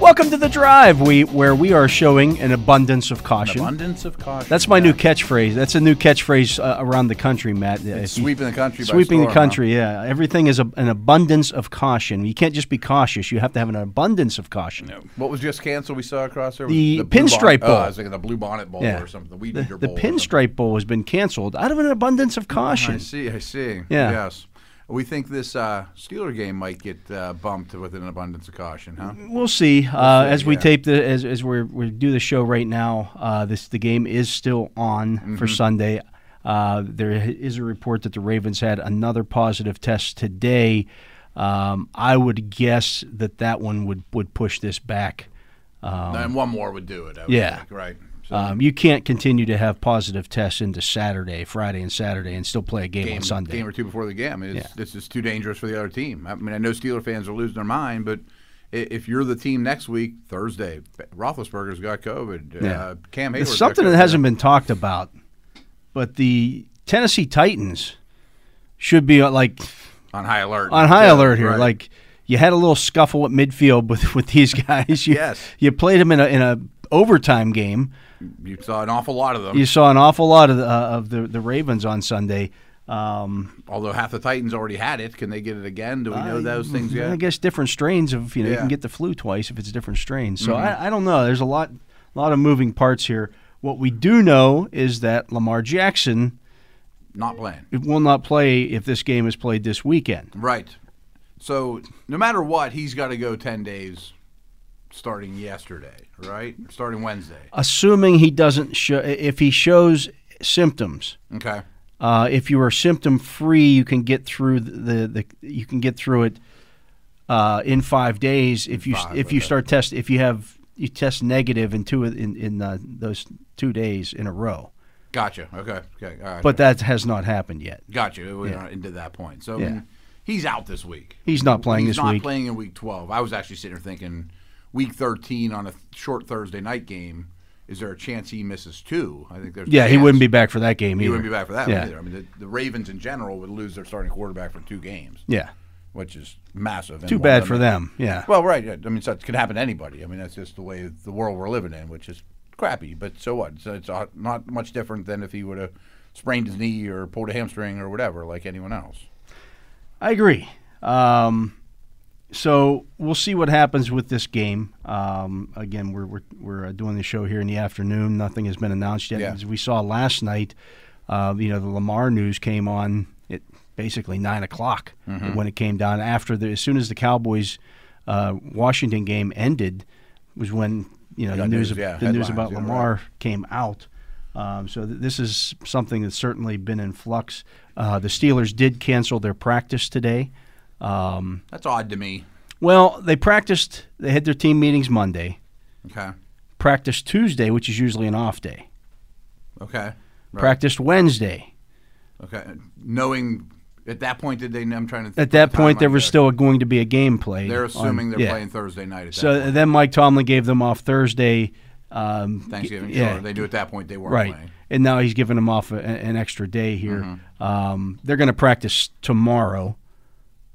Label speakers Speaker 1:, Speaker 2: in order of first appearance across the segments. Speaker 1: Welcome to the drive, we where we are showing an abundance of caution.
Speaker 2: Abundance of caution.
Speaker 1: That's my
Speaker 2: yeah.
Speaker 1: new catchphrase. That's a new catchphrase uh, around the country, Matt. Uh,
Speaker 2: It's
Speaker 1: if you-
Speaker 2: sweeping the country. by
Speaker 1: sweeping the
Speaker 2: storm,
Speaker 1: country. Yeah, everything is a, an abundance of caution. You can't just be cautious; you have to have an abundance of caution.
Speaker 2: huh? What was just canceled? We saw across there.
Speaker 1: The
Speaker 2: Blue Bonnet-
Speaker 1: Pinstripe
Speaker 2: Oh,
Speaker 1: Bowl.
Speaker 2: I was thinking the Blue Bonnet Bowl
Speaker 1: Yeah.
Speaker 2: or something. The Weed
Speaker 1: The,
Speaker 2: Eater
Speaker 1: the
Speaker 2: Bowl. or something.
Speaker 1: pinstripe bowl has been canceled out of an abundance of caution.
Speaker 2: I see. I see.
Speaker 1: Yeah.
Speaker 2: Yes. We think this uh, Steeler game might get uh, bumped with an abundance of caution, huh?
Speaker 1: We'll see. Uh, as we
Speaker 2: yeah.
Speaker 1: tape the as, as we're we do the show right now, uh, this the game is still on for Sunday. Uh, there is a report that the Ravens had another positive test today. Um, I would guess that that one would would push this back.
Speaker 2: and one more would do it. I would
Speaker 1: Um, yeah.
Speaker 2: think, right. So
Speaker 1: Um, you can't continue to have positive tests into Saturday, Friday, and Saturday, and still play a game,
Speaker 2: game,
Speaker 1: on Sunday.
Speaker 2: game or two before the game. I mean, It's, It's just too dangerous for the other team. I mean, I know Steeler fans are losing their mind, but i- if you're the team next week, Thursday, Roethlisberger's got COVID.
Speaker 1: Yeah.
Speaker 2: Uh, Cam Hayward's
Speaker 1: It's
Speaker 2: got
Speaker 1: something that
Speaker 2: COVID.
Speaker 1: hasn't been talked about, but the Tennessee Titans should be uh, like
Speaker 2: on high alert.
Speaker 1: on high
Speaker 2: Yeah,
Speaker 1: alert here.
Speaker 2: right.
Speaker 1: Like you had a little scuffle at midfield with, with these guys. You,
Speaker 2: Yes.
Speaker 1: you played them in a in a overtime game.
Speaker 2: you saw an awful lot of them.
Speaker 1: You saw an awful lot of the, uh, of the the Ravens on Sunday. Um,
Speaker 2: Although half the Titans already had it, can they get it again? Do we know those things yet?
Speaker 1: I guess different strains of you know you can
Speaker 2: Yeah. Mm-hmm.
Speaker 1: get the flu twice if it's different strains. So I, I don't know. There's a lot lot of moving parts here. What we do know is that Lamar Jackson
Speaker 2: Not playing.
Speaker 1: will not play if this game is played this weekend.
Speaker 2: Right. So no matter what, he's got to go ten days, starting yesterday. Right. Starting Wednesday.
Speaker 1: Assuming he doesn't show if he shows symptoms.
Speaker 2: Okay.
Speaker 1: Uh, if you are symptom free, you can get through the, the, the you can get through it uh, in five days. If you
Speaker 2: five,
Speaker 1: if you
Speaker 2: okay.
Speaker 1: start test if you have you test negative in two in in uh, those two days in a row,
Speaker 2: Gotcha. Okay. Okay. All right.
Speaker 1: but that has not happened yet.
Speaker 2: gotcha. We aren't into that point. So I
Speaker 1: Yeah.
Speaker 2: mean, he's out this week.
Speaker 1: He's not playing
Speaker 2: he's
Speaker 1: this
Speaker 2: not
Speaker 1: week.
Speaker 2: playing in week 12. I was actually sitting here thinking, week 13 on a th- short Thursday night game, is there a chance he misses two? I think there's. a
Speaker 1: yeah, he
Speaker 2: chance.
Speaker 1: wouldn't be back for that game
Speaker 2: He
Speaker 1: either.
Speaker 2: wouldn't be back for that
Speaker 1: Yeah.
Speaker 2: one either. I mean, the, the Ravens in general would lose their starting quarterback for two games,
Speaker 1: Yeah,
Speaker 2: which is massive. and
Speaker 1: too
Speaker 2: one
Speaker 1: bad
Speaker 2: of
Speaker 1: for them. Yeah,
Speaker 2: Well, right. yeah. I mean, so it could happen to anybody. I mean, that's just the way the world we're living in, which is crappy. But so what? So it's uh, not much different than if he would have sprained his knee or pulled a hamstring or whatever, like anyone else.
Speaker 1: I agree. Um, so we'll see what happens with this game. Um, again, we're, we're, we're uh, doing the show here in the afternoon. Nothing has been announced yet.
Speaker 2: Yeah.
Speaker 1: As we saw last night, uh, you know, the Lamar news came on at basically nine o'clock when it came down. After the as soon as the Cowboys uh, Washington game ended, was when you know the
Speaker 2: Got
Speaker 1: news,
Speaker 2: news,
Speaker 1: ab-
Speaker 2: yeah,
Speaker 1: the news
Speaker 2: headlines,
Speaker 1: about
Speaker 2: yeah, right.
Speaker 1: Lamar came out. Um, so th- this is something that's certainly been in flux. Uh, the Steelers did cancel their practice today. Um,
Speaker 2: That's odd to me.
Speaker 1: well, they practiced. They had their team meetings Monday.
Speaker 2: Okay.
Speaker 1: Practiced Tuesday, which is usually an off day.
Speaker 2: Okay. Right.
Speaker 1: Practiced Wednesday.
Speaker 2: Okay. Knowing at that point, did they? I'm trying to. think
Speaker 1: At
Speaker 2: of
Speaker 1: that
Speaker 2: the
Speaker 1: point,
Speaker 2: timeline
Speaker 1: there was
Speaker 2: there.
Speaker 1: still going to be a game played.
Speaker 2: They're
Speaker 1: on-
Speaker 2: assuming they're
Speaker 1: yeah.
Speaker 2: playing Thursday night. At that
Speaker 1: So
Speaker 2: point.
Speaker 1: then Mike Tomlin gave them off Thursday. Um, g-
Speaker 2: Thanksgiving.
Speaker 1: yeah.
Speaker 2: Sure. They knew at that point they weren't
Speaker 1: Right.
Speaker 2: playing. Mm-hmm.
Speaker 1: And now he's giving them off a, an extra day here. Um, they're going to practice tomorrow.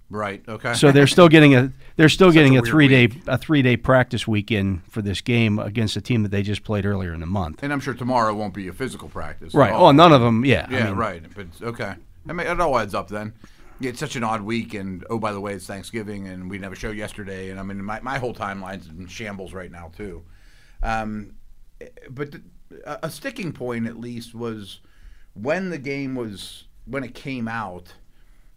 Speaker 2: Right. Okay.
Speaker 1: So they're still getting a they're still getting a,
Speaker 2: weird
Speaker 1: three day a three day practice weekend for this game against a team that they just played earlier in the month.
Speaker 2: and I'm sure tomorrow won't be a physical practice. at
Speaker 1: Right.
Speaker 2: all.
Speaker 1: Oh, none of them. Yeah. I
Speaker 2: Yeah,
Speaker 1: mean,
Speaker 2: right. But okay, I mean, it all adds up then. Yeah, It's such an odd week, and oh, by the way, it's Thanksgiving, and we didn't have a show yesterday, and I mean, my, my whole timeline's in shambles right now too. Um, eh, but th- a a sticking point, at least, was when the game was when it came out.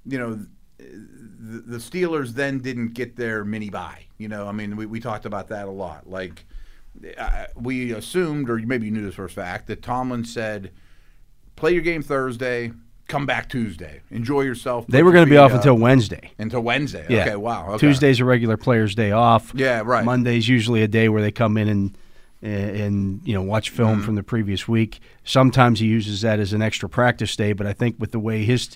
Speaker 2: You know, the, the Steelers then didn't get their mini buy. You know, I mean, we, we talked about that a lot. Like, I, we assumed, or maybe you knew this for a fact, that Tomlin said, play your game Thursday, come back Tuesday, enjoy yourself.
Speaker 1: They were
Speaker 2: put
Speaker 1: going
Speaker 2: your
Speaker 1: to be
Speaker 2: feet
Speaker 1: off
Speaker 2: up."
Speaker 1: until Wednesday.
Speaker 2: until Wednesday.
Speaker 1: Yeah.
Speaker 2: uh, Okay, wow. Okay.
Speaker 1: Tuesday's a regular player's day off.
Speaker 2: Yeah, right.
Speaker 1: Monday's usually a day where they come in and and you know watch film
Speaker 2: Mm-hmm.
Speaker 1: from the previous week. Sometimes he uses that as an extra practice day, but I think with the way his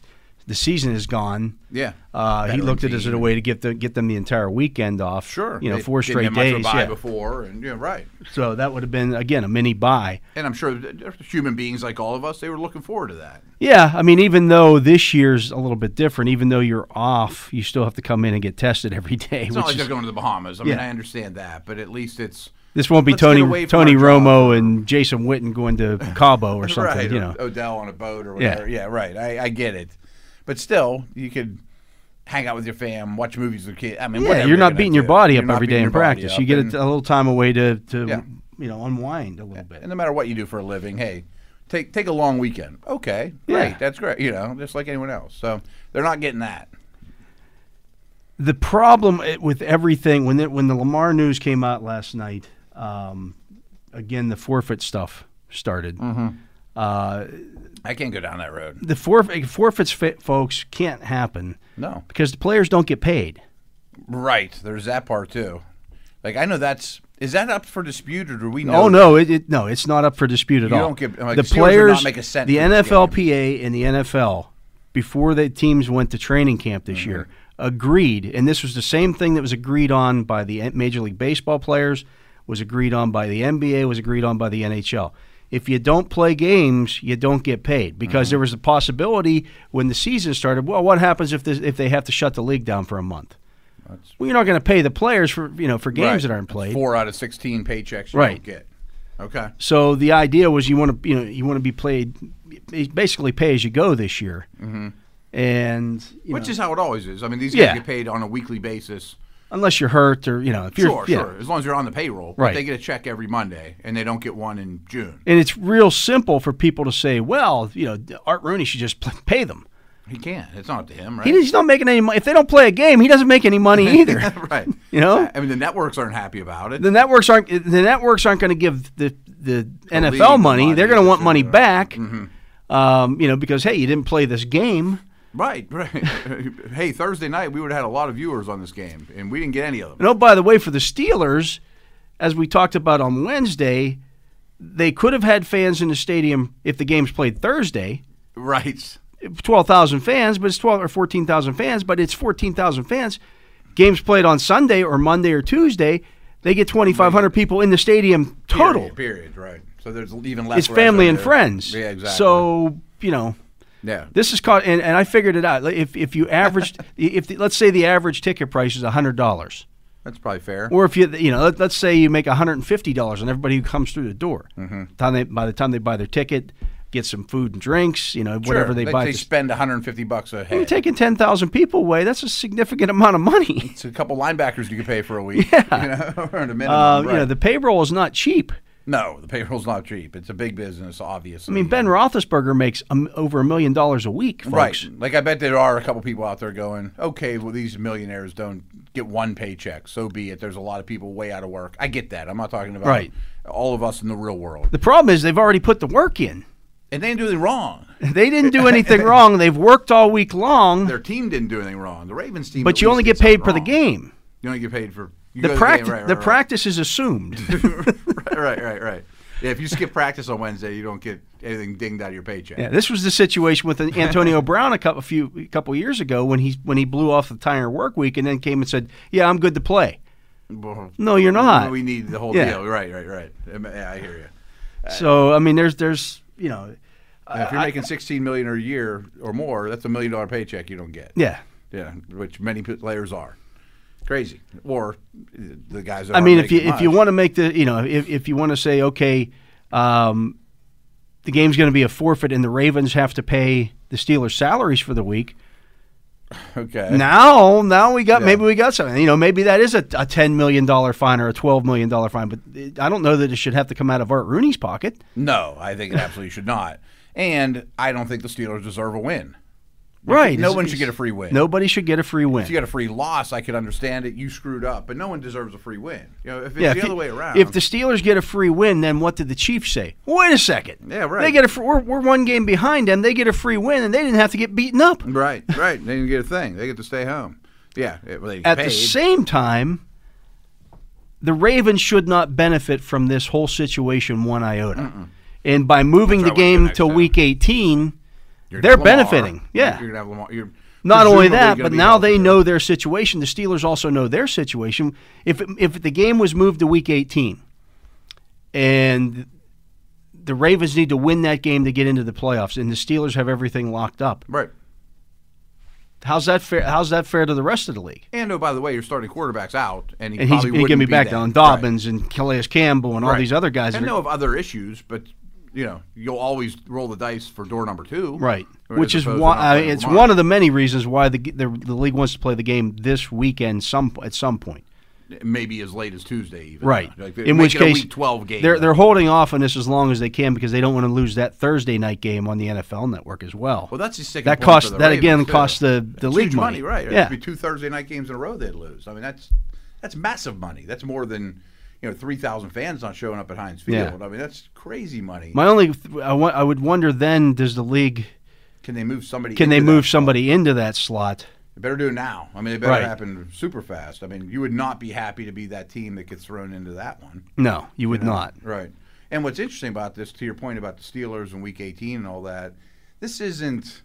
Speaker 1: the season is gone,
Speaker 2: Yeah.
Speaker 1: uh, he
Speaker 2: Veteran
Speaker 1: looked at it as
Speaker 2: team.
Speaker 1: a way to get the get them the entire weekend off.
Speaker 2: Sure.
Speaker 1: you know
Speaker 2: They
Speaker 1: four
Speaker 2: didn't
Speaker 1: straight
Speaker 2: have much of a
Speaker 1: days.
Speaker 2: bye
Speaker 1: Yeah.
Speaker 2: before, and yeah, right.
Speaker 1: So that would have been again a mini buy.
Speaker 2: And I'm sure that there's human beings like all of us, they were looking forward to that.
Speaker 1: Yeah, I mean, even though this year's a little bit different, even though you're off, you still have to come in and get tested every day.
Speaker 2: It's
Speaker 1: which
Speaker 2: not like
Speaker 1: is-
Speaker 2: they're going to the Bahamas. I mean,
Speaker 1: Yeah.
Speaker 2: I understand that, but at least it's
Speaker 1: This won't be
Speaker 2: Let's get
Speaker 1: Tony
Speaker 2: away from
Speaker 1: Tony
Speaker 2: our
Speaker 1: Romo and Jason Witten going to Cabo or something,
Speaker 2: right.
Speaker 1: you
Speaker 2: or
Speaker 1: know.
Speaker 2: Odell on a boat or
Speaker 1: Yeah.
Speaker 2: whatever. Yeah, right. I, I get it, but still, you could hang out with your fam, watch movies with kids. I mean,
Speaker 1: Yeah,
Speaker 2: whatever
Speaker 1: you're
Speaker 2: you're
Speaker 1: not
Speaker 2: gonna
Speaker 1: beating your
Speaker 2: do.
Speaker 1: body
Speaker 2: You're
Speaker 1: up
Speaker 2: not
Speaker 1: every day in
Speaker 2: beating your body
Speaker 1: practice.
Speaker 2: up,
Speaker 1: You get
Speaker 2: and-
Speaker 1: a, a little time away to to
Speaker 2: Yeah.
Speaker 1: you know unwind a little bit.
Speaker 2: And no matter what you do for a living, hey, take take a long weekend. Okay,
Speaker 1: Yeah.
Speaker 2: great, that's great. You know, just like anyone else. So they're not getting that.
Speaker 1: the problem i- with everything when it, when the Lamar news came out last night, um, again the forfeit stuff started.
Speaker 2: Mm-hmm.
Speaker 1: Uh,
Speaker 2: I can't go down that road.
Speaker 1: the forfeit forfeits, fa- folks, can't happen
Speaker 2: No,
Speaker 1: because the players don't get paid.
Speaker 2: right. There's that part too. Like I know that's is that up for dispute or do we know?
Speaker 1: Oh no, it, it no, it's not up for dispute at
Speaker 2: You
Speaker 1: all.
Speaker 2: don't get- like,
Speaker 1: the
Speaker 2: Steelers would
Speaker 1: players,
Speaker 2: not make a cent
Speaker 1: the
Speaker 2: for this
Speaker 1: NFLPA and the NFL, before the teams went to training camp this
Speaker 2: Mm-hmm.
Speaker 1: year, agreed, and this was the same thing that was agreed on by the N- Major League Baseball players, was agreed on by the NBA, was agreed on by the NHL. If you don't play games, you don't get paid
Speaker 2: Mm-hmm.
Speaker 1: because there was a possibility when the season started. Well, what happens if this, if they have to shut the league down for a month? well, you're not going to pay the players for you know for games
Speaker 2: Right.
Speaker 1: that aren't
Speaker 2: That's
Speaker 1: played.
Speaker 2: Four out of sixteen paychecks you
Speaker 1: Right.
Speaker 2: don't get. Okay.
Speaker 1: So the idea was you want to you know you want to be played eh, basically pay as you go this year, mm-hmm. and you
Speaker 2: Which
Speaker 1: know,
Speaker 2: is how it always is. I mean, these
Speaker 1: Yeah.
Speaker 2: guys get paid on a weekly basis.
Speaker 1: unless you're hurt or you know if you're
Speaker 2: Sure,
Speaker 1: yeah.
Speaker 2: sure. As long as you're on the payroll, But
Speaker 1: Right.
Speaker 2: They get a check every Monday, and they don't get one in June.
Speaker 1: And it's real simple for people to say, well, you know, Art Rooney should just pl- pay them.
Speaker 2: He can't. It's not up to him, right?
Speaker 1: He- He's not making any money. If they don't play a game, he doesn't make any money either.
Speaker 2: right.
Speaker 1: You know?
Speaker 2: I mean, the networks aren't happy about it.
Speaker 1: the networks aren't the networks aren't going to give the the NFL
Speaker 2: league
Speaker 1: money.
Speaker 2: money,
Speaker 1: They're going to want
Speaker 2: sure.
Speaker 1: money back.
Speaker 2: Mm-hmm.
Speaker 1: Um, you know, because hey, you didn't play this game.
Speaker 2: Right, right. hey, Thursday night we would have had a lot of viewers on this game, and we didn't get any of them.
Speaker 1: And oh, by the way, for the Steelers, as we talked about on Wednesday, they could have had fans in the stadium if the game's played Thursday.
Speaker 2: Right.
Speaker 1: Twelve thousand fans, but it's twelve or fourteen thousand fans, but it's fourteen thousand fans. Games played on Sunday or Monday or Tuesday, they get twenty five hundred people in the stadium total.
Speaker 2: Period, period, Right. So there's even less.
Speaker 1: It's family
Speaker 2: revenue.
Speaker 1: and friends.
Speaker 2: Yeah, exactly.
Speaker 1: So you know.
Speaker 2: yeah,
Speaker 1: This is caught, and, and I figured it out. Like, If, if you averaged, if the, let's say the average ticket price is hundred dollars,
Speaker 2: that's probably fair.
Speaker 1: or if you you know let, let's say you make $150 on everybody who comes through the door
Speaker 2: Mm-hmm.
Speaker 1: time they, by the time they buy their ticket get some food and drinks you know whatever
Speaker 2: Sure.
Speaker 1: they
Speaker 2: they
Speaker 1: buy
Speaker 2: They
Speaker 1: to-
Speaker 2: spend 150 bucks a
Speaker 1: you're
Speaker 2: head.
Speaker 1: taking 10,000 people away that's a significant amount of money
Speaker 2: it's a couple linebackers you could pay for a week. Yeah. You know, or at a minimum.
Speaker 1: uh, you
Speaker 2: right.
Speaker 1: know the payroll is not cheap
Speaker 2: no, the payroll's not cheap. It's a big business, obviously.
Speaker 1: I mean Ben Roethlisberger makes um, over a million dollars a week folks
Speaker 2: Right. Like I bet there are a couple people out there going, okay, well these millionaires don't get one paycheck, so be it. There's a lot of people way out of work. I get that. I'm not talking about
Speaker 1: Right.
Speaker 2: all of us in the real world,
Speaker 1: the problem is they've already put the work in
Speaker 2: and they didn't do anything wrong.
Speaker 1: they didn't do anything wrong they've worked all week long
Speaker 2: Their team didn't do anything wrong. The Ravens team,
Speaker 1: but
Speaker 2: at
Speaker 1: you
Speaker 2: least
Speaker 1: only
Speaker 2: did
Speaker 1: get paid
Speaker 2: something
Speaker 1: for the
Speaker 2: wrong.
Speaker 1: game
Speaker 2: You only get paid for you
Speaker 1: the
Speaker 2: go to
Speaker 1: practice
Speaker 2: The, game, right,
Speaker 1: the
Speaker 2: right, right.
Speaker 1: practice is assumed
Speaker 2: right, right, right, right. Yeah, if you skip practice on Wednesday, you don't get anything dinged out of your paycheck.
Speaker 1: Yeah, this was the situation with Antonio Brown a couple a few a couple years ago when he when he blew off the entire work week and then came and said, "Yeah, I'm good to play."
Speaker 2: Well,
Speaker 1: No, you're not.
Speaker 2: We need the whole
Speaker 1: Yeah.
Speaker 2: deal. Right, right, right. Yeah, I hear you.
Speaker 1: So I mean, there's there's you know,
Speaker 2: Now, if you're making 16 million a year or more, that's a million dollar paycheck you don't get.
Speaker 1: yeah.
Speaker 2: Yeah, which many p- players are. Crazy. Or uh, the guys. That
Speaker 1: I
Speaker 2: aren't
Speaker 1: mean, if you
Speaker 2: making
Speaker 1: if you
Speaker 2: much.
Speaker 1: want to make the you know if if you want to say okay, um, the game's going to be a forfeit and the Ravens have to pay the Steelers salaries for the week.
Speaker 2: okay,
Speaker 1: Now, now we got
Speaker 2: Yeah.
Speaker 1: maybe we got something. You know, maybe that is a, a ten million dollar fine or a twelve million dollar fine, but it, I don't know that it should have to come out of Art Rooney's pocket.
Speaker 2: no, I think it absolutely should not. And I don't think the Steelers deserve a win.
Speaker 1: Right.
Speaker 2: No
Speaker 1: It's-
Speaker 2: one should get a free win.
Speaker 1: Nobody should get a free win.
Speaker 2: If you got a free loss, I could understand it. You screwed up, but no one deserves a free win. You know, if it's the
Speaker 1: if
Speaker 2: other
Speaker 1: you-
Speaker 2: way around.
Speaker 1: If the Steelers get a free win, then what did the Chiefs say? Wait a second.
Speaker 2: Yeah, right.
Speaker 1: They get a fr- we're, we're one game behind them. They get a free win, and they didn't have to get beaten up.
Speaker 2: right, right, they didn't get a thing. They get to stay home. Yeah, it- well, they
Speaker 1: At
Speaker 2: paid.
Speaker 1: the same time, the Ravens should not benefit from this whole situation one iota. And by moving
Speaker 2: That's
Speaker 1: the
Speaker 2: what I would do
Speaker 1: game
Speaker 2: next
Speaker 1: to
Speaker 2: time.
Speaker 1: Week 18,
Speaker 2: You're gonna
Speaker 1: they're
Speaker 2: have Lamar.
Speaker 1: benefiting. Yeah.
Speaker 2: you're gonna have Lamar. You're
Speaker 1: Not only
Speaker 2: presumably
Speaker 1: that,
Speaker 2: gonna
Speaker 1: but
Speaker 2: be
Speaker 1: now they
Speaker 2: healthy.
Speaker 1: know their situation. The Steelers also know their situation. If if the game was moved to Week 18, and the Ravens need to win that game to get into the playoffs, and the Steelers have everything locked up,
Speaker 2: Right.
Speaker 1: how's that fair? How's that fair to the rest of the league?
Speaker 2: And oh, by the way, your starting quarterback's out, and he
Speaker 1: And he's
Speaker 2: probably
Speaker 1: going to
Speaker 2: wouldn't
Speaker 1: give me
Speaker 2: be
Speaker 1: back
Speaker 2: there.
Speaker 1: on
Speaker 2: Right.
Speaker 1: Dobbins and Calais Campbell and all
Speaker 2: Right.
Speaker 1: these other guys.
Speaker 2: I
Speaker 1: that are-
Speaker 2: know of other issues, but you know, you'll always roll the dice for door number two,
Speaker 1: Right,
Speaker 2: as
Speaker 1: which is
Speaker 2: opposed to
Speaker 1: one.
Speaker 2: not
Speaker 1: I
Speaker 2: playing
Speaker 1: it's
Speaker 2: Lamar.
Speaker 1: one of the many reasons why the, the the league wants to play the game this weekend. Some at some point,
Speaker 2: maybe as late as Tuesday, even
Speaker 1: right?
Speaker 2: Like,
Speaker 1: In
Speaker 2: make
Speaker 1: which
Speaker 2: it a
Speaker 1: case,
Speaker 2: week twelve game.
Speaker 1: They're they're holding off on this as long as they can because they don't want to lose that Thursday night game on the NFL Network as well.
Speaker 2: Well, that's the second.
Speaker 1: that
Speaker 2: point for
Speaker 1: costs
Speaker 2: the
Speaker 1: that
Speaker 2: Ravens,
Speaker 1: again
Speaker 2: too.
Speaker 1: costs the the
Speaker 2: It's
Speaker 1: league
Speaker 2: huge money, right?
Speaker 1: Yeah,
Speaker 2: It'd be two Thursday night games in a row they'd lose. I mean, that's that's massive money. That's more than you know three thousand fans not showing up at Heinz Field.
Speaker 1: Yeah.
Speaker 2: I mean, that's crazy money.
Speaker 1: my only th- I, wa- I would wonder then does the league
Speaker 2: can they move somebody?
Speaker 1: can they
Speaker 2: into that?
Speaker 1: move somebody into that slot?
Speaker 2: They better do it now. I mean, it better
Speaker 1: Right.
Speaker 2: happen super fast. I mean, you would not be happy to be that team that gets thrown into that one.
Speaker 1: No, you would not.
Speaker 2: Right. And what's interesting about this, to your point about the Steelers and Week 18 and all that, this isn't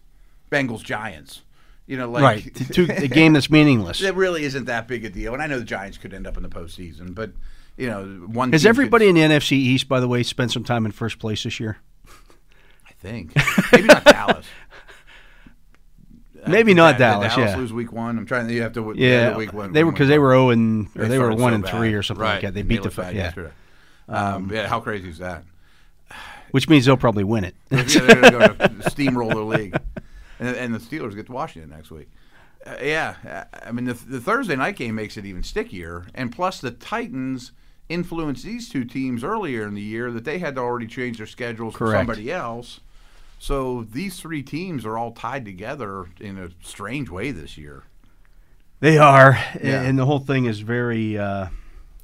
Speaker 2: Bengals Giants. You know, like
Speaker 1: right, to, to a game that's meaningless.
Speaker 2: it really isn't that big a deal. And I know the Giants could end up in the postseason, but you know, one
Speaker 1: Has
Speaker 2: team could-
Speaker 1: everybody in the NFC East, by the way, spent some time in first place this year?
Speaker 2: I think maybe not Dallas.
Speaker 1: Maybe not
Speaker 2: Uh, Did
Speaker 1: Dallas.
Speaker 2: Dallas
Speaker 1: yeah,
Speaker 2: lose week one. I'm trying. to You have to.
Speaker 1: Yeah,
Speaker 2: week one.
Speaker 1: they were because they were zero and or they were
Speaker 2: started
Speaker 1: one
Speaker 2: so
Speaker 1: and
Speaker 2: bad.
Speaker 1: three or something
Speaker 2: right.
Speaker 1: like that. They
Speaker 2: and
Speaker 1: beat the
Speaker 2: looked
Speaker 1: fa-
Speaker 2: bad
Speaker 1: yeah,
Speaker 2: yesterday. Um, yeah, how crazy is that?
Speaker 1: which means they'll probably win it.
Speaker 2: yeah, they're going to go to steamroller league, and, and the Steelers get to Washington next week. Uh, yeah, I I mean the, the Thursday night game makes it even stickier, and plus the Titans influenced these two teams earlier in the year that they had to already change their schedules for
Speaker 1: Correct.
Speaker 2: somebody else. So these three teams are all tied together in a strange way this year.
Speaker 1: They are, a-
Speaker 2: Yeah.
Speaker 1: and the whole thing is very. Uh,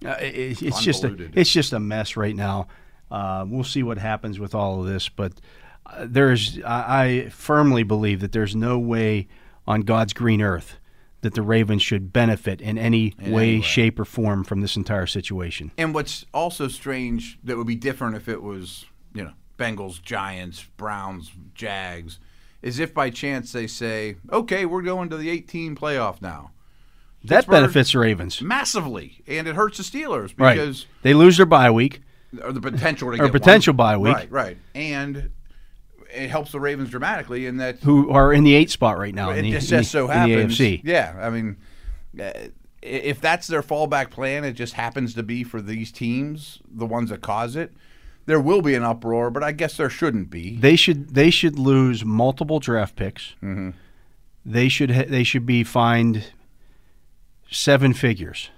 Speaker 1: uh, i- i- it's just a,
Speaker 2: Convoluted.
Speaker 1: it's just a mess right now. Uh, we'll see what happens with all of this, but uh, there's I, I firmly believe that there's no way on God's green earth that the Ravens should benefit in any way, shape, or form from this entire situation.
Speaker 2: And what's also strange that would be different if it was, you know, Bengals, Giants, Browns, Jags, is if by chance they say, okay, we're going to the 18 playoff now.
Speaker 1: That
Speaker 2: Pittsburgh-
Speaker 1: benefits the Ravens,
Speaker 2: Massively. And it hurts the Steelers
Speaker 1: right?
Speaker 2: because
Speaker 1: They lose their bye week.
Speaker 2: or the potential to
Speaker 1: Or
Speaker 2: get
Speaker 1: potential
Speaker 2: one.
Speaker 1: bye week.
Speaker 2: Right, right. And it helps the Ravens dramatically in that
Speaker 1: who are in the eight spot right now. in
Speaker 2: it
Speaker 1: the,
Speaker 2: just
Speaker 1: in the-
Speaker 2: just so
Speaker 1: in the
Speaker 2: happens.
Speaker 1: AFC.
Speaker 2: Yeah, I mean, uh, i- if that's their fallback plan, it just happens to be for these teams, the ones that cause it. There will be an uproar, but I guess there shouldn't be.
Speaker 1: They should they should lose multiple draft picks.
Speaker 2: Mm-hmm.
Speaker 1: They should ha- they should be fined seven figures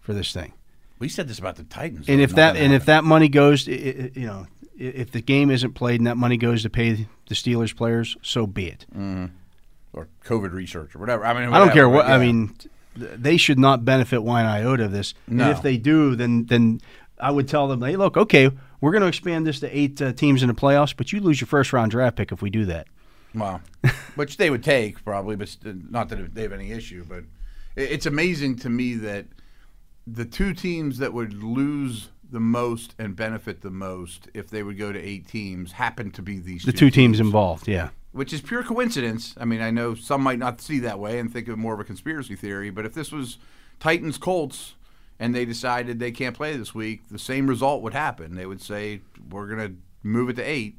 Speaker 1: for this thing.
Speaker 2: We said this about the Titans,
Speaker 1: And
Speaker 2: though,
Speaker 1: if
Speaker 2: not
Speaker 1: that
Speaker 2: gonna
Speaker 1: and if
Speaker 2: happen.
Speaker 1: that money goes, to, i- i- you know, i- if the game isn't played and that money goes to pay the Steelers players, so be it.
Speaker 2: or COVID research or whatever. I mean,
Speaker 1: I don't care
Speaker 2: whatever,
Speaker 1: what. I
Speaker 2: yeah.
Speaker 1: mean, th- they should not benefit one iota of this.
Speaker 2: No.
Speaker 1: And if they do, then then I would tell them, hey, look, okay, we're going to expand this to eight uh, teams in the playoffs, but you lose your first round draft pick if we do that.
Speaker 2: Wow. Which they would take probably, but st- not that they have any issue. But i- it's amazing to me that the two teams that would lose the most and benefit the most if they would go to eight teams happen to be these
Speaker 1: The two teams involved, yeah.
Speaker 2: which is pure coincidence. I mean, I know some might not see that way and think of it more of a conspiracy theory, but if this was Titans Colts and they decided they can't play this week, the same result would happen. They would say we're going to move it to 8.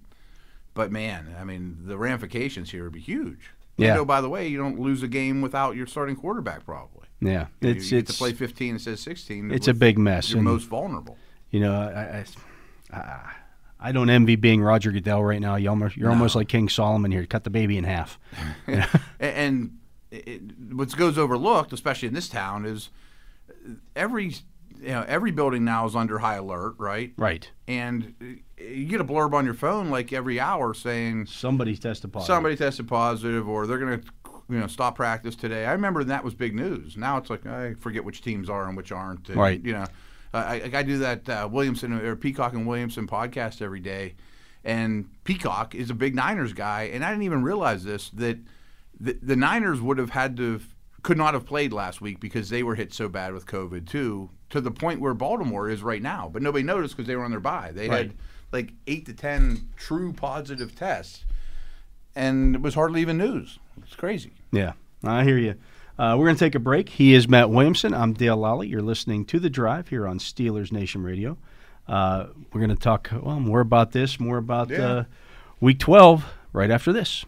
Speaker 2: But man, I mean, the ramifications here would be huge.
Speaker 1: Yeah.
Speaker 2: And oh, by the way, you don't lose a game without your starting quarterback probably.
Speaker 1: Yeah,
Speaker 2: You-
Speaker 1: it's
Speaker 2: you get
Speaker 1: it's
Speaker 2: to play 15 instead of 16.
Speaker 1: it's
Speaker 2: with-
Speaker 1: a big mess,
Speaker 2: You're
Speaker 1: and
Speaker 2: most vulnerable.
Speaker 1: you know, I, I, I- I don't envy being Roger Goodell right now. You almost, you're almost like King Solomon here. Cut the baby in half.
Speaker 2: A- and it, what goes overlooked, especially in this town, is every you know, every building now is under high alert, right?
Speaker 1: Right.
Speaker 2: And uh, you get a blurb on your phone like every hour saying
Speaker 1: Somebody tested positive.
Speaker 2: somebody tested positive or they're going to you know stop practice today. I remember that was big news. Now it's like I forget which teams are and which aren't. and,
Speaker 1: Right.
Speaker 2: You know, I, I- I do that uh, Williamson or Peacock and Williamson podcast every day, and Peacock is a big Niners guy, and I didn't even realize this that the, the Niners would have had to have, could not have played last week because they were hit so bad with COVID too, to the point where Baltimore is right now. But nobody noticed because they were on their bye. They
Speaker 1: Right.
Speaker 2: had like eight to ten true positive tests and it was hardly even news. It's crazy.
Speaker 1: Yeah, I hear you. Uh, we're going to take a break. He is Matt Williamson. I'm Dale Lally. You're listening to The Drive here on Steelers Nation Radio. Uh, we're going to talk well, more about this, more about uh, Week 12 right after this.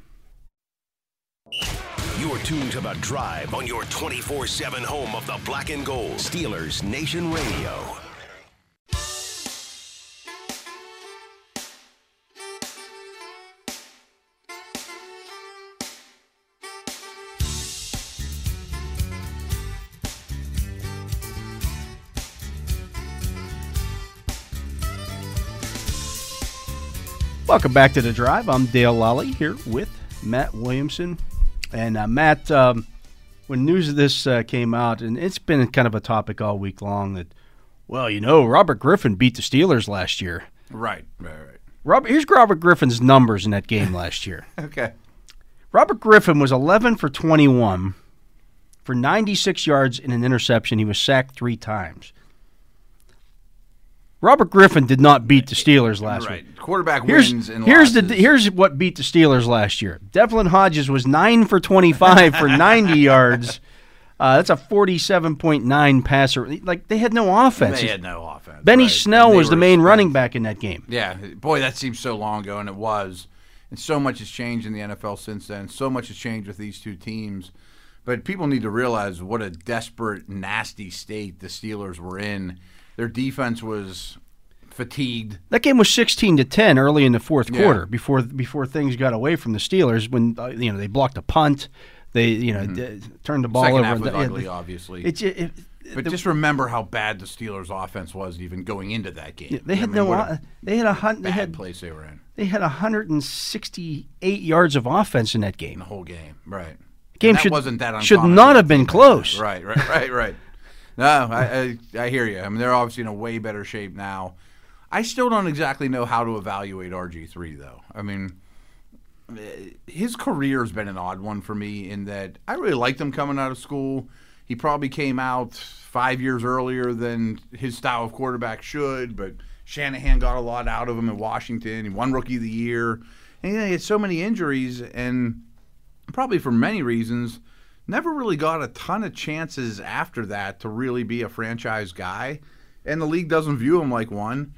Speaker 3: You're tuned to The Drive on your 24 7 home of the black and gold. Steelers Nation Radio.
Speaker 1: Welcome back to The Drive. I'm Dale Lally here with Matt Williamson. And uh, Matt, um, when news of this uh, came out, and it's been kind of a topic all week long that, well, you know, Robert Griffin beat the Steelers last year.
Speaker 2: Right, right, right.
Speaker 1: Robert, here's Robert Griffin's numbers in that game last year.
Speaker 2: Okay.
Speaker 1: Robert Griffin was 11 for 21 for 96 yards and an interception. He was sacked three times. Robert Griffin did not beat the Steelers last
Speaker 2: right.
Speaker 1: week.
Speaker 2: Quarterback
Speaker 1: Here's,
Speaker 2: wins and
Speaker 1: here's, the,
Speaker 2: losses.
Speaker 1: here's what beat the Steelers last year. Devlin Hodges was 9 for 25 for 90 yards. Uh, that's a 47.9 passer. Like, they had no offense.
Speaker 2: they had no offense.
Speaker 1: Benny
Speaker 2: right.
Speaker 1: Snell
Speaker 2: They
Speaker 1: was the
Speaker 2: were-
Speaker 1: main running back in that game.
Speaker 2: Yeah, boy, that seems so long ago, and it was. And so much has changed in the NFL since then. So much has changed with these two teams. But people need to realize what a desperate, nasty state the Steelers were in. Their defense was fatigued.
Speaker 1: That game was 16 to 10 early in the fourth
Speaker 2: Yeah.
Speaker 1: quarter before before things got away from the Steelers when uh, you know they blocked a punt, they you know d- turned the ball
Speaker 2: Hmm. Second
Speaker 1: over.
Speaker 2: half
Speaker 1: and
Speaker 2: was
Speaker 1: th- yeah,
Speaker 2: ugly,
Speaker 1: th-
Speaker 2: obviously.
Speaker 1: it, ju- it,
Speaker 2: but just remember how bad the Steelers' offense was even going into that game.
Speaker 1: they
Speaker 2: I
Speaker 1: had
Speaker 2: mean,
Speaker 1: no
Speaker 2: what a
Speaker 1: o- they had a hun- they
Speaker 2: bad
Speaker 1: had
Speaker 2: place they were in.
Speaker 1: they had 168 yards of offense in that game.
Speaker 2: the whole game. Right.
Speaker 1: Game
Speaker 2: And that
Speaker 1: should-
Speaker 2: wasn't that
Speaker 1: should
Speaker 2: uncommon.
Speaker 1: not have been close.
Speaker 2: Right, right, right, right. No, I, I I hear you. I mean, they're obviously in a way better shape now. I still don't exactly know how to evaluate RG three though. I mean, eh, his career has been an odd one for me in that I really liked him coming out of school. He probably came out five years earlier than his style of quarterback should, but Shanahan got a lot out of him in Washington. He won Rookie of the Year, and yeah, he had so many injuries and probably for many reasons, never really got a ton of chances after that to really be a franchise guy. And the league doesn't view him like one.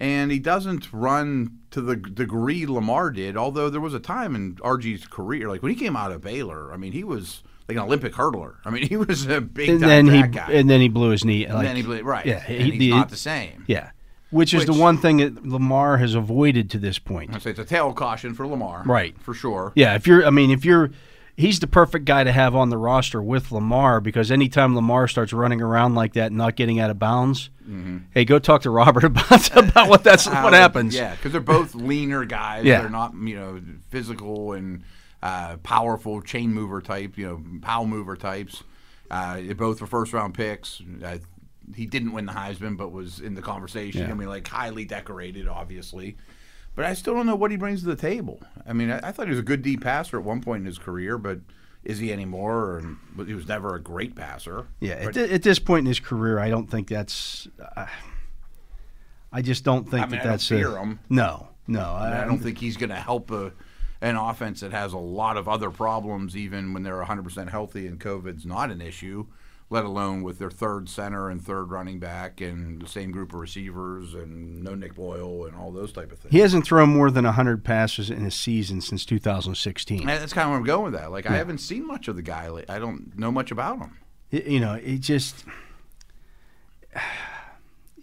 Speaker 2: And he doesn't run to the degree Lamar did, although there was a time in RG's career, like when he came out of Baylor, I mean, he was like an Olympic hurdler. I mean, he was a big
Speaker 1: And
Speaker 2: time
Speaker 1: then he
Speaker 2: track guy.
Speaker 1: and then he blew his knee.
Speaker 2: And
Speaker 1: like-
Speaker 2: then he blew, right.
Speaker 1: Yeah,
Speaker 2: and
Speaker 1: he-
Speaker 2: he's
Speaker 1: the-
Speaker 2: not the same.
Speaker 1: yeah, which is the
Speaker 2: Which-
Speaker 1: one thing that Lamar has avoided to this point.
Speaker 2: So it's a tail caution for Lamar.
Speaker 1: Right.
Speaker 2: For sure.
Speaker 1: Yeah, if you're, I mean, if you're, he's the perfect guy to have on the roster with Lamar because anytime Lamar starts running around like that and not getting out of bounds, hey, go talk to Robert about about what that's
Speaker 2: Mm-hmm. how
Speaker 1: what
Speaker 2: it-
Speaker 1: happens.
Speaker 2: Yeah, because they're both leaner guys.
Speaker 1: Yeah.
Speaker 2: They're not, you know, physical and uh, powerful chain mover type, you know, power mover types. Uh, they both were first round picks. Uh, he didn't win the Heisman, but was in the conversation.
Speaker 1: Yeah.
Speaker 2: I mean, like highly decorated, obviously. But I still don't know what he brings to the table. I mean, I, I thought he was a good deep passer at one point in his career, but is he anymore? And but he was never a great passer.
Speaker 1: yeah. At, thi- at this point in his career, I don't think that's. Uh, I just don't think
Speaker 2: I mean,
Speaker 1: that
Speaker 2: I don't
Speaker 1: that's.
Speaker 2: fear
Speaker 1: a,
Speaker 2: him.
Speaker 1: No, no, I,
Speaker 2: I don't think he's going to help a, an offense that has a lot of other problems, even when they're 100% healthy and COVID's not an issue, let alone with their third center and third running back and the same group of receivers and no Nick Boyle and all those type of things.
Speaker 1: He hasn't thrown more than 100 passes in a season since 2016.
Speaker 2: And that's kind of where I'm going with that. Like, I haven't seen much of the guy. Like, I don't know much about him.
Speaker 1: Y- you know, it just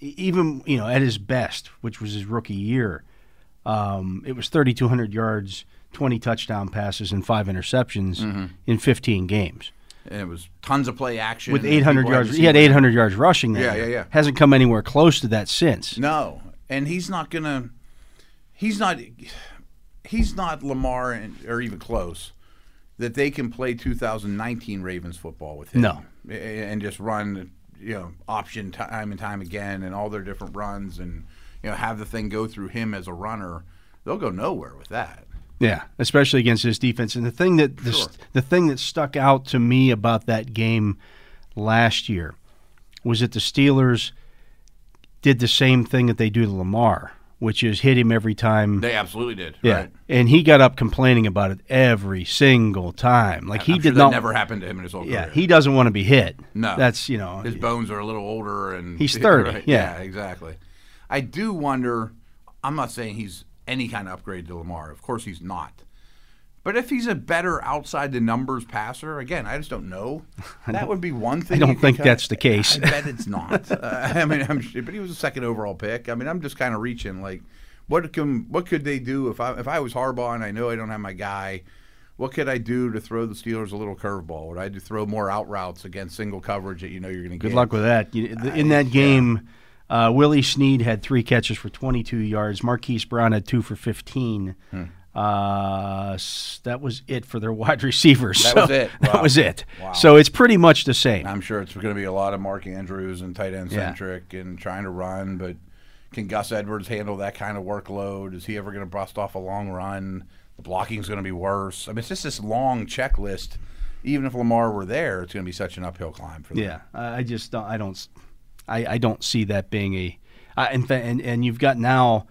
Speaker 1: e, even you know at his best, which was his rookie year, um, it was
Speaker 2: Mm-hmm.
Speaker 1: 3,200 yards, 20 touchdown passes, and five interceptions in 15 games.
Speaker 2: and it was tons of play action
Speaker 1: with
Speaker 2: and
Speaker 1: 800
Speaker 2: people had to
Speaker 1: yards.
Speaker 2: see
Speaker 1: He had
Speaker 2: what-
Speaker 1: 800 yards rushing. That
Speaker 2: Yeah,
Speaker 1: year.
Speaker 2: yeah, yeah.
Speaker 1: Hasn't come anywhere close to that since.
Speaker 2: No, and he's not gonna. He's not. He's not Lamar and, or even close. That they can play 2019 Ravens football with him.
Speaker 1: No.
Speaker 2: A- and just run you know option time and time again and all their different runs and you know have the thing go through him as a runner. They'll go nowhere with that.
Speaker 1: Yeah, especially against this defense. And the thing that the,
Speaker 2: Sure.
Speaker 1: the thing that stuck out to me about that game last year was that the Steelers did the same thing that they do to Lamar, which is hit him every time.
Speaker 2: They absolutely did.
Speaker 1: yeah,
Speaker 2: Right.
Speaker 1: and he got up complaining about it every single time. Like he
Speaker 2: I'm sure
Speaker 1: did
Speaker 2: that
Speaker 1: not.
Speaker 2: never happened to him in his whole
Speaker 1: yeah,
Speaker 2: career.
Speaker 1: he doesn't want to be hit.
Speaker 2: No.
Speaker 1: that's you know.
Speaker 2: His bones are a little older, and
Speaker 1: Oh, He's 30,
Speaker 2: Right,
Speaker 1: yeah.
Speaker 2: exactly. I do wonder. I'm not saying he's any kind of upgrade to Lamar. Of course, he's not. But if he's a better outside the numbers passer, again, I just don't know. That would be one thing.
Speaker 1: don't
Speaker 2: you could
Speaker 1: think
Speaker 2: kinda-
Speaker 1: that's the case.
Speaker 2: I bet it's not. Uh, I mean, I'm sure, but he was a second overall pick. I mean, I'm just kind of reaching. Like, what can what could they do if I if I was Harbaugh and I know I don't have my guy? What could I do to throw the Steelers a little curveball? Would I do throw more out routes against single coverage that you know you're going to get?
Speaker 1: Good luck with that. You- th- In that game, uh, Willie Sneed had three catches for 22 yards. Marquise Brown had two for 15.
Speaker 2: Hmm.
Speaker 1: Uh, s- that was it for their wide receivers.
Speaker 2: That
Speaker 1: So-
Speaker 2: was it.
Speaker 1: That
Speaker 2: Wow.
Speaker 1: was it.
Speaker 2: Wow.
Speaker 1: So it's pretty much the same.
Speaker 2: I'm sure it's going to be a lot of Mark Andrews and tight end
Speaker 1: Yeah.
Speaker 2: centric and trying to run, but can Gus Edwards handle that kind of workload? Is he ever going to bust off a long run? The blocking's going to be worse. I mean, it's just this long checklist. Even if Lamar were there, it's going to be such an uphill climb for them.
Speaker 1: Yeah, I I just don't, I don't s- I, I don't see that being a I, in fact, and and you've got now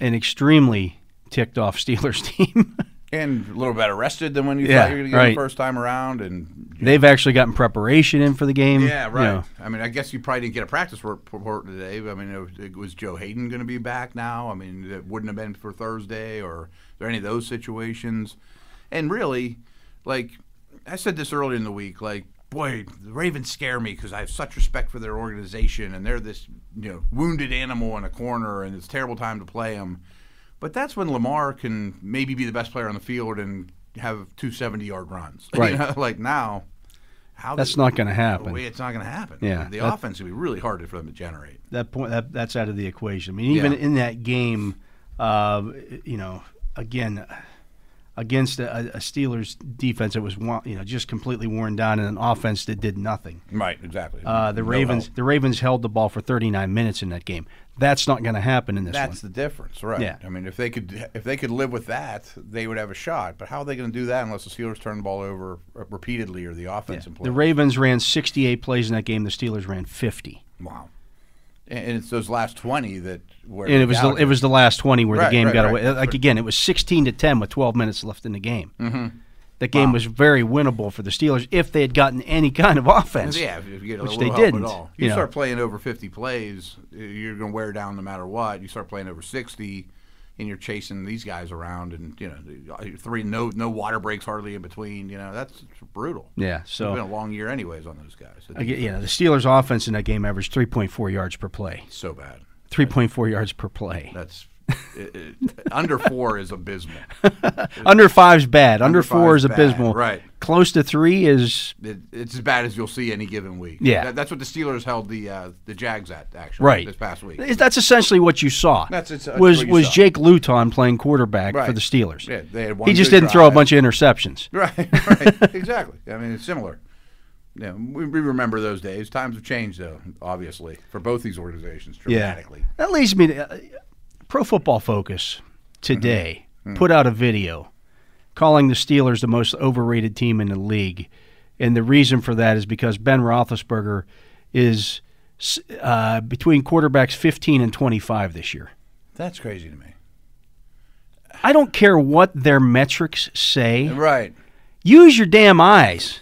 Speaker 1: an extremely ticked off Steelers team.
Speaker 2: And a little better rested than when you
Speaker 1: Yeah,
Speaker 2: thought you were going to get
Speaker 1: right.
Speaker 2: the first time around. And
Speaker 1: They've actually gotten preparation in for the game.
Speaker 2: yeah,
Speaker 1: you
Speaker 2: right.
Speaker 1: know.
Speaker 2: I mean, I guess you probably didn't get a practice report- report today. But I mean, it was, it was Joe Hayden going to be back now? I mean, it wouldn't have been for Thursday, or is there any of those situations? And really, like I said this earlier in the week, like boy, the Ravens scare me because I have such respect for their organization, and they're this you know wounded animal in a corner, and it's a terrible time to play them. But that's when Lamar can maybe be the best player on the field and have two 70 yard runs. You
Speaker 1: Right.
Speaker 2: know, like now, how
Speaker 1: That's
Speaker 2: does-
Speaker 1: not going to happen.
Speaker 2: way it's not going to happen.
Speaker 1: Yeah,
Speaker 2: the
Speaker 1: that-
Speaker 2: offense would be really hard for them to generate.
Speaker 1: that point that, that's out of the equation. I mean, even
Speaker 2: Yeah.
Speaker 1: in that game, uh, you know, again against a, a Steelers defense that was wa- you know just completely worn down and an offense that did nothing.
Speaker 2: Right, exactly.
Speaker 1: Uh, the
Speaker 2: No oh,
Speaker 1: Ravens
Speaker 2: help.
Speaker 1: the Ravens held the ball for 39 minutes in that game. That's not going to happen in this
Speaker 2: That's
Speaker 1: one.
Speaker 2: the difference, right?
Speaker 1: Yeah.
Speaker 2: I mean, if they could, if they could live with that, they would have a shot. But how are they going to do that unless the Steelers turn the ball over uh, repeatedly or the offense? and play?
Speaker 1: The Ravens ran 68 plays in that game. The Steelers ran 50.
Speaker 2: wow. And and it's those last twenty that were.
Speaker 1: And it was the, it was the last 20 where the
Speaker 2: Right,
Speaker 1: game
Speaker 2: right,
Speaker 1: got
Speaker 2: right.
Speaker 1: away.
Speaker 2: That's
Speaker 1: Like again, it was 16 to 10 with 12 minutes left in the game. Mm-hmm. That game was very winnable for the Steelers if they had gotten any kind of offense.
Speaker 2: Yeah, if you get a
Speaker 1: which
Speaker 2: little
Speaker 1: they
Speaker 2: help
Speaker 1: didn't,
Speaker 2: at all.
Speaker 1: you
Speaker 2: You,
Speaker 1: know.
Speaker 2: start playing over 50 plays, uh, you're going to wear down no matter what. You start playing over 60, and you're chasing these guys around, and you know, the- three no no water breaks hardly in between. You know, that's brutal.
Speaker 1: Yeah,
Speaker 2: it's
Speaker 1: so
Speaker 2: been a long year anyways on those guys. It's
Speaker 1: I get- yeah, the Steelers' offense in that game averaged 3.4 yards per play.
Speaker 2: so bad.
Speaker 1: 3.4 yards per play.
Speaker 2: That's it, it, under four is abysmal.
Speaker 1: Under five's bad. Under, four
Speaker 2: five
Speaker 1: is
Speaker 2: is bad,
Speaker 1: abysmal.
Speaker 2: right.
Speaker 1: Close to three is
Speaker 2: It, it's as bad as you'll see any given week.
Speaker 1: Yeah.
Speaker 2: That- that's what the Steelers held the uh, the Jags at actually
Speaker 1: right.
Speaker 2: this past week.
Speaker 1: That's essentially what you saw.
Speaker 2: That's- it's- that's
Speaker 1: was
Speaker 2: what you
Speaker 1: was
Speaker 2: saw.
Speaker 1: Jake Luton playing quarterback for
Speaker 2: Right.
Speaker 1: the Steelers?
Speaker 2: Yeah, they had one
Speaker 1: he just
Speaker 2: good
Speaker 1: didn't throw a
Speaker 2: drive.
Speaker 1: bunch of interceptions.
Speaker 2: Right, right, exactly. I mean, it's similar. Yeah, we, we remember those days. Times have changed, though, obviously, for both these organizations dramatically.
Speaker 1: That leads me to uh, Pro Football Focus
Speaker 2: Mm-hmm.
Speaker 1: today
Speaker 2: Mm.
Speaker 1: put out a video calling the Steelers the most overrated team in the league, and the reason for that is because Ben Roethlisberger is s- uh, between quarterbacks 15 and 25 this year.
Speaker 2: That's crazy to me.
Speaker 1: I don't care what their metrics say.
Speaker 2: Right.
Speaker 1: Use your damn eyes.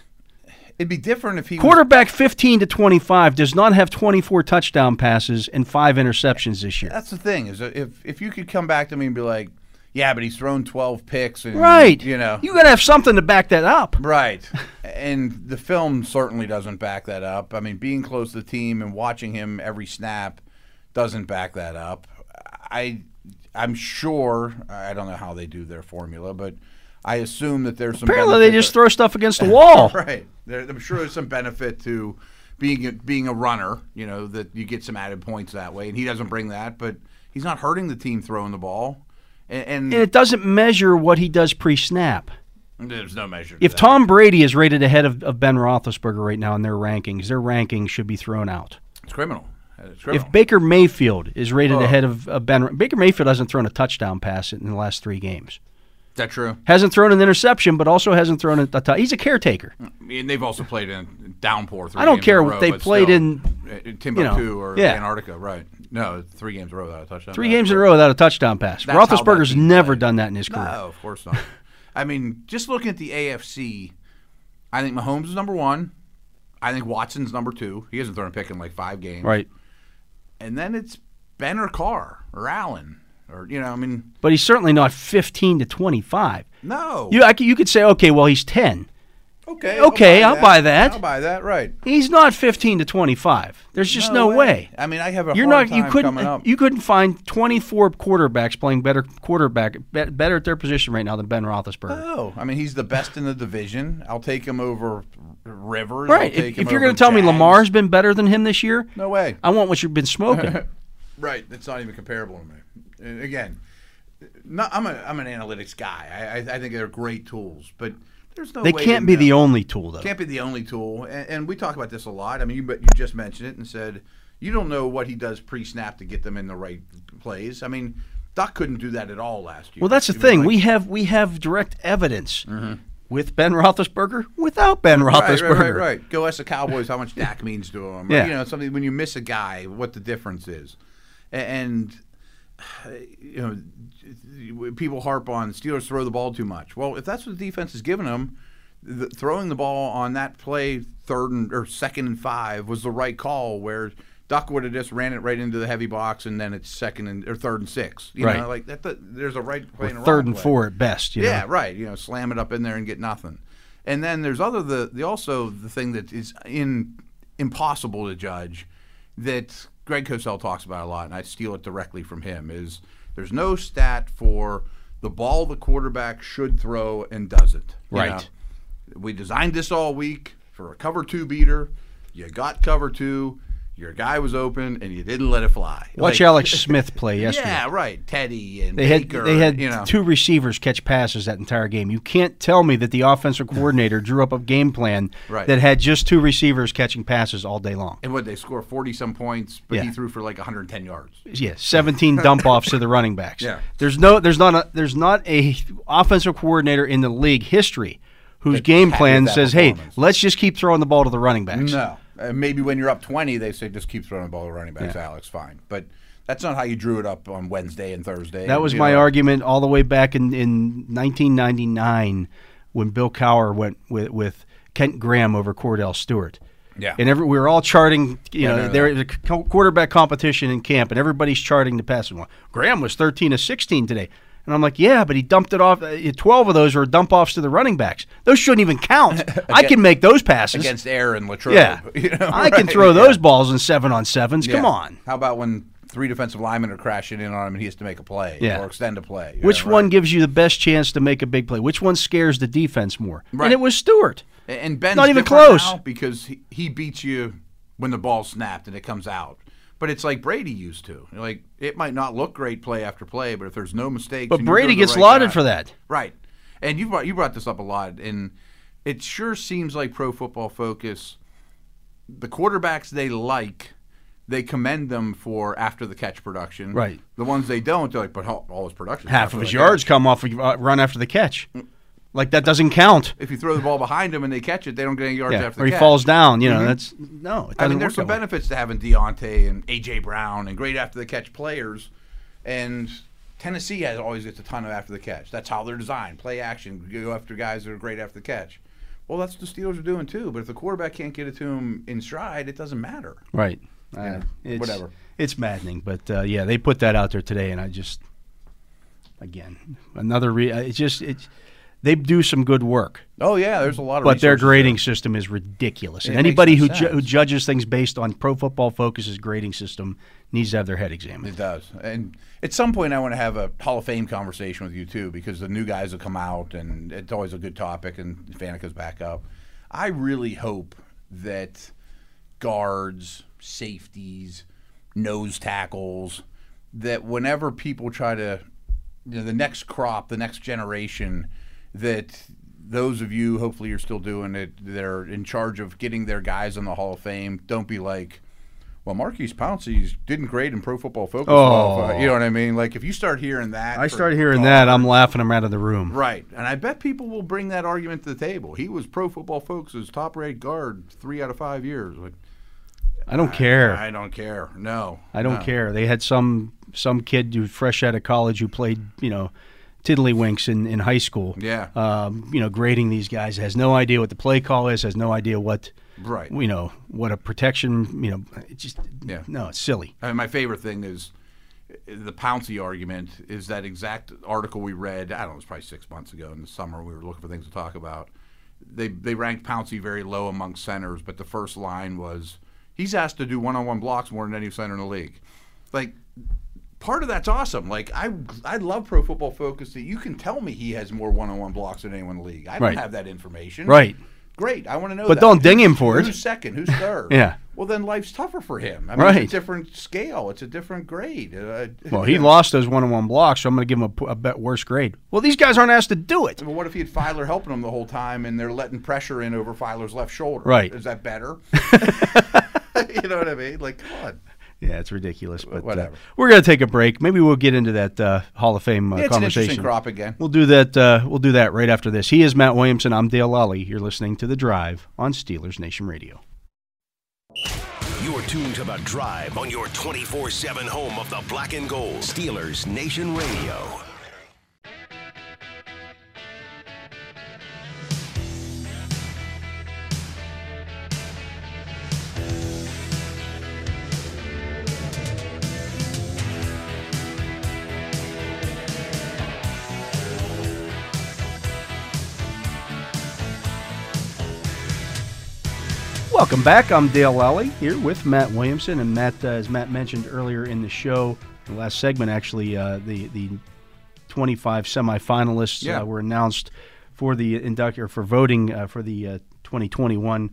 Speaker 2: It'd be different if he was,
Speaker 1: Quarterback 15 to 25 does not have 24 touchdown passes and five interceptions this year.
Speaker 2: That's the thing is if if you could come back to me and be like, yeah, but he's thrown twelve picks and
Speaker 1: Right.
Speaker 2: you know,
Speaker 1: You got to have something to back that up.
Speaker 2: Right. and the film certainly doesn't back that up. I mean, being close to the team and watching him every snap doesn't back that up. I I'm sure I don't know how they do their formula, but I assume that there's some.
Speaker 1: Apparently, they
Speaker 2: benefit
Speaker 1: just
Speaker 2: to-
Speaker 1: throw stuff against the wall.
Speaker 2: right. There, I'm sure there's some benefit to being a, being a runner. You know that you get some added points that way, and he doesn't bring that, but he's not hurting the team throwing the ball. And,
Speaker 1: And it doesn't measure what he does pre snap.
Speaker 2: and there's no measure. to
Speaker 1: If
Speaker 2: that.
Speaker 1: Tom Brady is rated ahead of, of Ben Roethlisberger right now in their rankings, their rankings should be thrown out.
Speaker 2: it's criminal. It's criminal.
Speaker 1: If Baker Mayfield is rated
Speaker 2: Oh.
Speaker 1: ahead of, of Ben, Baker Mayfield hasn't thrown a touchdown pass in the last three games.
Speaker 2: Is that true?
Speaker 1: Hasn't thrown an interception, but also hasn't thrown a touchdown. He's a caretaker.
Speaker 2: And they've also played in downpour. Three
Speaker 1: I don't
Speaker 2: games
Speaker 1: care
Speaker 2: in a
Speaker 1: what
Speaker 2: row,
Speaker 1: they
Speaker 2: but
Speaker 1: played
Speaker 2: still,
Speaker 1: in,
Speaker 2: uh, Timbuktu or
Speaker 1: yeah.
Speaker 2: Antarctica, right? No, three games in a row without a touchdown.
Speaker 1: Three
Speaker 2: That's
Speaker 1: games in a
Speaker 2: right.
Speaker 1: row without a touchdown pass.
Speaker 2: That's how that
Speaker 1: Roethlisberger's
Speaker 2: team
Speaker 1: never
Speaker 2: played.
Speaker 1: done that in his career.
Speaker 2: No, of course not. I mean, just looking at the AFC, I think Mahomes is number one. I think Watson's number two. He hasn't thrown a pick in like five games.
Speaker 1: Right.
Speaker 2: And then it's Ben or Carr or Allen or you know, I mean,
Speaker 1: But he's certainly not 15 to 25.
Speaker 2: no.
Speaker 1: You, I c you could say, okay, well, he's 10.
Speaker 2: okay.
Speaker 1: okay, I'll buy that.
Speaker 2: I'll buy that. Right.
Speaker 1: He's not 15 to 25. There's just no, way.
Speaker 2: I mean, I have a
Speaker 1: You're
Speaker 2: hard
Speaker 1: not. You
Speaker 2: time coming
Speaker 1: couldn't.
Speaker 2: up.
Speaker 1: You couldn't find 24 quarterbacks playing better quarterback, be- better at their position right now than Ben Roethlisberger.
Speaker 2: no. Oh, I mean, he's the best in the division. I'll take him over Rivers. I'll
Speaker 1: right.
Speaker 2: take
Speaker 1: If,
Speaker 2: him
Speaker 1: if you're
Speaker 2: over
Speaker 1: going to tell me
Speaker 2: Jags.
Speaker 1: Lamar's Uh, been better than him this year,
Speaker 2: no way.
Speaker 1: I want what you've been smoking.
Speaker 2: Right, it's not even comparable to me. And again, no, I'm a I'm an analytics guy. I, I, I think they're great tools, but there's no.
Speaker 1: they
Speaker 2: way
Speaker 1: can't
Speaker 2: to
Speaker 1: be
Speaker 2: know.
Speaker 1: the only tool though.
Speaker 2: Can't be the only tool, and, and we talk about this a lot. I mean, you but you just mentioned it and said you don't know what he does pre-snap to get them in the right plays. I mean, Doc couldn't do that at all last year.
Speaker 1: Well, that's the
Speaker 2: I mean,
Speaker 1: thing.
Speaker 2: like-
Speaker 1: we have we have direct evidence with Ben Roethlisberger, without Ben
Speaker 2: Mm-hmm. Right,
Speaker 1: Roethlisberger.
Speaker 2: right, right, right. Go ask the Cowboys how much Dak means to them.
Speaker 1: Yeah.
Speaker 2: You know, something when you miss a guy, what the difference is. A- And, you know, people harp on Steelers throw the ball too much. Well, if that's what the defense is giving them, the, throwing the ball on that play, third and or second and five, was the right call where. Duck would have just ran it right into the heavy box, and then it's second and or third and six. You
Speaker 1: Right.
Speaker 2: know, like that. that- there's a right play and a
Speaker 1: Third
Speaker 2: wrong
Speaker 1: and
Speaker 2: play.
Speaker 1: four at best. You know?
Speaker 2: Yeah, right. You know, slam it up in there and get nothing. And then there's other the, the also the thing that is in impossible to judge that Greg Cosell talks about a lot, and I steal it directly from him is there's no stat for the ball the quarterback should throw and doesn't. you
Speaker 1: Right.
Speaker 2: know? we designed this all week for a cover two beater. You got cover two. Your guy was open, and you didn't let it fly.
Speaker 1: Watch
Speaker 2: Like,
Speaker 1: Alex Smith play yesterday.
Speaker 2: Yeah, right. Teddy and
Speaker 1: They had
Speaker 2: Baker,
Speaker 1: they had
Speaker 2: you know.
Speaker 1: two receivers catch passes that entire game. You can't tell me that the offensive coordinator drew up a game plan
Speaker 2: Right.
Speaker 1: that had just two receivers catching passes all day long.
Speaker 2: And what they score forty some points, but
Speaker 1: Yeah.
Speaker 2: he threw for like 110 yards.
Speaker 1: Yeah, 17 dump offs to the running backs.
Speaker 2: Yeah.
Speaker 1: There's no there's not a there's not a offensive coordinator in the league history whose game
Speaker 2: happy
Speaker 1: plan
Speaker 2: with that
Speaker 1: says, "Hey,
Speaker 2: performance."
Speaker 1: let's just keep throwing the ball to the running backs."
Speaker 2: No, uh, maybe when you're up 20, they say just keep throwing the ball to running backs. Alex, fine, but that's not how you drew it up on Wednesday and Thursday.
Speaker 1: That was
Speaker 2: You
Speaker 1: my
Speaker 2: know,
Speaker 1: argument all the way back in, in 1999 when Bill Cower went with, with Kent Graham over Cordell Stewart.
Speaker 2: Yeah.
Speaker 1: And every, we were all charting, you know,
Speaker 2: I know
Speaker 1: there was a co- quarterback competition in camp, and everybody's charting the passing one. Graham was 13 to 16 today. And I'm like, yeah, but he dumped it off. uh, 12 of those were dump offs to the running backs. Those shouldn't even count. I can make those passes.
Speaker 2: against Air and Latrobe.
Speaker 1: yeah.
Speaker 2: you know,
Speaker 1: I can
Speaker 2: right?
Speaker 1: throw
Speaker 2: Yeah.
Speaker 1: those balls in seven on sevens. Come
Speaker 2: Yeah.
Speaker 1: on.
Speaker 2: How about when three defensive linemen are crashing in on him and he has to make a play
Speaker 1: Yeah.
Speaker 2: or extend a play? you
Speaker 1: Which
Speaker 2: know, right?
Speaker 1: one gives you the best chance to make a big play? Which one scares the defense more?
Speaker 2: Right.
Speaker 1: And it was Stewart.
Speaker 2: And Ben's
Speaker 1: Not even
Speaker 2: different
Speaker 1: close.
Speaker 2: now because he, he beats you when the ball snapped and it comes out. But it's like Brady used to. Like it might not look great play after play, but if there's no mistakes,
Speaker 1: But
Speaker 2: and you're
Speaker 1: Brady
Speaker 2: the
Speaker 1: gets
Speaker 2: right
Speaker 1: lauded
Speaker 2: guy-
Speaker 1: for that.
Speaker 2: right? And you brought you brought this up a lot, and it sure seems like Pro Football Focus, the quarterbacks they like, they commend them for after the catch production,
Speaker 1: Right.
Speaker 2: The ones they don't, they're like, but all, all his production,
Speaker 1: Half of his yards come off a uh, run after the catch.
Speaker 2: Mm.
Speaker 1: Like that doesn't count.
Speaker 2: If you throw the ball behind them and they catch it, they don't get any yards
Speaker 1: Yeah.
Speaker 2: after the
Speaker 1: Or he
Speaker 2: catch. Mm-hmm.
Speaker 1: falls down. You know, that's no. It
Speaker 2: I
Speaker 1: doesn't
Speaker 2: mean, there's
Speaker 1: work
Speaker 2: some
Speaker 1: that way.
Speaker 2: benefits to having Deontay and AJ Brown and great after the catch players, and Tennessee has always gets a ton of after the catch. That's how they're designed: play action, go after guys that are great after the catch. Well, that's what the Steelers are doing too. But if the quarterback can't get it to him in stride, it doesn't matter.
Speaker 1: Right. Uh,
Speaker 2: Yeah,
Speaker 1: it's,
Speaker 2: whatever.
Speaker 1: It's maddening, but uh, yeah, they put that out there today, and I just again another re- uh, it's just it's they do some good work.
Speaker 2: Oh yeah, there's a lot of.
Speaker 1: But their
Speaker 2: resources
Speaker 1: grading system is ridiculous, and
Speaker 2: It makes
Speaker 1: anybody
Speaker 2: no
Speaker 1: who, ju-
Speaker 2: sense.
Speaker 1: who judges things based on Pro Football Focus's grading system needs to have their head examined.
Speaker 2: It does. And at some point, I want to have a Hall of Fame conversation with you too, because the new guys will come out, and it's always a good topic. And Fanica's back up. I really hope that guards, safeties, nose tackles, that whenever people try to, you know, the next crop, the next generation, that those of you hopefully you're still doing it, they're in charge of getting their guys in the Hall of Fame. Don't be like, well, Marquise Pouncey's didn't grade in Pro Football Focus. Hall of Fame." You know what I mean? Like if you start hearing that,
Speaker 1: Oh. I
Speaker 2: for
Speaker 1: start hearing
Speaker 2: guards-
Speaker 1: that, I'm laughing. I'm out of the room.
Speaker 2: Right, and I bet people will bring that argument to the table. He was Pro Football Focus's top-rated guard three out of five years. Like,
Speaker 1: I don't care.
Speaker 2: I don't care. No,
Speaker 1: I don't
Speaker 2: no.
Speaker 1: care. They had some some kid who fresh out of college who played you know tiddlywinks in, in high school.
Speaker 2: Yeah.
Speaker 1: Um, you know, grading these guys has no idea what the play call is. Has no idea what
Speaker 2: Right.
Speaker 1: you know what a protection. You know, it just
Speaker 2: Yeah.
Speaker 1: no, it's silly.
Speaker 2: I mean, my favorite thing is uh, the Pouncey argument is that exact article we read. I don't know, it was probably six months ago in the summer. We were looking for things to talk about. They they ranked Pouncey very low among centers, but the first line was he's asked to do one-on-one blocks more than any center in the league. Like part of that's awesome. Like I I love Pro Football Focus that you can tell me he has more one-on-one blocks than anyone in the league. I don't
Speaker 1: Right.
Speaker 2: have that information.
Speaker 1: Right.
Speaker 2: Great. I want to know.
Speaker 1: But
Speaker 2: that.
Speaker 1: don't ding him for it.
Speaker 2: Who's second? Who's third?
Speaker 1: Yeah.
Speaker 2: Well, then life's tougher for him. I mean,
Speaker 1: Right.
Speaker 2: It's a different scale. It's a different grade. Uh,
Speaker 1: Well, he lost those one on one blocks, so I'm going to give him a, p- a bet worse grade. Well, these guys aren't asked to do it.
Speaker 2: But what if he had Filer helping him the whole time, and they're letting pressure in over Filer's left shoulder?
Speaker 1: Right.
Speaker 2: Is that better? you know what I mean? Like, come on.
Speaker 1: Yeah, it's ridiculous. But uh,
Speaker 2: Whatever.
Speaker 1: we're going to take a break. Maybe we'll get into that uh, Hall of Fame uh,
Speaker 2: It's an
Speaker 1: conversation.
Speaker 2: interesting crop again.
Speaker 1: We'll do that. Uh, we'll do that right after this. He is Matt Williamson. I'm Dale Lally. You're listening to the Drive on Steelers Nation Radio.
Speaker 3: You're tuned to The Drive on your 24 7 home of the black and gold. Steelers Nation Radio.
Speaker 1: Welcome back. I'm Dale Lally here with Matt Williamson, and Matt, uh, as Matt mentioned earlier in the show, the last segment actually, uh, the the 25 semifinalists
Speaker 2: Yeah.
Speaker 1: uh, were announced for the induct or for voting uh, for the uh, 2021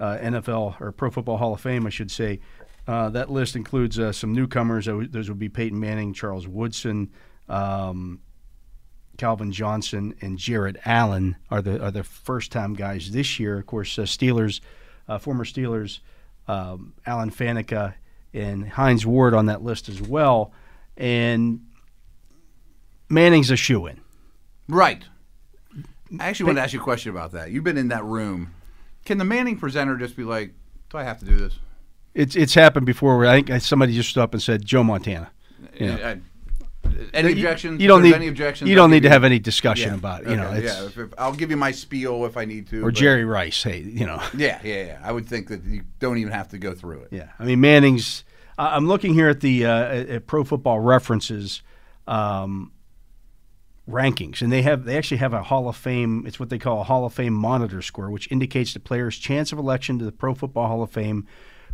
Speaker 1: uh, NFL or Pro Football Hall of Fame, I should say. Uh, that list includes uh, some newcomers. Tho- Those would be Peyton Manning, Charles Woodson, um, Calvin Johnson and Jared Allen are the are the first time guys this year. Of course, uh, Steelers, uh, former Steelers, um, Alan Faneca and Heinz Ward on that list as well. And Manning's a shoe in.
Speaker 2: Right. I actually want to ask you a question about that. You've been in that room. Can the Manning presenter just be like, do I have to do this?
Speaker 1: It's it's happened before. Where I think somebody just stood up and said Joe Montana. Yeah.
Speaker 2: Uh, uh, any
Speaker 1: You-
Speaker 2: objections?
Speaker 1: You,
Speaker 2: If
Speaker 1: don't
Speaker 2: there's
Speaker 1: need
Speaker 2: any objections.
Speaker 1: You
Speaker 2: I'll
Speaker 1: don't
Speaker 2: give
Speaker 1: need to
Speaker 2: you-
Speaker 1: have any discussion
Speaker 2: Yeah.
Speaker 1: about it. You know,
Speaker 2: Okay,
Speaker 1: it's,
Speaker 2: yeah. If, if- I'll give you my spiel if I need to.
Speaker 1: or
Speaker 2: but-
Speaker 1: Jerry Rice. Hey, you know.
Speaker 2: Yeah, yeah, yeah. I would think that you don't even have to go through it.
Speaker 1: Yeah, I mean Manning's. I- I'm looking here at the uh, at at Pro Football References um, rankings, and they have they actually have a Hall of Fame. It's what they call a Hall of Fame monitor score, which indicates the player's chance of election to the Pro Football Hall of Fame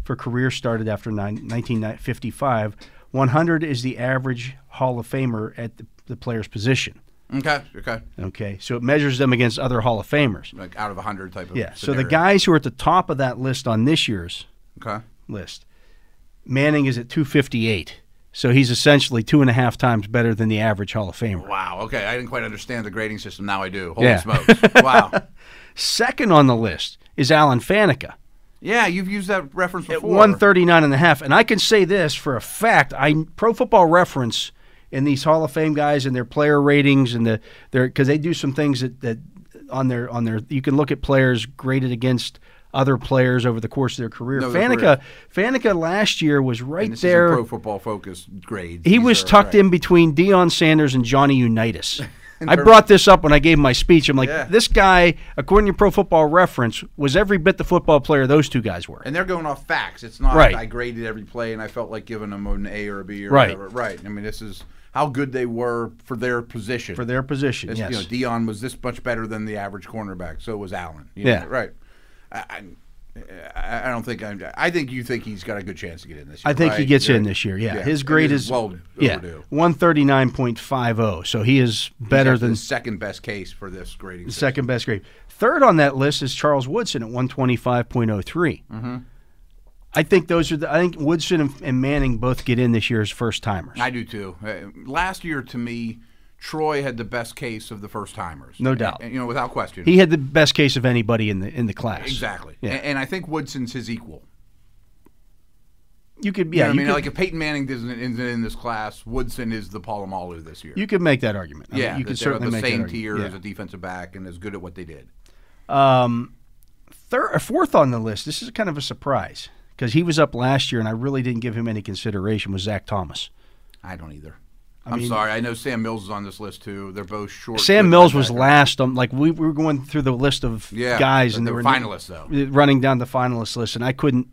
Speaker 1: for career started after nine, 1955. 100 is the average Hall of Famer at the, the player's position.
Speaker 2: Okay, okay.
Speaker 1: Okay, so it measures them against other Hall of Famers.
Speaker 2: Like out of a hundred type of
Speaker 1: Yeah. So
Speaker 2: scenario.
Speaker 1: the guys who are at the top of that list on this year's
Speaker 2: Okay.
Speaker 1: list. Manning is at 258. So he's essentially two and a half times better than the average Hall of Famer.
Speaker 2: Wow. Okay, I didn't quite understand the grading system. Now I do. Holy
Speaker 1: Yeah.
Speaker 2: smokes! Wow.
Speaker 1: Second on the list is Alan Faneca
Speaker 2: Yeah, you've used that reference
Speaker 1: at
Speaker 2: before.
Speaker 1: 139 and a half. And I can say this for a fact I Pro Football Reference and these Hall of Fame guys and their player ratings and the their because they do some things that, that on their on their you can look at players graded against other players over the course of their career.
Speaker 2: No, their
Speaker 1: Faneca Faneca last year was right
Speaker 2: And this
Speaker 1: there.
Speaker 2: is pro football focus grades.
Speaker 1: He
Speaker 2: These
Speaker 1: was
Speaker 2: are-
Speaker 1: tucked
Speaker 2: right.
Speaker 1: in between Dion Sanders and Johnny Unitas.
Speaker 2: in
Speaker 1: I
Speaker 2: terms-
Speaker 1: brought this up when I gave my speech. I'm like,
Speaker 2: Yeah.
Speaker 1: this guy, according to Pro Football Reference, was every bit the football player those two guys were.
Speaker 2: And they're going off facts. It's not
Speaker 1: Right.
Speaker 2: I graded every play and I felt like giving them an A or a B or
Speaker 1: Right.
Speaker 2: whatever. Right. I mean, this is how good they were for their position.
Speaker 1: for their position,
Speaker 2: This-
Speaker 1: yes.
Speaker 2: You know, Dion was this much better than the average cornerback. So was Allen. you know,
Speaker 1: Yeah.
Speaker 2: right. I, I, I don't think I'm. I think you think he's got a good chance to get in this year.
Speaker 1: I think he
Speaker 2: right?
Speaker 1: gets
Speaker 2: Yeah.
Speaker 1: in this year. Yeah,
Speaker 2: Yeah.
Speaker 1: his
Speaker 2: It
Speaker 1: grade
Speaker 2: is
Speaker 1: is
Speaker 2: well
Speaker 1: yeah
Speaker 2: overdue.
Speaker 1: one thirty nine point five zero. So he is better
Speaker 2: That's the
Speaker 1: than
Speaker 2: second best case for this grading. system.
Speaker 1: second best grade. Third on that list is Charles Woodson at one twenty five
Speaker 2: Mm-hmm.
Speaker 1: I think those are. The, I think Woodson and, and Manning both get in this year as first timers.
Speaker 2: I do too. Uh, last year, to me, Troy had the best case of the first timers.
Speaker 1: No doubt.
Speaker 2: And, you know, without question.
Speaker 1: He had the best case of anybody in the in the class.
Speaker 2: exactly.
Speaker 1: Yeah.
Speaker 2: A- And, I think Woodson's his equal.
Speaker 1: You could.
Speaker 2: You
Speaker 1: Yeah. You,
Speaker 2: know what I mean,
Speaker 1: could,
Speaker 2: like if Peyton Manning isn't, isn't in this class, Woodson is the Palomalu this year.
Speaker 1: you could make that argument. I mean,
Speaker 2: yeah,
Speaker 1: You
Speaker 2: that
Speaker 1: could
Speaker 2: they're at
Speaker 1: certainly
Speaker 2: the
Speaker 1: make
Speaker 2: same
Speaker 1: that
Speaker 2: tier
Speaker 1: argument.
Speaker 2: as a defensive back and as good at what they did.
Speaker 1: third or fourth on the list. This is kind of a surprise because he was up last year, and I really didn't give him any consideration. Was Zach Thomas?
Speaker 2: I don't either. I am sorry. I know Sam Mills is on this list too. They're both short.
Speaker 1: Sam
Speaker 2: good
Speaker 1: Mills was
Speaker 2: linebackers.
Speaker 1: last. Um, like we, we were going through the list of
Speaker 2: Yeah,
Speaker 1: guys, and
Speaker 2: the-
Speaker 1: there were
Speaker 2: the finalists, though.
Speaker 1: running down the finalist list, and I couldn't.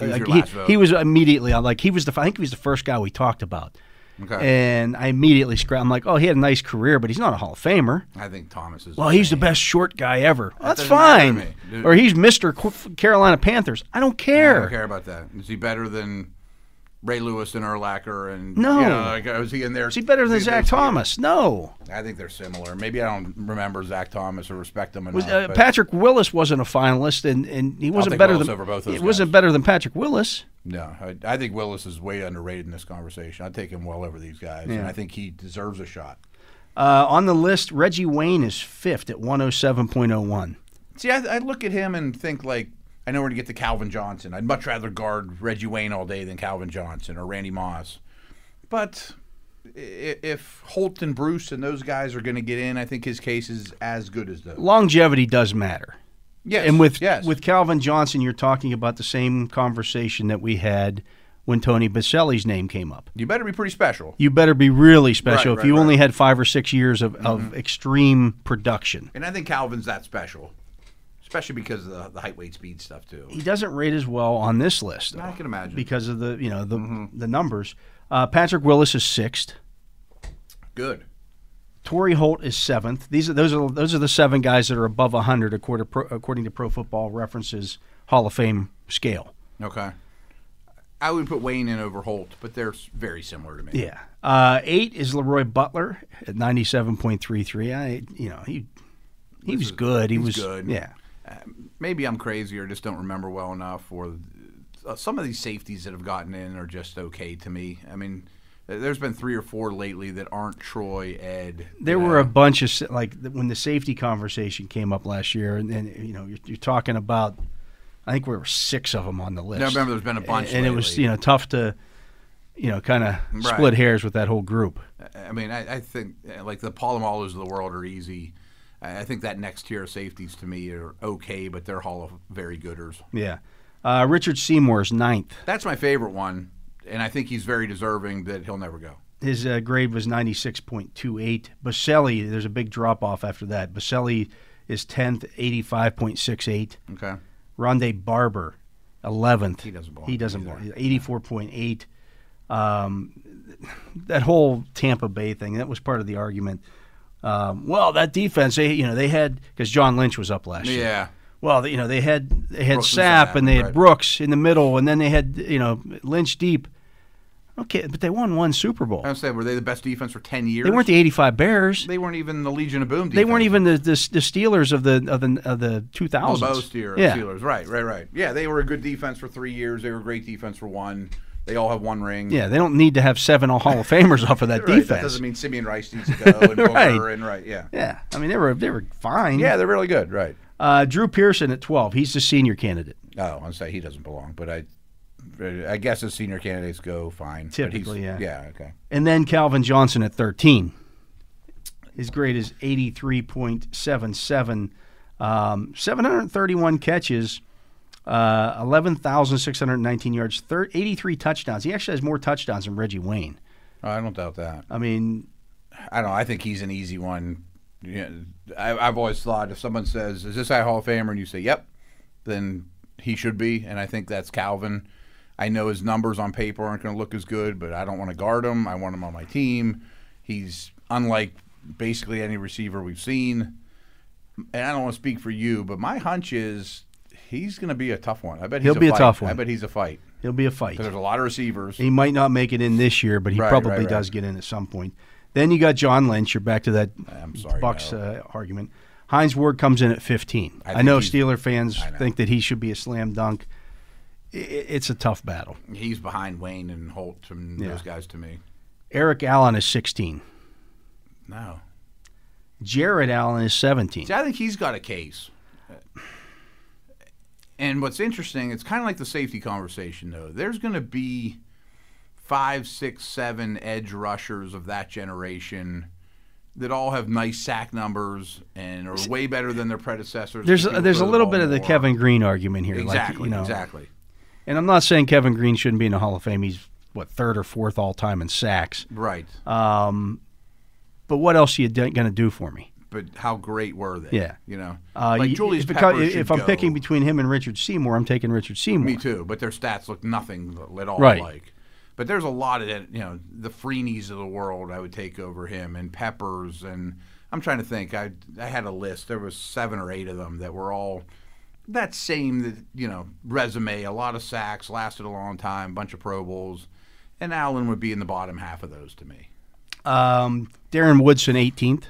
Speaker 2: He was
Speaker 1: like,
Speaker 2: your
Speaker 1: he,
Speaker 2: last vote.
Speaker 1: he was immediately. I'm like he was the. I think he was the first guy we talked about,
Speaker 2: Okay.
Speaker 1: and I immediately scra I'm like, oh, he had a nice career, but he's not a Hall of Famer.
Speaker 2: I think Thomas is.
Speaker 1: Well, he's the best short guy ever. Well, that's
Speaker 2: doesn't matter to
Speaker 1: fine.
Speaker 2: me, dude.
Speaker 1: Or he's Mister Carolina Panthers. I don't care.
Speaker 2: I don't care about that. Is he better than Ray Lewis and Erlacher? And
Speaker 1: No.
Speaker 2: you know, like, oh, is he in there?
Speaker 1: Is he better than
Speaker 2: in there
Speaker 1: Zach
Speaker 2: too?
Speaker 1: Thomas? No.
Speaker 2: I think they're similar. Maybe I don't remember Zach Thomas or respect him enough.
Speaker 1: Was, uh,
Speaker 2: but
Speaker 1: Patrick Willis wasn't a finalist, and, and he wasn't
Speaker 2: take
Speaker 1: better
Speaker 2: Willis
Speaker 1: than
Speaker 2: over both those
Speaker 1: he wasn't better than Patrick Willis.
Speaker 2: no, I, I think Willis is way underrated in this conversation. I take him well over these guys, and I think he deserves a shot.
Speaker 1: Uh, on the list, Reggie Wayne is fifth at one hundred seven point zero one.
Speaker 2: See, I, I look at him and think like I know where to get to Calvin Johnson. I'd much rather guard Reggie Wayne all day than Calvin Johnson or Randy Moss. But i- if Holt and Bruce and those guys are going to get in, I think his case is as good as those.
Speaker 1: Longevity does matter,
Speaker 2: Yes,
Speaker 1: and with
Speaker 2: yes.
Speaker 1: with Calvin Johnson, you're talking about the same conversation that we had when Tony Baselli's name came up.
Speaker 2: you better be pretty special.
Speaker 1: You better be really special if
Speaker 2: Right, right,
Speaker 1: you
Speaker 2: right. Mm-hmm.
Speaker 1: only had five or six years of, of extreme production.
Speaker 2: And I think Calvin's that special, especially because of the, the height, weight, speed stuff too.
Speaker 1: he doesn't rate as well on this list.
Speaker 2: I can imagine. Mm-hmm.
Speaker 1: because of the you know the the numbers. Uh, Patrick Willis is sixth.
Speaker 2: Good.
Speaker 1: Torrey Holt is seventh. These are those are those are the seven guys that are above hundred according to pro, according to Pro Football References Hall of Fame scale.
Speaker 2: Okay. I would put Wayne in over Holt, but they're s- very similar to me.
Speaker 1: Yeah, uh, eight is Leroy Butler at ninety seven point three three. I you know he he was good. He was
Speaker 2: good.
Speaker 1: Yeah,
Speaker 2: maybe I'm crazy or just don't remember well enough, or uh, some of these safeties that have gotten in are just okay to me. I mean, th- there's been three or four lately that aren't Troy, Ed.
Speaker 1: There were a bunch of sa- like th- when the safety conversation came up last year, and, and you know you're, you're talking about, I think there were six of them on the list.
Speaker 2: I remember there's been a bunch
Speaker 1: and, and it was
Speaker 2: lately.
Speaker 1: you know tough to, you know, kind of split hairs with that whole group.
Speaker 2: uh, I mean, I, I think uh, like the Palomalos of the world are easy. I I think that next tier of safeties to me are okay, but they're Hall of Very Gooders.
Speaker 1: Yeah, uh, Richard Seymour's ninth.
Speaker 2: That's my favorite one, and I think he's very deserving that he'll never go.
Speaker 1: His uh, grade was ninety six point two eight. Baselli, there's a big drop off after that. Baselli is tenth, eighty five point six eight.
Speaker 2: Okay.
Speaker 1: Rondé Barber, eleventh. He
Speaker 2: doesn't belong
Speaker 1: He doesn't belong. Eighty-four point eight. Um, that whole Tampa Bay thing that was part of the argument. Um, well, that defense, they you know they had because John Lynch was up last year.
Speaker 2: Yeah.
Speaker 1: Well, you know they had they had
Speaker 2: Brooks and
Speaker 1: Sapp
Speaker 2: Sapp,
Speaker 1: and they had
Speaker 2: right.
Speaker 1: Brooks in the middle, and then they had you know Lynch deep. Okay, but they won one Super Bowl.
Speaker 2: I would say, were they the best defense for 10 years?
Speaker 1: They weren't the '85 Bears.
Speaker 2: They weren't even the Legion of Boom defense.
Speaker 1: They weren't even the, the the Steelers of the of the of the 2000s.
Speaker 2: Well, both Steelers,
Speaker 1: yeah.
Speaker 2: Steelers, right, right, right. Yeah, they were a good defense for three years. They were a great defense for one. They all have one ring.
Speaker 1: Yeah, they don't need to have seven all Hall of Famers off of that
Speaker 2: Right, That
Speaker 1: defense.
Speaker 2: doesn't mean Simeon Rice needs to go and Booker
Speaker 1: Right.
Speaker 2: and right, yeah.
Speaker 1: yeah, I mean they were they were fine.
Speaker 2: Yeah, they're really good, right.
Speaker 1: Uh, Drew Pearson at twelve, he's the senior candidate.
Speaker 2: Oh, I'll say he doesn't belong, but I I guess as senior candidates go, fine. But he's-
Speaker 1: Typically, yeah.
Speaker 2: Yeah, okay.
Speaker 1: And then Calvin Johnson at 13. His grade is 83.77. Um, 731 catches, uh, 11,619 yards, thir- 83 touchdowns. He actually has more touchdowns than Reggie Wayne.
Speaker 2: Oh, I don't doubt that.
Speaker 1: I mean,
Speaker 2: I don't know. I think he's an easy one Yeah, I, I've always thought if someone says, "Is this guy a Hall of Famer?" and you say, "Yep," then he should be, and I think that's Calvin. I know his numbers on paper aren't going to look as good, but I don't want to guard him. I want him on my team. He's unlike basically any receiver we've seen. And I don't want to speak for you, but my hunch is he's going to be a tough one. I bet he's
Speaker 1: He'll be a
Speaker 2: fight.
Speaker 1: tough one.
Speaker 2: I bet he's a fight
Speaker 1: He'll be a fight.
Speaker 2: because there's a lot of receivers.
Speaker 1: He might not make it in this year, but he
Speaker 2: Right,
Speaker 1: probably
Speaker 2: right, right.
Speaker 1: does get in at some point. Then you got John Lynch. You're back to that
Speaker 2: I'm sorry,
Speaker 1: Bucks
Speaker 2: no.
Speaker 1: uh, argument. Heinz Ward comes in at 15. I,
Speaker 2: think
Speaker 1: know
Speaker 2: he's-
Speaker 1: Steeler fans
Speaker 2: know.
Speaker 1: think that he should be a slam dunk. I- It's a tough battle.
Speaker 2: He's behind Wayne and Holt from
Speaker 1: Yeah.
Speaker 2: those guys to me.
Speaker 1: Eric Allen is 16.
Speaker 2: No,
Speaker 1: Jared Allen is 17.
Speaker 2: See, I think he's got a case. And what's interesting, it's kind of like the safety conversation, though. There's going to be five, six, seven edge rushers of that generation that all have nice sack numbers and are way better than their predecessors.
Speaker 1: There's
Speaker 2: People
Speaker 1: a, there's
Speaker 2: throw
Speaker 1: a
Speaker 2: the
Speaker 1: little
Speaker 2: ball
Speaker 1: bit of the
Speaker 2: more.
Speaker 1: Kevin Green argument here.
Speaker 2: Exactly,
Speaker 1: like, you know,
Speaker 2: exactly.
Speaker 1: And I'm not saying Kevin Green shouldn't be in the Hall of Fame. He's, what, third or fourth all time in sacks.
Speaker 2: Right.
Speaker 1: Uh, But what else are you going to do for me?
Speaker 2: but how great were they?
Speaker 1: Yeah.
Speaker 2: You know,
Speaker 1: Uh,
Speaker 2: like
Speaker 1: you-
Speaker 2: Julius
Speaker 1: if, it co-
Speaker 2: Peppers
Speaker 1: if
Speaker 2: should
Speaker 1: I'm
Speaker 2: go.
Speaker 1: picking between him and Richard Seymour, I'm taking Richard Seymour.
Speaker 2: Me too, but their stats look nothing at all
Speaker 1: Right.
Speaker 2: like. But there's a lot of that, you know the Freenies of the world. I would take over him and Peppers and I'm trying to think. I I had a list. There was seven or eight of them that were all that same you know resume. A lot of sacks, lasted a long time, bunch of Pro Bowls, and Allen would be in the bottom half of those to me.
Speaker 1: Um, Darren Woodson, 18th.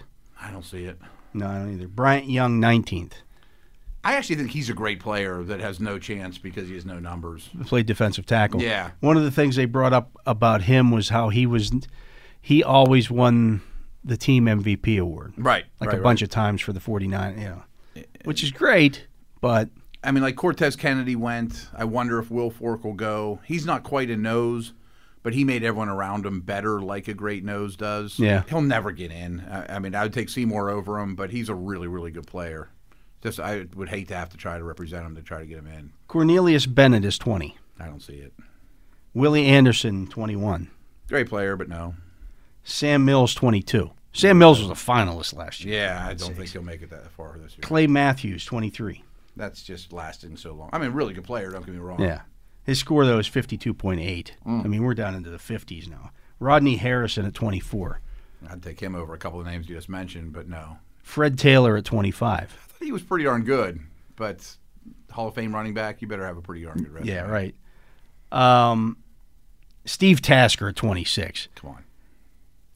Speaker 2: I don't see it.
Speaker 1: No, I don't either. Bryant Young, 19th.
Speaker 2: I actually think he's a great player that has no chance because he has no numbers.
Speaker 1: Played defensive tackle.
Speaker 2: Yeah.
Speaker 1: One of the things they brought up about him was how he was, he always won the team MVP award.
Speaker 2: Right.
Speaker 1: Like
Speaker 2: right,
Speaker 1: a
Speaker 2: right.
Speaker 1: bunch of times for the 49, you know, which is great, but
Speaker 2: I mean, like Cortez Kennedy went. I wonder if Will Fork will go. He's not quite a nose, but he made everyone around him better, like a great nose does.
Speaker 1: Yeah.
Speaker 2: he'll never get in. I, I mean, I would take Seymour over him, but he's a really, really good player. Just I would hate to have to try to represent him to try to get him in.
Speaker 1: Cornelius Bennett is 20.
Speaker 2: I don't see it.
Speaker 1: Willie Anderson, 21.
Speaker 2: Great player, but no.
Speaker 1: Sam Mills, 22. Sam Mills was a finalist last year.
Speaker 2: Yeah, I don't think he'll make it that far this year.
Speaker 1: Clay Matthews, 23.
Speaker 2: That's just lasting so long. I mean, really good player. Don't get me wrong.
Speaker 1: Yeah. His score, though, is 52.8.
Speaker 2: Mm.
Speaker 1: I mean, we're down into the 50s now. Rodney Harrison at 24.
Speaker 2: I'd take him over a couple of names you just mentioned, but no.
Speaker 1: Fred Taylor at 25.
Speaker 2: I thought he was pretty darn good, but Hall of Fame running back, you better have a pretty darn good resume.
Speaker 1: Yeah, right. Um, Steve Tasker at 26.
Speaker 2: Come on.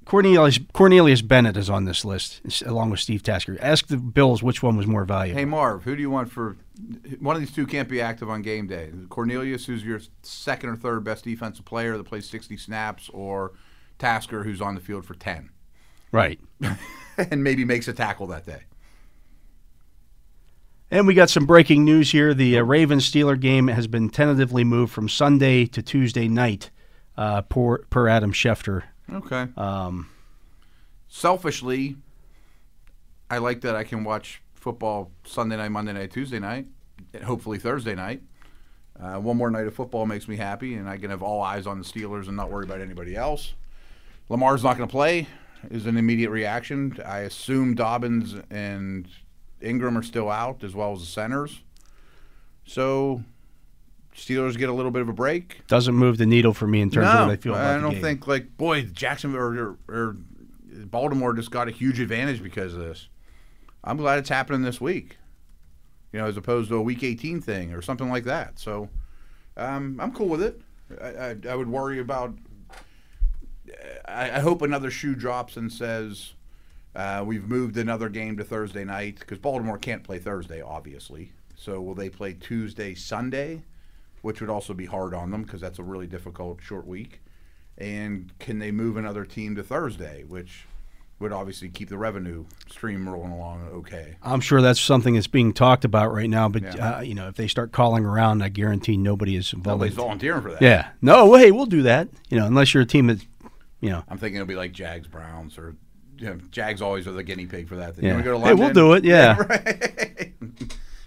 Speaker 1: Cornelius, Cornelius Bennett is on this list, s- along with Steve Tasker. Ask the Bills which one was more valuable.
Speaker 2: Hey Marv, who do you want for one of these two can't be active on game day? Cornelius, who's your second or third best defensive player that plays 60 snaps, or Tasker, who's on the field for 10
Speaker 1: Right.
Speaker 2: and maybe makes a tackle that day.
Speaker 1: And we got some breaking news here. The uh, Ravens Steeler game has been tentatively moved from Sunday to Tuesday night uh, per, per Adam Schefter.
Speaker 2: Okay.
Speaker 1: Um,
Speaker 2: Selfishly, I like that I can watch football Sunday night, Monday night, Tuesday night, and hopefully Thursday night. Uh, one more night of football makes me happy, and I can have all eyes on the Steelers and not worry about anybody else. Lamar's not going to play is an immediate reaction. I assume Dobbins and Ingram are still out, as well as the centers. So Steelers get a little bit of a break.
Speaker 1: doesn't move the needle for me in terms of what I feel about the
Speaker 2: don't
Speaker 1: game.
Speaker 2: think like boy Jacksonville or, or, or Baltimore just got a huge advantage because of this. I'm glad it's happening this week, you know, as opposed to a Week 18 thing or something like that. So um, I'm cool with it. I, I, I would worry about. I, I hope another shoe drops and says uh, we've moved another game to Thursday night because Baltimore can't play Thursday, obviously. So will they play Tuesday, Sunday, which would also be hard on them because that's a really difficult short week. And can they move another team to Thursday, which would obviously keep the revenue stream rolling along okay?
Speaker 1: I'm sure that's something that's being talked about right now. But
Speaker 2: Yeah.
Speaker 1: uh, you know, if they start calling around, I guarantee nobody is involved.
Speaker 2: Nobody's volunteering for that.
Speaker 1: yeah. No way. We'll do that. You know, unless you're a team that, you know.
Speaker 2: I'm thinking it'll be like Jags Browns or you know, Jags always are the guinea pig for that. Thing.
Speaker 1: Yeah.
Speaker 2: You want to go to
Speaker 1: hey,
Speaker 2: London?
Speaker 1: we'll do it. Yeah.
Speaker 2: Right.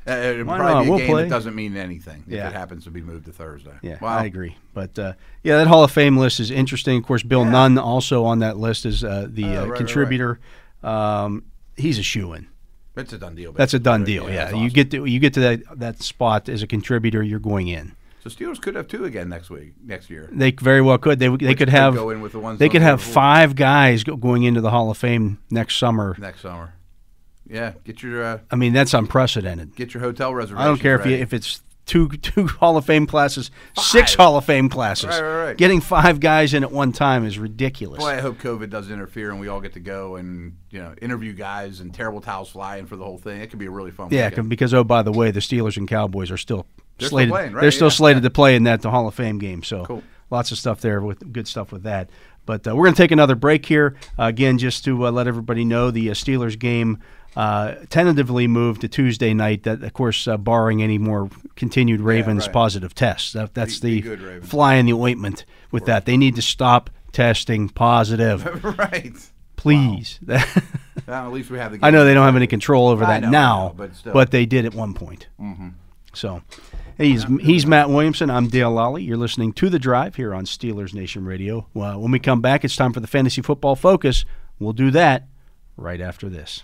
Speaker 2: Uh, it'd
Speaker 1: Why
Speaker 2: probably
Speaker 1: not?
Speaker 2: be a
Speaker 1: We'll
Speaker 2: game
Speaker 1: play.
Speaker 2: that doesn't mean anything
Speaker 1: Yeah.
Speaker 2: if it happens to be moved to Thursday.
Speaker 1: Yeah,
Speaker 2: Wow.
Speaker 1: I agree. But uh, yeah, that Hall of Fame list is interesting. Of course, Bill Nunn also on that list is uh, the
Speaker 2: right,
Speaker 1: uh,
Speaker 2: right, right.
Speaker 1: contributor. Um, he's a shoe in.
Speaker 2: It's a done deal.
Speaker 1: That's a done
Speaker 2: basically, right?
Speaker 1: deal. Yeah,
Speaker 2: that's
Speaker 1: you
Speaker 2: awesome.
Speaker 1: get to you get to that that spot as a contributor, you're going in.
Speaker 2: So Steelers could have two again next week, next year.
Speaker 1: They very well could. They they could
Speaker 2: could
Speaker 1: have
Speaker 2: go in with the ones
Speaker 1: they
Speaker 2: on
Speaker 1: could
Speaker 2: the
Speaker 1: have
Speaker 2: board.
Speaker 1: five guys go, going into the Hall of Fame next summer.
Speaker 2: Next summer. Yeah, get your uh,
Speaker 1: I mean, that's unprecedented.
Speaker 2: get your hotel reservation.
Speaker 1: I don't care if you, if it's two two Hall of Fame classes, six Hall of Fame classes.
Speaker 2: Right, right, right.
Speaker 1: Getting five guys in at one time is ridiculous.
Speaker 2: Boy, I hope COVID doesn't interfere and we all get to go and you know interview guys and terrible towels flying for the whole thing. It could be a really fun.
Speaker 1: yeah,
Speaker 2: weekend.
Speaker 1: because oh by the way, the Steelers and Cowboys are still
Speaker 2: They're still
Speaker 1: slated.
Speaker 2: playing, right?
Speaker 1: They're still
Speaker 2: Yeah,
Speaker 1: slated to play in that the Hall of Fame game. So
Speaker 2: Cool.
Speaker 1: lots of stuff there with good stuff with that. But uh, we're going to take another break here uh, again, just to uh, let everybody know the uh, Steelers game. Uh, tentatively moved to Tuesday night. That, of course, uh, barring any more continued Ravens
Speaker 2: right.
Speaker 1: positive tests. That, that's
Speaker 2: Be- be
Speaker 1: the
Speaker 2: good, Ravens.
Speaker 1: fly in the ointment with that. They need to stop testing positive,
Speaker 2: right.
Speaker 1: please.
Speaker 2: Well, at least we have the. Game.
Speaker 1: I know they don't have any control over
Speaker 2: I
Speaker 1: that
Speaker 2: know, I
Speaker 1: now,
Speaker 2: know,
Speaker 1: but,
Speaker 2: but still.
Speaker 1: they did at one point. Mm-hmm. So he's he's Matt Williamson. I'm Dale Lally. You're listening to The Drive here on Steelers Nation Radio. Well, when we come back, it's time for the Fantasy Football Focus. We'll do that right after this.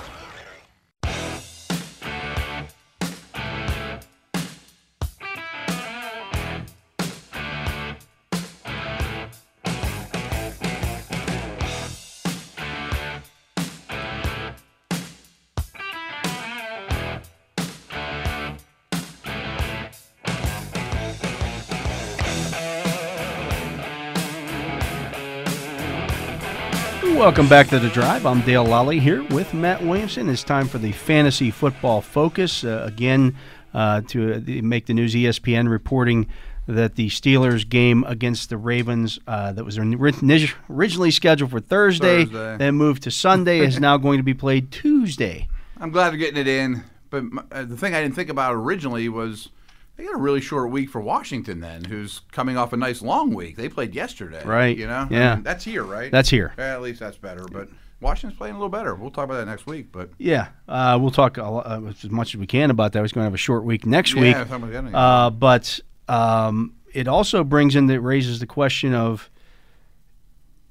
Speaker 1: Welcome back to The Drive. I'm Dale Lally here with Matt Williamson. It's time for the Fantasy Football Focus. Uh, again, uh, to uh, the- make the news, ESPN reporting that the Steelers game against the Ravens uh, that was orig- originally scheduled for Thursday,
Speaker 2: Thursday.
Speaker 1: then moved to Sunday, is now going to be played Tuesday.
Speaker 2: I'm glad they're getting it in, but m uh, the thing I didn't think about originally was they got a really short week for Washington. Then, who's coming off a nice long week? They played yesterday,
Speaker 1: Right.
Speaker 2: You know, I
Speaker 1: Yeah.
Speaker 2: mean, that's here, right?
Speaker 1: That's here.
Speaker 2: Yeah, at least that's better. But Washington's playing a little better. We'll talk about that next week. But
Speaker 1: Yeah, uh, we'll talk a lo- uh, as much as we can about that. We're going to have a short week next
Speaker 2: Yeah,
Speaker 1: week,
Speaker 2: we're talking about that anyway.
Speaker 1: uh, but um, it also brings in that raises the question of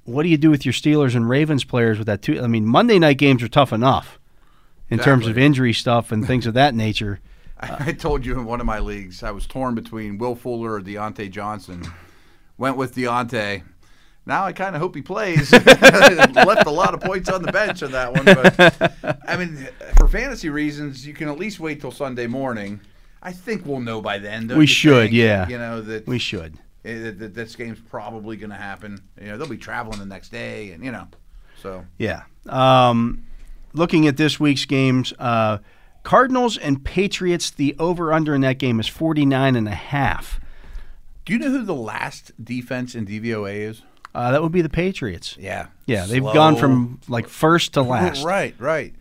Speaker 1: what do you do with your Steelers and Ravens players with that? Two, I mean, Monday night games are tough enough in terms of
Speaker 2: Exactly.
Speaker 1: injury stuff and things of that nature.
Speaker 2: I told you in one of my leagues, I was torn between Will Fuller or Deontay Johnson. Went with Deontay. Now I kind of hope he plays. Left a lot of points on the bench on that one. But I mean, for fantasy reasons, you can at least wait till Sunday morning. I think we'll know by then. don't
Speaker 1: We
Speaker 2: you
Speaker 1: should,
Speaker 2: think?
Speaker 1: yeah.
Speaker 2: You know that
Speaker 1: We should.
Speaker 2: eh, that, that this game's probably going to happen. You know, they'll be traveling the next day, and you know, so
Speaker 1: Yeah. Um, looking at this week's games, uh, Cardinals and Patriots, the over under in that game is 49 and a half.
Speaker 2: do you know who the last defense in DVOA is?
Speaker 1: Uh, that would be the Patriots.
Speaker 2: Yeah,
Speaker 1: Yeah, they've gone
Speaker 2: Slow.
Speaker 1: from like first to last.
Speaker 2: Right, right.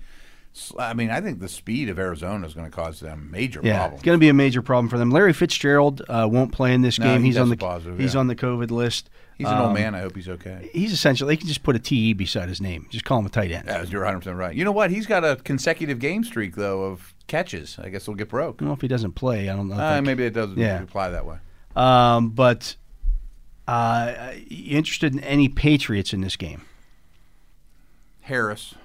Speaker 2: S- I mean, I think the speed of Arizona is going to cause them major
Speaker 1: Yeah,
Speaker 2: problems.
Speaker 1: it's going to be a major problem for them. Larry Fitzgerald uh, won't play in this
Speaker 2: No,
Speaker 1: game.
Speaker 2: he
Speaker 1: He's on the
Speaker 2: tested positive,
Speaker 1: he's
Speaker 2: yeah.
Speaker 1: on the COVID list. Um,
Speaker 2: He's an old man. I hope he's okay.
Speaker 1: He's essentially they can just put a TE beside his name. Just call him a tight end.
Speaker 2: Yeah, you're 100 percent right. You know what? He's got a consecutive game streak though of catches. I guess he'll get broke.
Speaker 1: Well, if he doesn't play, Mm, I don't know.
Speaker 2: Uh, maybe it doesn't
Speaker 1: Yeah.
Speaker 2: apply that way.
Speaker 1: Um, but uh, you interested in any Patriots in this game?
Speaker 2: Harris,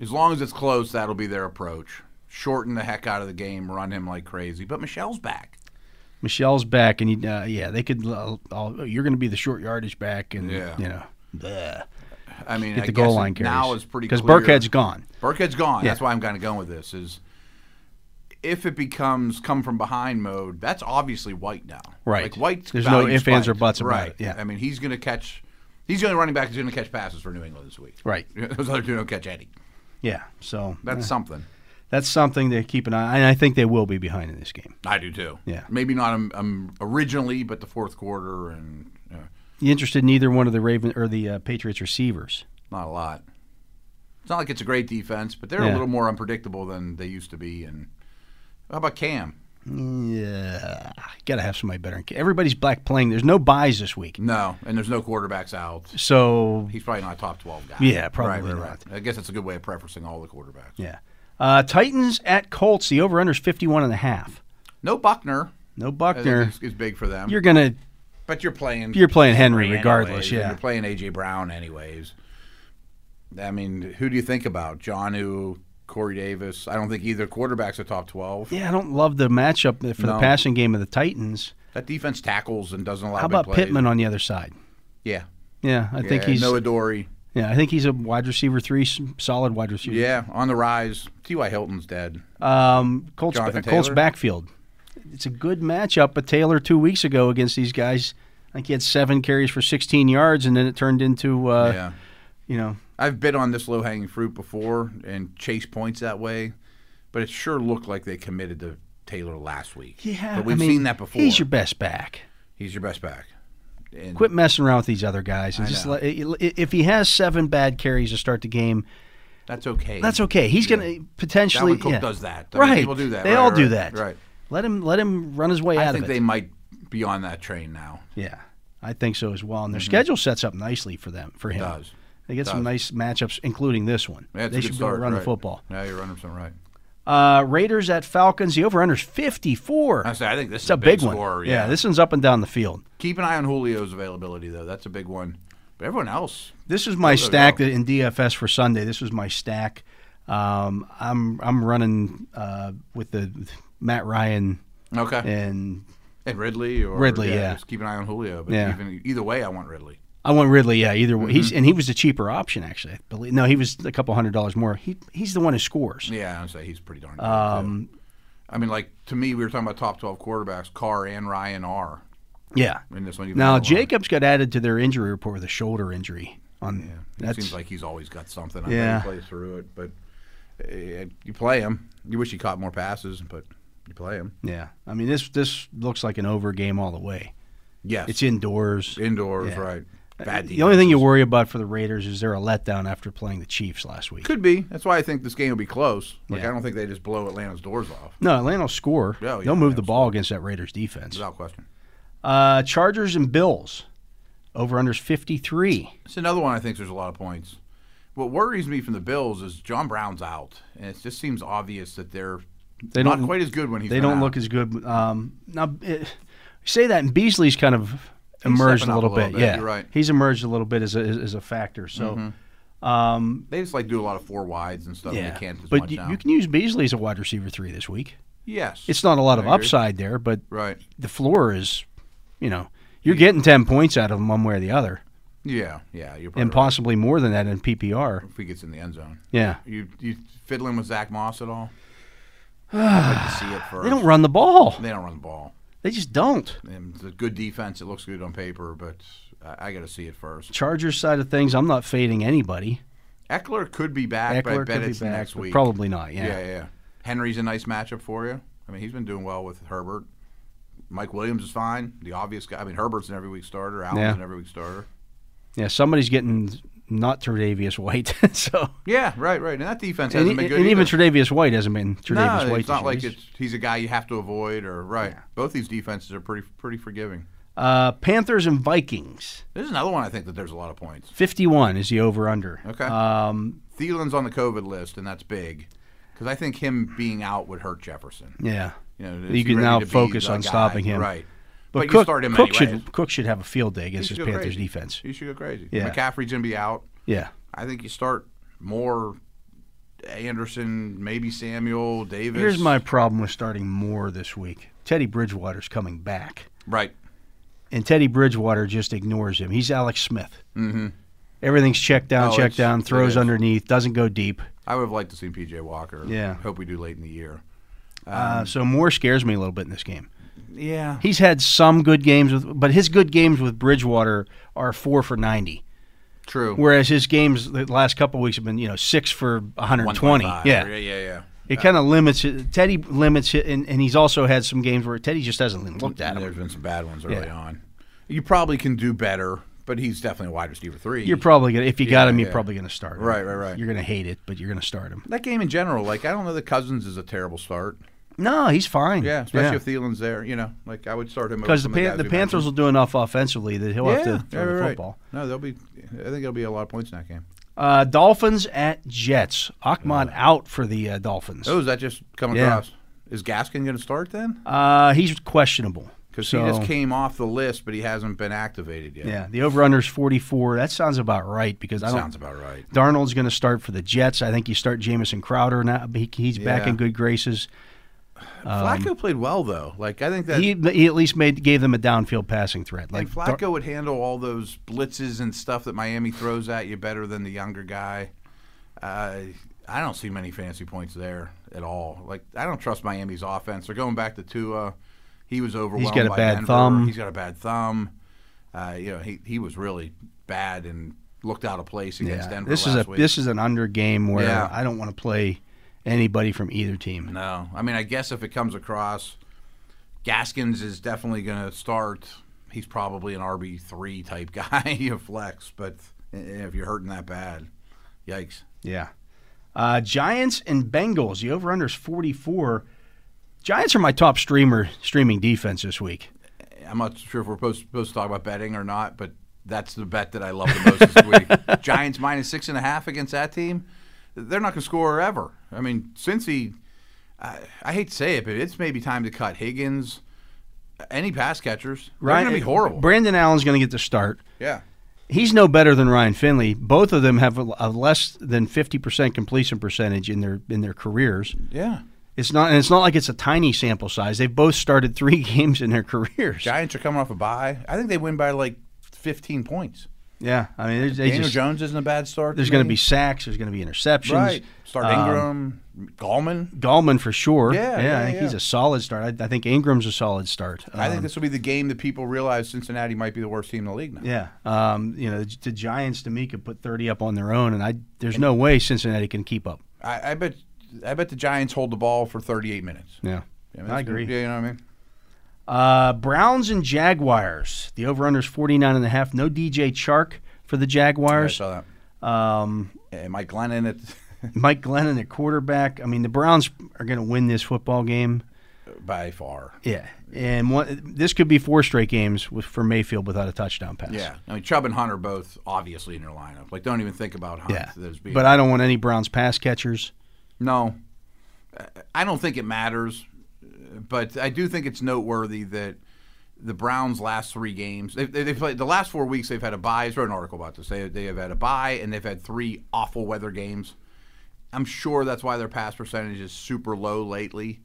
Speaker 2: as long as it's close, that'll be their approach. Shorten the heck out of the game, run him like crazy. But Michelle's back.
Speaker 1: Michelle's back, and he, uh, yeah, they could. Uh, uh, you're going to be the short yardage back, and
Speaker 2: Yeah.
Speaker 1: you know, bleh.
Speaker 2: I mean,
Speaker 1: get
Speaker 2: I
Speaker 1: the goal
Speaker 2: guess
Speaker 1: line
Speaker 2: it
Speaker 1: carries
Speaker 2: now is pretty
Speaker 1: because
Speaker 2: clear.
Speaker 1: Burkhead's gone.
Speaker 2: Burkhead's gone.
Speaker 1: Yeah.
Speaker 2: That's why I'm kind of going with this. Is if it becomes come from behind mode, that's obviously White now.
Speaker 1: Right.
Speaker 2: Like White's
Speaker 1: There's no
Speaker 2: value
Speaker 1: ifs, ands, or
Speaker 2: spiked.
Speaker 1: buts about
Speaker 2: right.
Speaker 1: it, yeah.
Speaker 2: I mean, he's going to catch. He's the only running back who's going to catch passes for New England this week.
Speaker 1: Right.
Speaker 2: Those other two don't catch any.
Speaker 1: Yeah, so
Speaker 2: That's something.
Speaker 1: that's something to keep an eye. And I think they will be behind in this game.
Speaker 2: I do too.
Speaker 1: Yeah.
Speaker 2: Maybe not um, um, originally, but the fourth quarter and uh,
Speaker 1: You interested in either one of the Raven or the uh, Patriots receivers?
Speaker 2: not a lot. It's not like it's a great defense, but they're
Speaker 1: Yeah.
Speaker 2: a little more unpredictable than they used to be. And how about Cam?
Speaker 1: Yeah, gotta have somebody better. Everybody's black playing. There's no buys this week,
Speaker 2: No, and there's no quarterbacks out.
Speaker 1: so
Speaker 2: He's probably not a top 12 guy.
Speaker 1: Yeah, probably
Speaker 2: right, right,
Speaker 1: not.
Speaker 2: Right. I guess that's a good way of prefacing all the quarterbacks.
Speaker 1: yeah. Uh, Titans at Colts. The over under is 51 and a half.
Speaker 2: No Buckner.
Speaker 1: No
Speaker 2: I think
Speaker 1: Buckner.
Speaker 2: Is, is big for them.
Speaker 1: You're gonna
Speaker 2: but you're playing.
Speaker 1: you're playing Henry
Speaker 2: anyways,
Speaker 1: regardless.
Speaker 2: and
Speaker 1: Yeah.
Speaker 2: You're playing AJ Brown anyways. I mean, who do you think about? Johnu, Corey Davis. I don't think either quarterback's a top twelve.
Speaker 1: Yeah, I don't love the matchup for the
Speaker 2: No.
Speaker 1: passing game of the Titans.
Speaker 2: That defense tackles and doesn't allow.
Speaker 1: How
Speaker 2: big
Speaker 1: about
Speaker 2: plays.
Speaker 1: Pittman on the other side?
Speaker 2: Yeah.
Speaker 1: Yeah, I think
Speaker 2: Yeah,
Speaker 1: he's
Speaker 2: Noah Dory.
Speaker 1: yeah, I think he's a wide receiver three, s- solid wide receiver.
Speaker 2: Yeah, on the rise. T.Y. Hilton's dead.
Speaker 1: Um, Colts
Speaker 2: Jonathan
Speaker 1: Colts
Speaker 2: Taylor?
Speaker 1: backfield. It's a good matchup, but Taylor two weeks ago against these guys, I think he had seven carries for 16 yards, and then it turned into uh,
Speaker 2: yeah.
Speaker 1: you know
Speaker 2: I've bid on this low hanging fruit before and chased points that way, but it sure looked like they committed to Taylor last week.
Speaker 1: yeah.
Speaker 2: But we've
Speaker 1: I mean,
Speaker 2: seen that before.
Speaker 1: He's your best back.
Speaker 2: He's your best back. And
Speaker 1: Quit messing around with these other guys, and just let, if he has seven bad carries to start the game,
Speaker 2: That's okay.
Speaker 1: That's okay. He's gonna potentially.
Speaker 2: Dalvin Cook
Speaker 1: yeah.
Speaker 2: does that. I mean,
Speaker 1: right.
Speaker 2: people do that.
Speaker 1: They
Speaker 2: Right,
Speaker 1: all do
Speaker 2: right,
Speaker 1: that.
Speaker 2: right.
Speaker 1: Let him. Let him run his way
Speaker 2: I
Speaker 1: out
Speaker 2: think
Speaker 1: of it.
Speaker 2: they might be on that train now.
Speaker 1: yeah, I think so as well. And their schedule sets up nicely for them. For him,
Speaker 2: Mm-hmm. does.
Speaker 1: They get some nice matchups, including this one.
Speaker 2: Yeah, it's
Speaker 1: they
Speaker 2: a good
Speaker 1: should be able to
Speaker 2: start,
Speaker 1: run
Speaker 2: right.
Speaker 1: the football.
Speaker 2: Yeah, you're running some right.
Speaker 1: Uh, Raiders at Falcons. The over unders fifty four.
Speaker 2: I say I think this
Speaker 1: It's
Speaker 2: is
Speaker 1: a big, one.
Speaker 2: score.
Speaker 1: yeah. this one's up and down the field.
Speaker 2: keep an eye on Julio's availability though. That's a big one. But everyone else,
Speaker 1: This is my
Speaker 2: go,
Speaker 1: stack
Speaker 2: go.
Speaker 1: that in DFS for Sunday. This was my stack. Um, I'm I'm running uh, with the with Matt Ryan
Speaker 2: okay.
Speaker 1: and
Speaker 2: And Ridley or
Speaker 1: Ridley, yeah.
Speaker 2: Just keep an eye on Julio. But
Speaker 1: Yeah.
Speaker 2: even either way, I want Ridley.
Speaker 1: I want Ridley. Yeah, either way.
Speaker 2: Mm-hmm.
Speaker 1: He's and he was the cheaper option actually. I believe. No, he was a couple hundred dollars more. He he's the one who scores.
Speaker 2: Yeah, I'd say he's pretty darn good. Um, I mean, like to me, we were talking about top twelve quarterbacks. Carr and Ryan are
Speaker 1: Yeah.
Speaker 2: in this one. even
Speaker 1: Now
Speaker 2: though, uh,
Speaker 1: Jacobs got added to their injury report with a shoulder injury. On
Speaker 2: It
Speaker 1: that's
Speaker 2: seems like he's always got something. I
Speaker 1: Yeah.
Speaker 2: yeah, play through it, but uh, you play him. You wish he caught more passes, but you play him.
Speaker 1: yeah. I mean this this looks like an over game all the way.
Speaker 2: Yes,
Speaker 1: It's indoors.
Speaker 2: indoors,
Speaker 1: yeah. Uh,
Speaker 2: right? Bad.
Speaker 1: the only thing you
Speaker 2: defenses.
Speaker 1: worry about for the Raiders is they're a letdown after playing the Chiefs last week.
Speaker 2: could be. That's why I think this game will be close. Like
Speaker 1: Yeah.
Speaker 2: I don't think they just blow Atlanta's doors off
Speaker 1: No, Atlanta will score.
Speaker 2: Oh, yeah,
Speaker 1: They'll move the ball against that Raiders defense.
Speaker 2: without question.
Speaker 1: Uh, Chargers and Bills. Over unders 53.
Speaker 2: It's another one I think there's a lot of points. What worries me from the Bills is John Brown's out, and it just seems obvious that they're
Speaker 1: They
Speaker 2: not
Speaker 1: don't-
Speaker 2: quite as good when he's
Speaker 1: They
Speaker 2: been
Speaker 1: don't
Speaker 2: out.
Speaker 1: look as good. Um, now, it, say that, and Beasley's kind of emerged
Speaker 2: stepping
Speaker 1: a
Speaker 2: up
Speaker 1: little,
Speaker 2: a little
Speaker 1: bit.
Speaker 2: bit,
Speaker 1: Yeah,
Speaker 2: you're right. Mm-hmm.
Speaker 1: He's emerged a little bit as a, as as a factor. So,
Speaker 2: They just like do a lot of four wides and stuff. and
Speaker 1: yeah.
Speaker 2: they Oh, can't as
Speaker 1: but
Speaker 2: much
Speaker 1: you,
Speaker 2: now.
Speaker 1: you can use Beasley as a wide receiver three this week.
Speaker 2: yes,
Speaker 1: It's not a lot of
Speaker 2: I agree.
Speaker 1: upside there, but
Speaker 2: right.
Speaker 1: the floor is, you know, you're getting ten points out of him one way or the other,
Speaker 2: Yeah, yeah. You're probably
Speaker 1: and
Speaker 2: right.
Speaker 1: possibly more than that in PPR.
Speaker 2: if he gets in the end zone.
Speaker 1: Yeah,
Speaker 2: You you fiddling with Zach Moss at all? I'd like to see it first.
Speaker 1: they don't run the ball.
Speaker 2: They don't run the ball.
Speaker 1: They just don't.
Speaker 2: And it's a good defense. It looks good on paper, but I, I got to see it first.
Speaker 1: Chargers side of things, I'm not fading anybody.
Speaker 2: Eckler could be back, but I
Speaker 1: Eckler
Speaker 2: bet
Speaker 1: could be
Speaker 2: it's
Speaker 1: back,
Speaker 2: next
Speaker 1: but
Speaker 2: week.
Speaker 1: probably not.
Speaker 2: Yeah, yeah. Henry's a nice matchup for you. I mean, he's been doing well with Herbert. Mike Williams is fine. The obvious guy. I mean, Herbert's an every week starter. Allen's
Speaker 1: Yeah.
Speaker 2: an every week starter.
Speaker 1: Yeah, somebody's getting not Tre'Davious White. so
Speaker 2: Yeah, right, right. And that defense
Speaker 1: and,
Speaker 2: hasn't
Speaker 1: and
Speaker 2: been good.
Speaker 1: even
Speaker 2: either.
Speaker 1: Tre'Davious White hasn't been Tre'Davious
Speaker 2: no,
Speaker 1: White.
Speaker 2: it's not like
Speaker 1: this year.
Speaker 2: it's, he's a guy you have to avoid or right. Both these defenses are pretty pretty forgiving.
Speaker 1: Uh, Panthers and Vikings.
Speaker 2: This is another one I think that there's a lot of points.
Speaker 1: Fifty-one is the over/under.
Speaker 2: Okay.
Speaker 1: Um,
Speaker 2: Thielen's on the COVID list, and that's big because I think him being out would hurt Jefferson.
Speaker 1: yeah.
Speaker 2: You, know, is
Speaker 1: You
Speaker 2: he
Speaker 1: can
Speaker 2: ready
Speaker 1: now
Speaker 2: to be
Speaker 1: focus
Speaker 2: the
Speaker 1: on
Speaker 2: guy?
Speaker 1: stopping him.
Speaker 2: right?
Speaker 1: But,
Speaker 2: But,
Speaker 1: Cook,
Speaker 2: you start him
Speaker 1: Cook
Speaker 2: anyway.
Speaker 1: should Cook should have a field day against
Speaker 2: should
Speaker 1: his
Speaker 2: go
Speaker 1: Panthers
Speaker 2: crazy.
Speaker 1: defense.
Speaker 2: He should go crazy.
Speaker 1: Yeah.
Speaker 2: McCaffrey's gonna be out.
Speaker 1: Yeah.
Speaker 2: I think you start more Anderson, maybe Samuel Davis.
Speaker 1: Here's my problem with starting Moore this week. Teddy Bridgewater's coming back,
Speaker 2: right.
Speaker 1: and Teddy Bridgewater just ignores him. He's Alex Smith. Mm-hmm. Everything's check down,
Speaker 2: Oh,
Speaker 1: check
Speaker 2: it's-
Speaker 1: down,
Speaker 2: it
Speaker 1: throws
Speaker 2: is.
Speaker 1: underneath, doesn't go deep.
Speaker 2: I would have liked to see PJ Walker.
Speaker 1: Yeah.
Speaker 2: Hope we do late in the year.
Speaker 1: Uh,
Speaker 2: Um,
Speaker 1: so Moore scares me a little bit in this game.
Speaker 2: Yeah.
Speaker 1: He's had some good games with, but his good games with Bridgewater are four for ninety,
Speaker 2: True.
Speaker 1: whereas his games the last couple of weeks have been you know six for one hundred and twenty.
Speaker 2: 125.
Speaker 1: Yeah.
Speaker 2: Yeah. Yeah. Yeah.
Speaker 1: it kind of limits it. Teddy limits it, and, and he's also had some games where Teddy just hasn't looked at
Speaker 2: And
Speaker 1: him.
Speaker 2: there's been some bad ones early
Speaker 1: Yeah.
Speaker 2: on. You probably can do better, but he's definitely a wide receiver three.
Speaker 1: You're probably gonna if you got
Speaker 2: Yeah,
Speaker 1: him, you're
Speaker 2: yeah.
Speaker 1: probably gonna start him.
Speaker 2: Right, right, right.
Speaker 1: You're gonna hate it, but you're gonna start him.
Speaker 2: that game in general, like I don't know that Cousins is a terrible start.
Speaker 1: No, he's fine.
Speaker 2: Yeah, especially if Thielen's there. You know, like I would start him over
Speaker 1: because the,
Speaker 2: some of
Speaker 1: Pan-
Speaker 2: guys
Speaker 1: the
Speaker 2: we
Speaker 1: Panthers will do enough offensively that he'll
Speaker 2: mentioned.
Speaker 1: have to
Speaker 2: yeah,
Speaker 1: throw
Speaker 2: yeah,
Speaker 1: the
Speaker 2: right,
Speaker 1: football.
Speaker 2: Right. No, there'll be. I think there'll be a lot of points in that game.
Speaker 1: Uh, Dolphins at Jets. Ahmad out for the uh, Dolphins.
Speaker 2: Oh, is that just coming
Speaker 1: Yeah.
Speaker 2: across? Is Gaskin going to start then?
Speaker 1: Uh, he's questionable.
Speaker 2: Because
Speaker 1: So,
Speaker 2: he just came off the list, but he hasn't been activated yet.
Speaker 1: Yeah, the over-under's 44. That sounds about right because I don't.
Speaker 2: Sounds about right.
Speaker 1: Darnold's going to start for the Jets. I think you start Jamison Crowder now. He, he's back
Speaker 2: Yeah.
Speaker 1: in good graces.
Speaker 2: Flacco played well though. Like I think that
Speaker 1: Um, He, he at least made gave them a downfield passing threat. Like
Speaker 2: and Flacco would handle all those blitzes and stuff that Miami throws at you better than the younger guy. Uh, I don't see many fantasy points there at all. Like I don't trust Miami's offense. They're going back to Tua. He was overwhelmed.
Speaker 1: got a
Speaker 2: by
Speaker 1: bad
Speaker 2: Denver.
Speaker 1: thumb.
Speaker 2: He's got a bad thumb. Uh, you know he he was really bad and looked out of place
Speaker 1: yeah,
Speaker 2: against Denver.
Speaker 1: this is
Speaker 2: last
Speaker 1: a
Speaker 2: week.
Speaker 1: this is an under game where
Speaker 2: Yeah.
Speaker 1: I don't want to play anybody from either team.
Speaker 2: No, I mean, I guess if it comes across, Gaskins is definitely going to start. He's probably an RB three type guy, you flex. But i- if you're hurting that bad, yikes!
Speaker 1: Yeah. Uh, Giants and Bengals. The over under is 44. Giants are my top streamer streaming defense this week.
Speaker 2: I'm not sure if we're supposed, supposed to talk about betting or not, but that's the bet that I love the most this week. Giants minus six and a half against that team. They're not going to score ever. I mean, since he, I, I hate to say it, but it's maybe time to cut Higgins. Any pass catchers, right? Going to be horrible.
Speaker 1: Brandon Allen's going to get the start.
Speaker 2: yeah.
Speaker 1: He's no better than Ryan Finley. Both of them have a, a less than 50% completion percentage in their in their careers.
Speaker 2: Yeah.
Speaker 1: It's not and it's not like it's a tiny sample size. They've both started 3 games in their careers.
Speaker 2: Giants are coming off a bye. I think they win by like 15 points.
Speaker 1: Yeah. I mean, there's- they
Speaker 2: Daniel
Speaker 1: just-
Speaker 2: Jones isn't a bad start.
Speaker 1: there's
Speaker 2: to
Speaker 1: going to
Speaker 2: me.
Speaker 1: be sacks, there's going to be interceptions.
Speaker 2: right. Start
Speaker 1: Um,
Speaker 2: Ingram, Gallman.
Speaker 1: Gallman for sure.
Speaker 2: Yeah,
Speaker 1: I
Speaker 2: yeah,
Speaker 1: think he's
Speaker 2: yeah.
Speaker 1: a solid start. I, I think Ingram's a solid start.
Speaker 2: I think
Speaker 1: Um,
Speaker 2: this will be the game that people realize Cincinnati might be the worst team in the league now.
Speaker 1: Yeah, um, you know the, the Giants to me could put thirty up on their own, and I there's no way Cincinnati can keep up.
Speaker 2: I, I bet. I bet the Giants hold the ball for 38 minutes.
Speaker 1: Yeah,
Speaker 2: I, mean,
Speaker 1: I
Speaker 2: that's gonna-
Speaker 1: agree.
Speaker 2: Yeah, you know what I mean.
Speaker 1: Uh, Browns and Jaguars. The over under is forty nine and a half. No DJ Chark for the
Speaker 2: I
Speaker 1: Jaguars.
Speaker 2: saw that.
Speaker 1: Um,
Speaker 2: And Mike Glennon at
Speaker 1: Mike Glennon at quarterback. I mean the Browns are going to win this football game.
Speaker 2: by far.
Speaker 1: Yeah, and one, this could be four straight games with, for Mayfield without a touchdown pass.
Speaker 2: Yeah, I mean Chubb and Hunter both obviously in your lineup. Like, don't even think about Hunt.
Speaker 1: yeah.
Speaker 2: There's being-
Speaker 1: But I don't want any Browns pass catchers.
Speaker 2: No, Uh, I don't think it matters, uh, but I do think it's noteworthy that the Browns' last three games, they, they, they played the last four weeks. They've had a bye. I just wrote an article about this. They, they have had a bye, and they've had three awful weather games. I'm sure that's why their pass percentage is super low lately.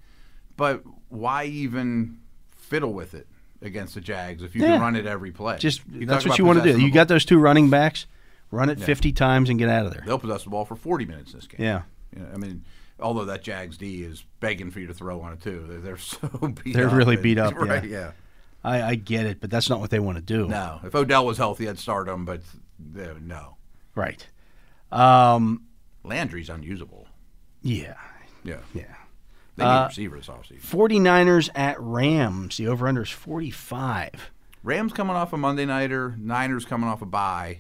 Speaker 2: But why even fiddle with it against the Jags if you
Speaker 1: Yeah.
Speaker 2: can run it every play?
Speaker 1: Just
Speaker 2: You
Speaker 1: that's
Speaker 2: talk
Speaker 1: what
Speaker 2: about
Speaker 1: you want to do.
Speaker 2: possessing
Speaker 1: You
Speaker 2: the ball.
Speaker 1: got those two running backs, run it 50 times and get out of there.
Speaker 2: they'll possess the ball for 40 minutes this game.
Speaker 1: Yeah.
Speaker 2: You know, I mean, although that Jags D is begging for you to throw on it too. They're, they're so beat.
Speaker 1: They're
Speaker 2: up.
Speaker 1: really
Speaker 2: It's-
Speaker 1: beat up,
Speaker 2: Right?
Speaker 1: yeah.
Speaker 2: Yeah.
Speaker 1: I, I get it, but that's not what they want to do.
Speaker 2: No, if Odell was healthy, I'd start him, but uh, no,
Speaker 1: Right. Um,
Speaker 2: Landry's unusable.
Speaker 1: yeah.
Speaker 2: Yeah.
Speaker 1: Yeah. Uh,
Speaker 2: They need receivers offseason.
Speaker 1: 49ers at Rams. The over under is 45.
Speaker 2: Rams coming off a Monday nighter. Niners coming off a bye.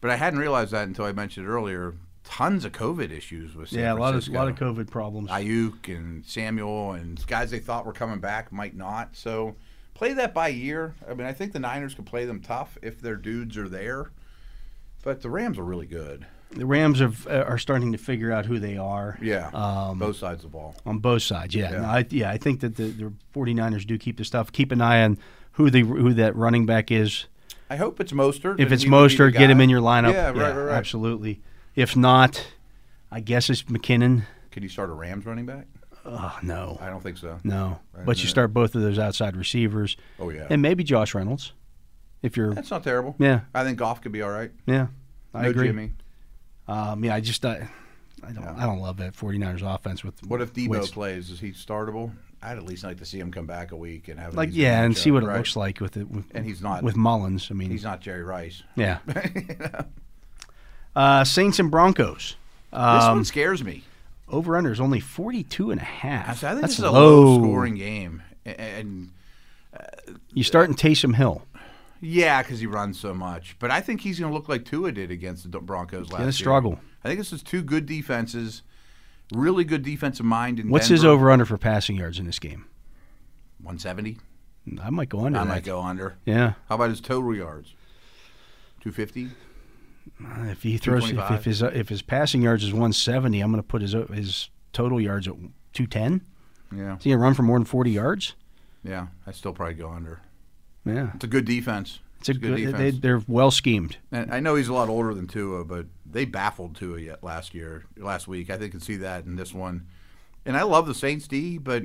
Speaker 2: But I hadn't realized that until I mentioned it earlier. Tons of COVID issues with San
Speaker 1: yeah, a lot of
Speaker 2: Francisco.
Speaker 1: lot of COVID problems.
Speaker 2: Ayuk and Samuel and guys they thought were coming back might not. So play that by year. I mean, I think the Niners could play them tough if their dudes are there. But the Rams are really good.
Speaker 1: the Rams have, uh, are starting to figure out who they are.
Speaker 2: Yeah.
Speaker 1: Um,
Speaker 2: both sides of the ball.
Speaker 1: on both sides. Yeah,
Speaker 2: Yeah.
Speaker 1: No, I, yeah. I think that the, the 49ers do keep the stuff. Keep an eye on who the who that running back is.
Speaker 2: I hope it's Mostert.
Speaker 1: If
Speaker 2: and
Speaker 1: it's
Speaker 2: he would be the
Speaker 1: Mostert, get him
Speaker 2: guy.
Speaker 1: in your lineup.
Speaker 2: Yeah, right, right, right.
Speaker 1: Absolutely. If not, I guess it's McKinnon.
Speaker 2: Can you start a Rams running back?
Speaker 1: Oh, no.
Speaker 2: I don't think so.
Speaker 1: No.
Speaker 2: Right,
Speaker 1: But you
Speaker 2: yeah.
Speaker 1: start both of those outside receivers.
Speaker 2: Oh, yeah.
Speaker 1: And maybe Josh Reynolds. If you're.
Speaker 2: That's not terrible.
Speaker 1: Yeah.
Speaker 2: I think Goff could be all right.
Speaker 1: Yeah. I
Speaker 2: no
Speaker 1: agree.
Speaker 2: Jimmy.
Speaker 1: Um, yeah, I just. I, I don't, I don't love that 49ers offense with
Speaker 2: What if Debo
Speaker 1: with-
Speaker 2: plays? Is he startable? I'd at least like to see him come back a week and have an
Speaker 1: like
Speaker 2: easier
Speaker 1: yeah, and see
Speaker 2: matchup,
Speaker 1: what it
Speaker 2: right?
Speaker 1: looks like with it. With,
Speaker 2: And he's not-
Speaker 1: with Mullins. I mean,
Speaker 2: He's not Jerry Rice.
Speaker 1: yeah. uh, Saints and Broncos.
Speaker 2: This
Speaker 1: Um,
Speaker 2: one scares me.
Speaker 1: over under is only 42 and a half.
Speaker 2: So I think
Speaker 1: That's
Speaker 2: this is a
Speaker 1: low.
Speaker 2: low scoring game. A- And
Speaker 1: You start in Taysom Hill.
Speaker 2: yeah, because he runs so much. But I think he's going to look like Tua did against the Broncos last
Speaker 1: gonna
Speaker 2: year.
Speaker 1: struggle.
Speaker 2: I think this is two good defenses, really good defensive mind. In
Speaker 1: What's his
Speaker 2: Denver.
Speaker 1: over under for passing yards in this game?
Speaker 2: 170.
Speaker 1: I might go under.
Speaker 2: I
Speaker 1: that.
Speaker 2: might go under.
Speaker 1: Yeah.
Speaker 2: How about his total yards? 250?
Speaker 1: Uh, If he throws, if, if
Speaker 2: 225.
Speaker 1: his if his passing yards is 170, I'm going to put his his total yards at 210.
Speaker 2: Yeah,
Speaker 1: Is he going to run for more than 40 yards?
Speaker 2: yeah. I still probably go under.
Speaker 1: Yeah,
Speaker 2: It's a good defense.
Speaker 1: it's a good. they,
Speaker 2: defense.
Speaker 1: they're well schemed.
Speaker 2: and I know he's a lot older than Tua, but they baffled Tua yet last year, last week. I think you can see that in this one. And I love the Saints D, but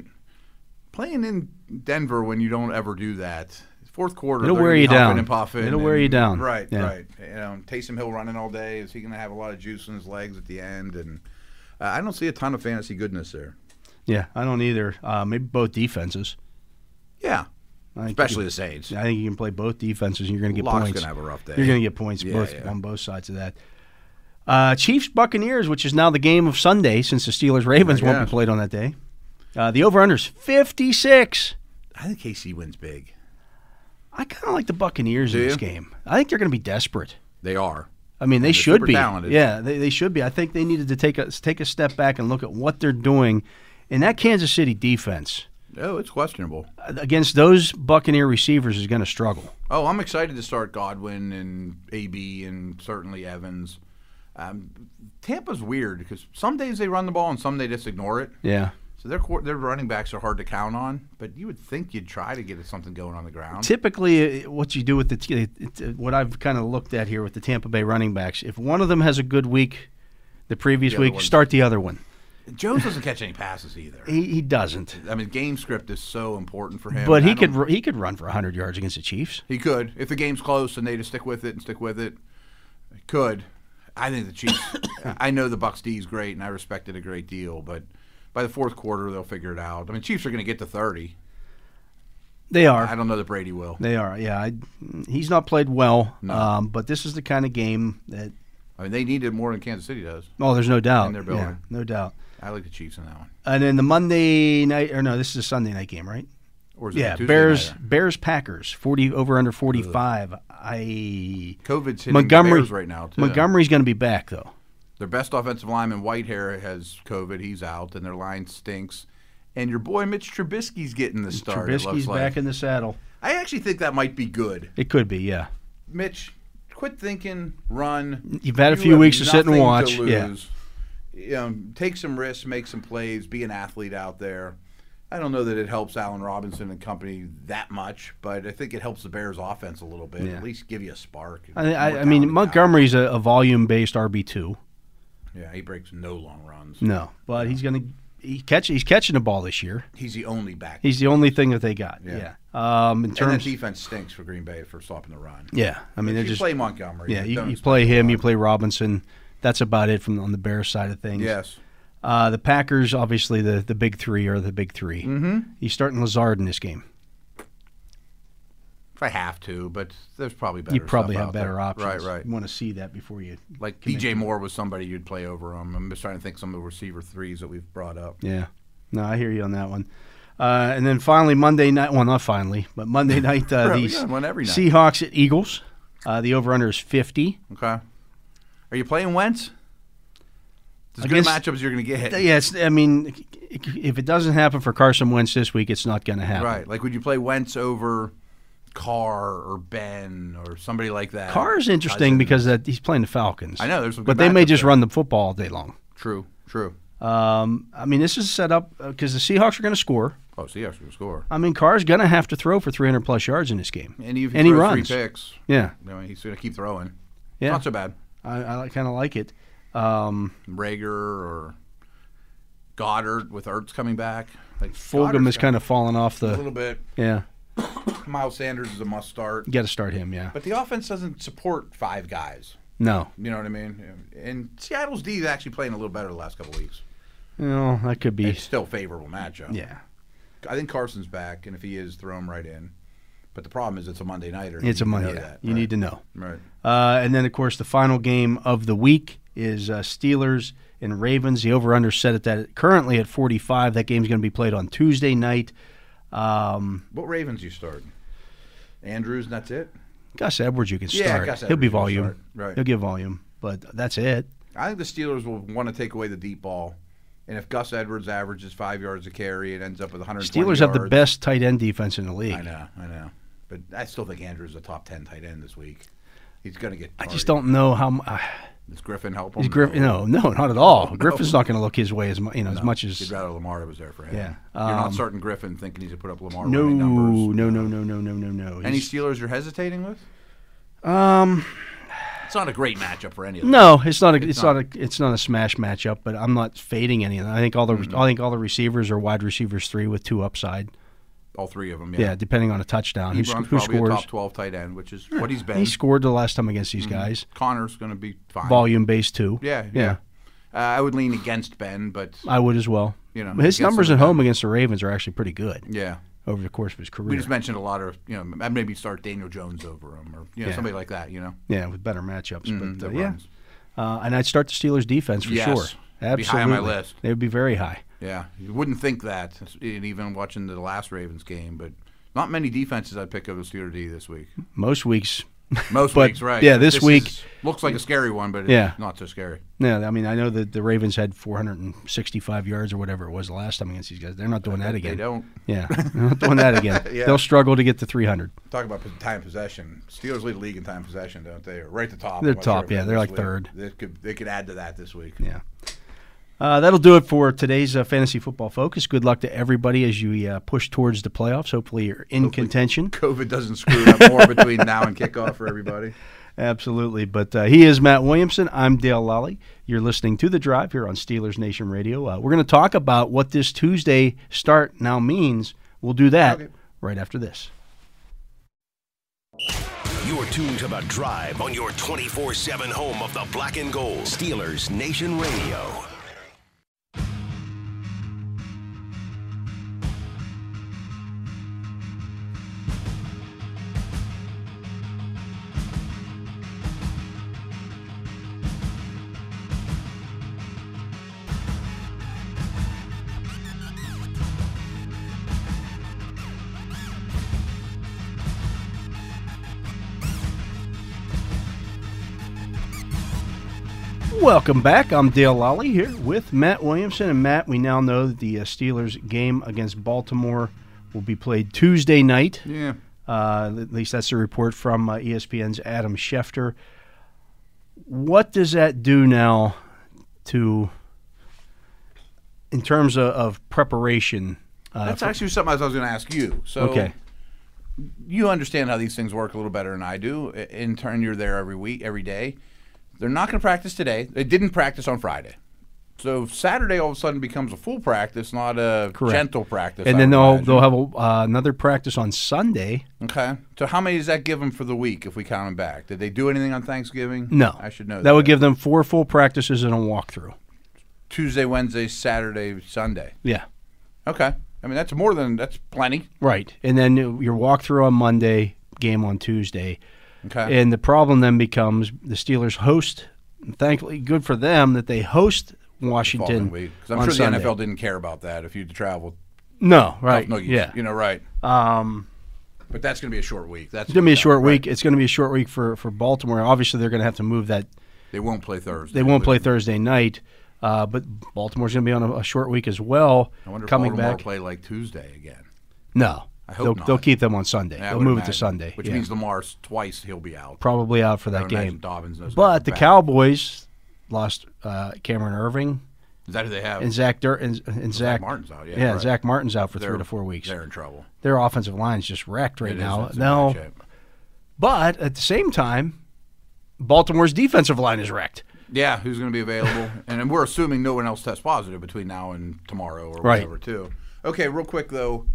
Speaker 2: playing in Denver when you don't ever do that. Fourth quarter,
Speaker 1: It'll
Speaker 2: they're
Speaker 1: wear
Speaker 2: gonna
Speaker 1: you
Speaker 2: be huffing
Speaker 1: down.
Speaker 2: And puffing
Speaker 1: It'll wear
Speaker 2: and-
Speaker 1: you down.
Speaker 2: Right,
Speaker 1: Yeah.
Speaker 2: right. You know, Taysom Hill running all day. Is he going to have a lot of juice in his legs at the end? And uh, I don't see a ton of fantasy goodness there.
Speaker 1: Yeah, I don't either. Uh, maybe both defenses.
Speaker 2: Yeah,
Speaker 1: I think you
Speaker 2: especially the Saints.
Speaker 1: can- I think you can play both defenses. and You're going to get
Speaker 2: Locke's
Speaker 1: points.
Speaker 2: gonna have a rough day.
Speaker 1: You're going to get points
Speaker 2: Yeah,
Speaker 1: both
Speaker 2: yeah.
Speaker 1: on both sides of that. Uh, Chiefs Buccaneers, which is now the game of Sunday, since the Steelers Ravens won't be
Speaker 2: guess.
Speaker 1: played on that day. Uh, the over unders 56.
Speaker 2: I think KC wins big.
Speaker 1: I kind of like the Buccaneers
Speaker 2: Do
Speaker 1: in this
Speaker 2: you?
Speaker 1: game. I think they're going to be desperate.
Speaker 2: They are.
Speaker 1: I mean, they
Speaker 2: They're
Speaker 1: should
Speaker 2: super
Speaker 1: be.
Speaker 2: talented.
Speaker 1: Yeah, they, they should be. I think they needed to take a take a step back and look at what they're doing. And that Kansas City defense
Speaker 2: Oh, it's questionable.
Speaker 1: uh, against those Buccaneer receivers is going to struggle.
Speaker 2: Oh, I'm excited to start Godwin and AB and certainly Evans. Um, Tampa's weird because some days they run the ball and some they just ignore it.
Speaker 1: Yeah.
Speaker 2: So their quar- their running backs are hard to count on. But you would think you'd try to get something going on the ground.
Speaker 1: Typically, uh, what you do with the t- it- it- what I've kind of looked at here with the Tampa Bay running backs, if one of them has a good week, the previous
Speaker 2: The other
Speaker 1: week,
Speaker 2: one-
Speaker 1: start the other one.
Speaker 2: Jones doesn't catch any passes either.
Speaker 1: He, he doesn't,
Speaker 2: I mean, game script is so important for him.
Speaker 1: but
Speaker 2: I
Speaker 1: he could
Speaker 2: don't-
Speaker 1: ru- he could run for hundred yards against the Chiefs.
Speaker 2: He could if the game's close and they just stick with it and stick with it. He could. I think the Chiefs. I know the Bucks D is great and I respect it a great deal, but by the fourth quarter they'll figure it out. I mean, Chiefs are going to get to thirty.
Speaker 1: They are.
Speaker 2: I don't know that Brady will.
Speaker 1: They are, yeah. I, he's not played well, um, but this is the kind of game that.
Speaker 2: I mean, they need it more than Kansas City does.
Speaker 1: Oh, there's no doubt.
Speaker 2: And they're building.
Speaker 1: Yeah, no doubt.
Speaker 2: I like the Chiefs in that one.
Speaker 1: And then the Monday night, or no, this is a Sunday night game, right?
Speaker 2: Or is it
Speaker 1: Yeah,
Speaker 2: Tuesday
Speaker 1: Bears,
Speaker 2: nighter?
Speaker 1: Bears, Packers, forty over under forty five. I
Speaker 2: COVID's hitting
Speaker 1: Montgomery
Speaker 2: the Bears right now. Too.
Speaker 1: Montgomery's going to be back though.
Speaker 2: their best offensive lineman Whitehair has COVID. He's out, and their line stinks. And your boy Mitch Trubisky's getting the start. it
Speaker 1: Trubisky's
Speaker 2: looks like.
Speaker 1: back in the saddle.
Speaker 2: I actually think that might be good.
Speaker 1: It could be, yeah.
Speaker 2: Mitch, quit thinking, run.
Speaker 1: You've had a
Speaker 2: You
Speaker 1: few
Speaker 2: have
Speaker 1: weeks to sit and
Speaker 2: nothing
Speaker 1: watch,
Speaker 2: To
Speaker 1: yeah.
Speaker 2: lose. Yeah. Um, take some risks, make some plays, be an athlete out there. I don't know that it helps Allen Robinson and company that much, but I think it helps the Bears offense a little bit.
Speaker 1: Yeah.
Speaker 2: At least give you a spark.
Speaker 1: I,
Speaker 2: More
Speaker 1: I, I
Speaker 2: talented
Speaker 1: mean,
Speaker 2: guy.
Speaker 1: Montgomery's a, a volume based RB two.
Speaker 2: Yeah, he breaks no long runs.
Speaker 1: No, but he's going to he catch he's catching the ball this year.
Speaker 2: He's the only back.
Speaker 1: He's the only thing that they got. Yeah.
Speaker 2: Yeah.
Speaker 1: Um, in
Speaker 2: and that
Speaker 1: terms,
Speaker 2: defense stinks for Green Bay for stopping the run.
Speaker 1: yeah. I mean,
Speaker 2: If
Speaker 1: they're
Speaker 2: you
Speaker 1: just
Speaker 2: play Montgomery.
Speaker 1: yeah.
Speaker 2: but
Speaker 1: You,
Speaker 2: don't
Speaker 1: you
Speaker 2: stop
Speaker 1: play
Speaker 2: the
Speaker 1: him.
Speaker 2: run.
Speaker 1: You play Robinson. That's about it from on the Bears side of things.
Speaker 2: Yes.
Speaker 1: Uh, the Packers, obviously, the the big three are the big 3 Mm-hmm. He's starting Lazard in this game.
Speaker 2: If I have to, but there's probably better.
Speaker 1: You probably have
Speaker 2: stuff out there.
Speaker 1: better options.
Speaker 2: Right,
Speaker 1: You
Speaker 2: right.
Speaker 1: want to see that before you.
Speaker 2: Like DJ Moore was somebody you'd play over him. I'm just trying to think some of the receiver threes that we've brought up.
Speaker 1: Yeah. No, I hear you on that one. Uh, and then finally, Monday night. Well, not finally, but Monday night. Uh,
Speaker 2: Right,
Speaker 1: the
Speaker 2: we got one every night.
Speaker 1: Seahawks at Eagles. Uh, the over under is 50.
Speaker 2: Okay. Are you playing Wentz? There's good
Speaker 1: Against-
Speaker 2: matchups you're going to get.
Speaker 1: Yeah, it's, I mean, if it doesn't happen for Carson Wentz this week, it's not going to happen.
Speaker 2: Right. Like, would you play Wentz over Carr or Ben or somebody like that?
Speaker 1: Carr is interesting
Speaker 2: Cousins.
Speaker 1: because that he's playing the Falcons.
Speaker 2: I know, there's some
Speaker 1: but
Speaker 2: good
Speaker 1: they may
Speaker 2: matchups
Speaker 1: just
Speaker 2: there.
Speaker 1: run the football all day long.
Speaker 2: True, true.
Speaker 1: Um, I mean, this is set up because the Seahawks are going to score.
Speaker 2: Oh, Seahawks can score.
Speaker 1: I mean, Carr's going to have to throw for 300 plus yards in this game.
Speaker 2: And if he
Speaker 1: And he
Speaker 2: throws
Speaker 1: runs.
Speaker 2: three picks,
Speaker 1: Yeah,
Speaker 2: you know, he's going to keep throwing.
Speaker 1: Yeah.
Speaker 2: Not so bad.
Speaker 1: I, I kind of like it. Um,
Speaker 2: Rager or Goddard with Ertz coming back. Like
Speaker 1: Fulgham
Speaker 2: Goddard's
Speaker 1: is kind of falling off
Speaker 2: got a
Speaker 1: the.
Speaker 2: little bit.
Speaker 1: Yeah,
Speaker 2: Miles Sanders is a must start,
Speaker 1: you got to start him. Yeah,
Speaker 2: but the offense doesn't support five guys.
Speaker 1: no,
Speaker 2: You know what I mean? And Seattle's D is actually playing a little better the last couple weeks.
Speaker 1: no, that could be.
Speaker 2: It's still a favorable matchup.
Speaker 1: Yeah,
Speaker 2: I think Carson's back, and if he is, throw him right in. But the problem is it's a Monday nighter.
Speaker 1: it's a Monday.
Speaker 2: You, know
Speaker 1: yeah.
Speaker 2: that,
Speaker 1: You need to know.
Speaker 2: right. right.
Speaker 1: Uh, and then, of course, the final game of the week is uh, Steelers and Ravens. The over/under set at that currently at 45. That game's going to be played on Tuesday night. Um,
Speaker 2: What Ravens you start? Andrews, and that's it.
Speaker 1: Gus Edwards, you can
Speaker 2: Yeah,
Speaker 1: start.
Speaker 2: Gus
Speaker 1: He'll be
Speaker 2: Edwards you
Speaker 1: volume.
Speaker 2: can start. Right.
Speaker 1: He'll give volume, but that's it.
Speaker 2: I think the Steelers will want to take away the deep ball. And if Gus Edwards averages five yards a carry, it ends up with 120
Speaker 1: Steelers have the
Speaker 2: yards.
Speaker 1: best tight end defense in the league.
Speaker 2: I know, I know. But I still think Andrews is a top 10 tight end this week. He's going to get.
Speaker 1: I just
Speaker 2: targeted.
Speaker 1: don't know how. mu- Uh,
Speaker 2: Does Griffin help him?
Speaker 1: is Griff- no, no, not at all. Griffin's not going to look his way as mu- you know as much
Speaker 2: You'd
Speaker 1: as.
Speaker 2: rather Lamar was there for him.
Speaker 1: Yeah.
Speaker 2: You're not
Speaker 1: Um,
Speaker 2: starting Griffin thinking he's going to put up Lamar
Speaker 1: No,
Speaker 2: winning numbers.
Speaker 1: no, no, no, no, no, no, no.
Speaker 2: Any
Speaker 1: He's-
Speaker 2: Steelers you're hesitating with?
Speaker 1: um,
Speaker 2: It's not a great matchup for any of them.
Speaker 1: no, it's not a, it's,
Speaker 2: not.
Speaker 1: not, a, it's not a smash matchup. But I'm not fading any of them. I think all the,
Speaker 2: Mm-hmm.
Speaker 1: I think all the receivers are wide receivers three with two upside.
Speaker 2: All three of them.
Speaker 1: Yeah,
Speaker 2: Yeah.
Speaker 1: depending on a touchdown, who,
Speaker 2: Ebron's
Speaker 1: sc-
Speaker 2: probably
Speaker 1: who
Speaker 2: a
Speaker 1: scores.
Speaker 2: top 12 tight end, which is what he's been.
Speaker 1: He scored the last time against these guys.
Speaker 2: Connor's going to be fine.
Speaker 1: Volume based too.
Speaker 2: Yeah.
Speaker 1: yeah.
Speaker 2: Yeah. Uh, I would lean against Ben, but
Speaker 1: I would as well.
Speaker 2: You know,
Speaker 1: But his
Speaker 2: against
Speaker 1: numbers
Speaker 2: them
Speaker 1: at
Speaker 2: again.
Speaker 1: home against the Ravens are actually pretty good
Speaker 2: yeah.
Speaker 1: over the course of his career.
Speaker 2: We just mentioned a lot of, you know, m- maybe start Daniel Jones over him or, you know,
Speaker 1: Yeah.
Speaker 2: somebody like that, you know.
Speaker 1: yeah, with better matchups.
Speaker 2: Mm,
Speaker 1: but
Speaker 2: the
Speaker 1: uh, yeah,
Speaker 2: runs.
Speaker 1: uh, and I'd start the Steelers defense for
Speaker 2: Yes.
Speaker 1: sure.
Speaker 2: Be
Speaker 1: Absolutely,
Speaker 2: high on my list.
Speaker 1: They would be very high.
Speaker 2: Yeah, you wouldn't think that, s- and even watching the last Ravens game, but not many defenses I'd pick up as Steeler D this week.
Speaker 1: Most weeks,
Speaker 2: Most
Speaker 1: But,
Speaker 2: weeks, right?
Speaker 1: yeah, this week-
Speaker 2: is- looks like a scary one, but it's
Speaker 1: Yeah.
Speaker 2: not so scary.
Speaker 1: no. I mean, I know that the Ravens had 465 yards or whatever it was the last time against these guys. They're not doing that
Speaker 2: They
Speaker 1: again.
Speaker 2: don't
Speaker 1: Yeah, they're not doing that again.
Speaker 2: Yeah.
Speaker 1: They'll struggle to get to 300.
Speaker 2: talk about p- time possession. Steelers lead the league in time possession, don't they? Or right at the top.
Speaker 1: They're
Speaker 2: I'm not sure
Speaker 1: top,
Speaker 2: if
Speaker 1: yeah,
Speaker 2: it
Speaker 1: they're
Speaker 2: is
Speaker 1: like
Speaker 2: this week.
Speaker 1: third.
Speaker 2: They could they could add to that this week.
Speaker 1: Yeah. Uh, that'll do it for today's uh, fantasy football focus. Good luck to everybody as you uh, push towards the playoffs. Hopefully, you're in contention.
Speaker 2: COVID doesn't screw it up more between now and kickoff for everybody.
Speaker 1: Absolutely. But uh, he is Matt Williamson. I'm Dale Lally. You're listening to The Drive here on Steelers Nation Radio. Uh, we're going to talk about what this Tuesday start now means. We'll do that
Speaker 2: Okay.
Speaker 1: right after this.
Speaker 3: You're tuned to The Drive on your 24 7 home of the black and gold. Steelers Nation Radio.
Speaker 1: Welcome back. I'm Dale Lally here with Matt Williamson. And Matt, we now know that the uh, Steelers game against Baltimore will be played Tuesday night.
Speaker 2: Yeah.
Speaker 1: Uh, at least that's a report from uh, ESPN's Adam Schefter. What does that do now to, in terms of, of preparation? Uh,
Speaker 2: That's actually something I was going to ask you. So
Speaker 1: Okay.
Speaker 2: you understand how these things work a little better than I do. I- In turn, you're there every week, every day. They're not going to practice today. They didn't practice on Friday. So Saturday all of a sudden becomes a full practice, not a
Speaker 1: Correct.
Speaker 2: gentle practice.
Speaker 1: and
Speaker 2: I
Speaker 1: then
Speaker 2: would
Speaker 1: they'll
Speaker 2: imagine.
Speaker 1: they'll have a, uh, another practice on Sunday.
Speaker 2: Okay. So how many does that give them for the week if we count them back? Did they do anything on Thanksgiving?
Speaker 1: No,
Speaker 2: I should know that.
Speaker 1: That would give them four full practices and a walkthrough.
Speaker 2: Tuesday, Wednesday, Saturday, Sunday.
Speaker 1: Yeah,
Speaker 2: Okay. I mean that's more than that's plenty.
Speaker 1: right. And then your walkthrough on Monday, game on Tuesday.
Speaker 2: Okay.
Speaker 1: And the problem then becomes the Steelers host. Thankfully, good for them that they host Washington.
Speaker 2: Following week. 'Cause I'm
Speaker 1: on
Speaker 2: sure
Speaker 1: Sunday.
Speaker 2: the NFL didn't care about that if you had to travel.
Speaker 1: No, right?
Speaker 2: Tough nuggies,
Speaker 1: yeah,
Speaker 2: Oh, You know, right.
Speaker 1: um,
Speaker 2: But that's going to be a short week. That's
Speaker 1: it's gonna be a short
Speaker 2: right.
Speaker 1: week. It's gonna be a short week for for Baltimore. Obviously, they're gonna have to move that.
Speaker 2: They won't play Thursday.
Speaker 1: They won't play Thursday night, uh, but Baltimore's gonna be on a, a short week as well.
Speaker 2: I wonder if
Speaker 1: coming
Speaker 2: Baltimore
Speaker 1: back.
Speaker 2: will play like Tuesday again.
Speaker 1: no,
Speaker 2: I hope
Speaker 1: they'll,
Speaker 2: not.
Speaker 1: they'll keep them on Sunday.
Speaker 2: Yeah, I
Speaker 1: they'll
Speaker 2: would
Speaker 1: move it
Speaker 2: imagine.
Speaker 1: to Sunday,
Speaker 2: which
Speaker 1: yeah.
Speaker 2: means Lamar's twice he'll be out.
Speaker 1: probably out for
Speaker 2: I
Speaker 1: that
Speaker 2: would imagine
Speaker 1: game.
Speaker 2: Dobbins knows.
Speaker 1: But the
Speaker 2: back.
Speaker 1: Cowboys lost uh, Cameron Irving
Speaker 2: is that who they have?
Speaker 1: and Zach Dur- and, and Zach,
Speaker 2: Martin's out, yeah,
Speaker 1: yeah,
Speaker 2: right.
Speaker 1: Zach Martin's out for
Speaker 2: They're-
Speaker 1: three to four weeks.
Speaker 2: They're in trouble
Speaker 1: Their offensive line's just wrecked right
Speaker 2: It is-
Speaker 1: now.
Speaker 2: it's in
Speaker 1: No,
Speaker 2: bad shape.
Speaker 1: but at the same time, Baltimore's defensive line is wrecked.
Speaker 2: Yeah, who's going to be available? and then we're assuming no one else tests positive between now and tomorrow or
Speaker 1: Right.
Speaker 2: whatever, too. Okay, real quick though,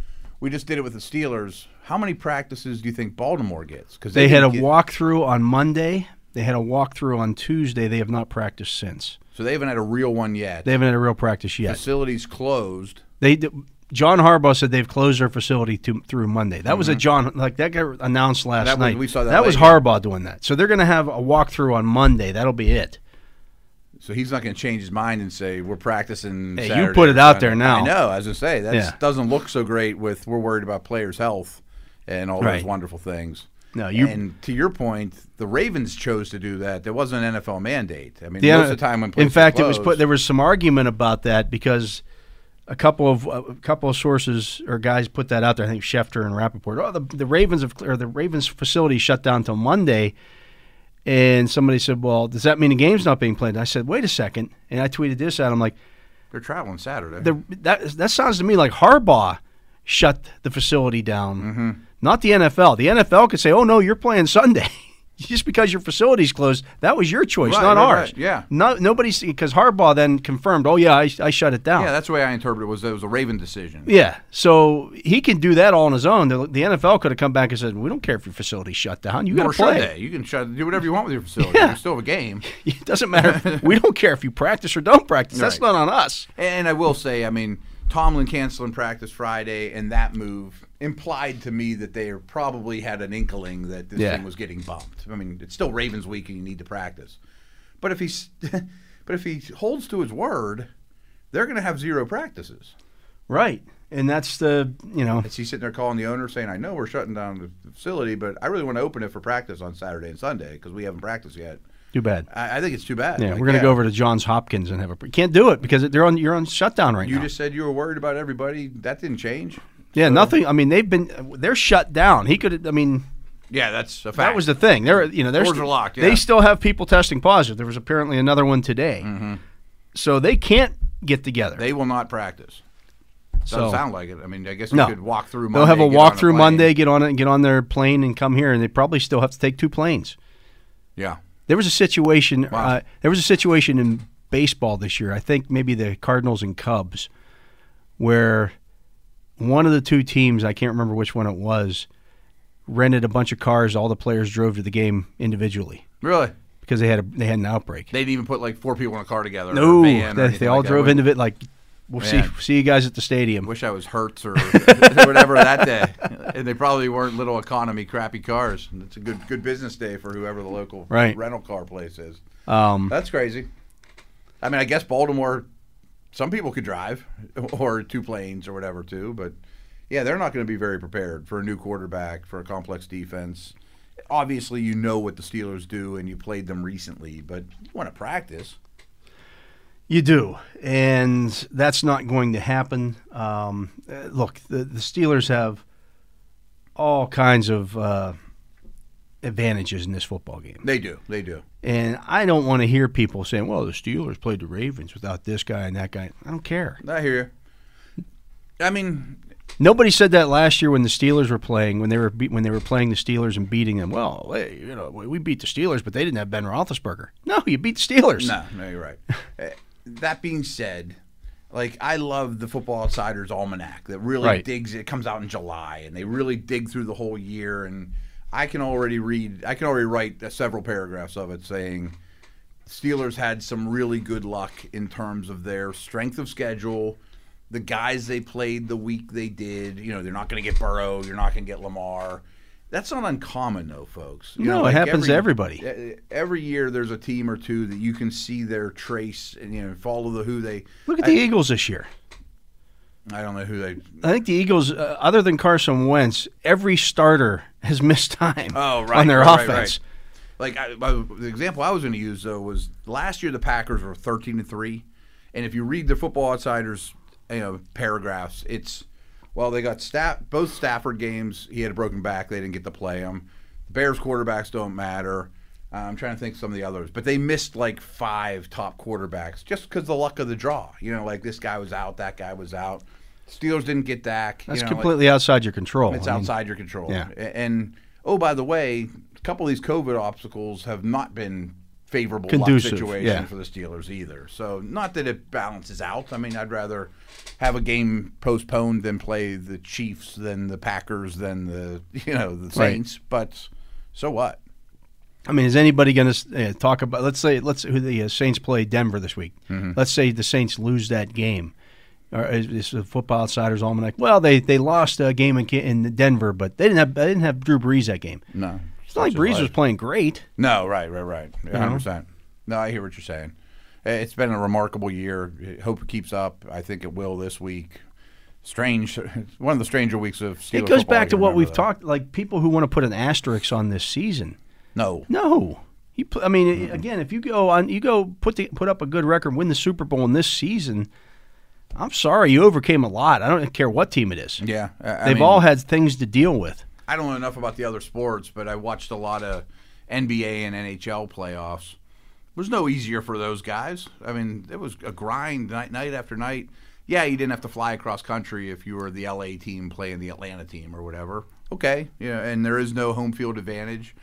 Speaker 2: we just did it with the Steelers. How many practices do you think Baltimore gets? Because
Speaker 1: They had a
Speaker 2: didn't get-
Speaker 1: walkthrough on Monday. They had a walkthrough on Tuesday. They have not practiced since.
Speaker 2: so they haven't had a real one yet.
Speaker 1: They haven't had a real practice yet.
Speaker 2: Facilities closed.
Speaker 1: They d- John Harbaugh said they've closed their facility to, through Monday. That was a John like that guy announced last
Speaker 2: Mm-hmm. That was-
Speaker 1: night.
Speaker 2: we saw that
Speaker 1: was
Speaker 2: late, yeah.
Speaker 1: Harbaugh doing that. So they're going to have a walkthrough on Monday. That'll be it.
Speaker 2: So he's not going to change his mind and say we're practicing.
Speaker 1: Hey, you
Speaker 2: Saturday
Speaker 1: put it
Speaker 2: or
Speaker 1: out there
Speaker 2: Sunday."
Speaker 1: now.
Speaker 2: I know. I was going to say that
Speaker 1: Yeah.
Speaker 2: doesn't look so great. With we're worried about players' health and all
Speaker 1: Right.
Speaker 2: those wonderful things.
Speaker 1: No, you-
Speaker 2: and to your point, the Ravens chose to do that. There was an NFL mandate. I mean,
Speaker 1: The-
Speaker 2: most of the time when
Speaker 1: in
Speaker 2: places
Speaker 1: fact, it was
Speaker 2: close-
Speaker 1: put. There was some argument about that because a couple of a couple of sources or guys put that out there. I think Schefter and Rappaport. Oh, the, the Ravens have or the Ravens facility shut down till Monday, And somebody said, "Well, does that mean the game's not being played?" And I said, "Wait a second. And I tweeted this out. I'm like,
Speaker 2: They're traveling Saturday.
Speaker 1: the, that that sounds to me like Harbaugh shut the facility down,
Speaker 2: Mm-hmm.
Speaker 1: not the NFL. The NFL could say, "Oh no, you're playing Sunday." Just because your facility's closed, that was your choice,
Speaker 2: Right,
Speaker 1: not
Speaker 2: right,
Speaker 1: ours.
Speaker 2: right, yeah.
Speaker 1: No, nobody's because Harbaugh then confirmed, "Oh yeah, I, I shut it down."
Speaker 2: yeah, that's the way I interpret it. Was that it was a Raven decision?
Speaker 1: Yeah, so he can do that all on his own. The, the NFL could have come back and said, "We don't care if your facility's shut down. You got
Speaker 2: Nor
Speaker 1: to
Speaker 2: should
Speaker 1: play.
Speaker 2: they. You can shut, do whatever you want with your facility. You still have a game.
Speaker 1: It doesn't matter. if- we don't care if you practice or don't practice. That's
Speaker 2: Right.
Speaker 1: not on us."
Speaker 2: And I will say, I mean, Tomlin canceling practice Friday and that move implied to me that they probably had an inkling that this
Speaker 1: Yeah.
Speaker 2: thing was getting bumped. I mean, it's still Ravens week and you need to practice. But if he's, but if he holds to his word, they're going to have zero practices.
Speaker 1: Right, and that's the you know
Speaker 2: Is he sitting there calling the owner saying, "I know we're shutting down the facility, but I really want to open it for practice on Saturday and Sunday because we haven't practiced yet."
Speaker 1: too bad.
Speaker 2: I, I think it's too bad.
Speaker 1: Yeah,
Speaker 2: Like,
Speaker 1: we're gonna go over to Johns Hopkins and have a. Can't do it because they're on. You're on shutdown right
Speaker 2: You
Speaker 1: now.
Speaker 2: just said you were worried about everybody. That didn't change.
Speaker 1: yeah, nothing. I mean, they've been. They're shut down. He could. I mean,
Speaker 2: Yeah, that's a fact.
Speaker 1: that was the thing. They're. You know, they're.
Speaker 2: Doors
Speaker 1: st-
Speaker 2: are locked, yeah.
Speaker 1: They still have people testing positive. There was apparently another one today, so they can't get together.
Speaker 2: Mm-hmm. They will not practice. Doesn't
Speaker 1: So-
Speaker 2: sound like it. I mean, I guess
Speaker 1: No.
Speaker 2: you could walk through. Monday,
Speaker 1: They'll have a
Speaker 2: get on
Speaker 1: walk through
Speaker 2: plane.
Speaker 1: Monday, get on it, get on their plane, and come here, and they probably still have to take two planes.
Speaker 2: Yeah,
Speaker 1: There was a situation.
Speaker 2: Wow.
Speaker 1: Uh, there was a situation in baseball this year. I think maybe the Cardinals and Cubs, where one of the two teams, I can't remember which one it was, rented a bunch of cars. All the players drove to the game individually
Speaker 2: really.
Speaker 1: because they had a, they had an outbreak.
Speaker 2: They didn't even put like four people in a car together. or
Speaker 1: no,
Speaker 2: a van or
Speaker 1: they, they
Speaker 2: anything
Speaker 1: all
Speaker 2: like that.
Speaker 1: drove
Speaker 2: Wish-
Speaker 1: into it like, we'll
Speaker 2: Man.
Speaker 1: see see you guys at the stadium.
Speaker 2: Wish I was Hertz or whatever that day, and they probably weren't little economy crappy cars. And It's a good good business day for whoever the local
Speaker 1: Right.
Speaker 2: rental car place is.
Speaker 1: Um,
Speaker 2: That's crazy. I mean, I guess Baltimore, some people could drive or two planes or whatever too, but yeah, they're not going to be very prepared for a new quarterback, for a complex defense. Obviously, you know what the Steelers do and you played them recently, but you want to practice.
Speaker 1: You do, and that's not going to happen. Um, uh, look, the, the Steelers have all kinds of uh, advantages in this football game,
Speaker 2: They do. They do.
Speaker 1: and I don't want to hear people saying, "Well, the Steelers played the Ravens without this guy and that guy." I don't care.
Speaker 2: I hear you. I mean,
Speaker 1: Nobody said that last year when the Steelers were playing, when they were be- when they were playing the Steelers and beating them. Well, hey, you know, we we beat the Steelers, but they didn't have Ben Roethlisberger. No, you beat the Steelers.
Speaker 2: No, no, you're right. Uh, that being said, like I love the Football Outsiders Almanac that really
Speaker 1: Right.
Speaker 2: digs. It comes out in July, and they really dig through the whole year. And I can already read. I can already write uh, several paragraphs of it saying Steelers had some really good luck in terms of their strength of schedule. The guys they played the week they did, you know, they're not going to get Burrow, you're not going to get Lamar. That's not uncommon, though, folks. You
Speaker 1: No,
Speaker 2: know,
Speaker 1: it happens to everybody.
Speaker 2: e- every year there's a team or two that you can see their trace and you know follow the who they
Speaker 1: Look at the Eagles this year.
Speaker 2: I don't know who they
Speaker 1: I think the Eagles, uh, other than Carson Wentz, every starter has missed time
Speaker 2: Oh,
Speaker 1: on their offense.
Speaker 2: Like I, by the the example I was going to use though was last year the Packers were 13 to 3 and if you read the football outsiders you know paragraphs it's well they got staff both Stafford games he had a broken back they didn't get to play him. The Bears quarterbacks don't matter. Uh, I'm trying to think some of the others, but they missed like five top quarterbacks just because the luck of the draw. You know, like this guy was out, that guy was out. Steelers didn't get Dak.
Speaker 1: That's
Speaker 2: you know, like-
Speaker 1: completely outside your control.
Speaker 2: it's
Speaker 1: I mean,
Speaker 2: outside your control.
Speaker 1: yeah.
Speaker 2: A- And oh, by the way, a couple of these COVID obstacles have not been favorable
Speaker 1: Conducive,
Speaker 2: luck situation
Speaker 1: yeah.
Speaker 2: for the Steelers either. So not that it balances out. I mean, I'd rather have a game postponed than play the Chiefs, than the Packers, than the you know the
Speaker 1: Right.
Speaker 2: Saints. But so what?
Speaker 1: I mean, is anybody going to uh, talk about? Let's say, let's who the uh, Saints play Denver this week.
Speaker 2: Mm-hmm.
Speaker 1: Let's say the Saints lose that game. Or is, is the Football Outsiders Almanac? Well, they they lost a game in, Ca- in Denver, but they didn't have they didn't have Drew Brees that game.
Speaker 2: No,
Speaker 1: It's not like
Speaker 2: Such is
Speaker 1: Brees
Speaker 2: life.
Speaker 1: was playing great.
Speaker 2: No, right, right, right. Yeah, 100%. No, I hear what you're saying. Eh, It's been a remarkable year. Hope it keeps up. I think it will this week. Strange, one of the stranger weeks of Steelers
Speaker 1: it goes
Speaker 2: football, I
Speaker 1: back to
Speaker 2: can
Speaker 1: what
Speaker 2: remember
Speaker 1: we've
Speaker 2: that.
Speaker 1: talked. Like people who want to put an asterisk on this season.
Speaker 2: No.
Speaker 1: No, he. Pl- I mean,
Speaker 2: Mm-hmm.
Speaker 1: again, if you go on, you go put the, put up a good record, win the Super Bowl in this season. I'm sorry, you overcame a lot. I don't care what team it is.
Speaker 2: Yeah. I- I
Speaker 1: They've
Speaker 2: mean,
Speaker 1: all had things to deal with.
Speaker 2: I don't know enough about the other sports, but I watched a lot of NBA and NHL playoffs was no easier for those guys. I mean, it was a grind night, night after night. Yeah, you didn't have to fly across country if you were the LA team playing the Atlanta team or whatever. Okay, yeah, and there is no home field advantage.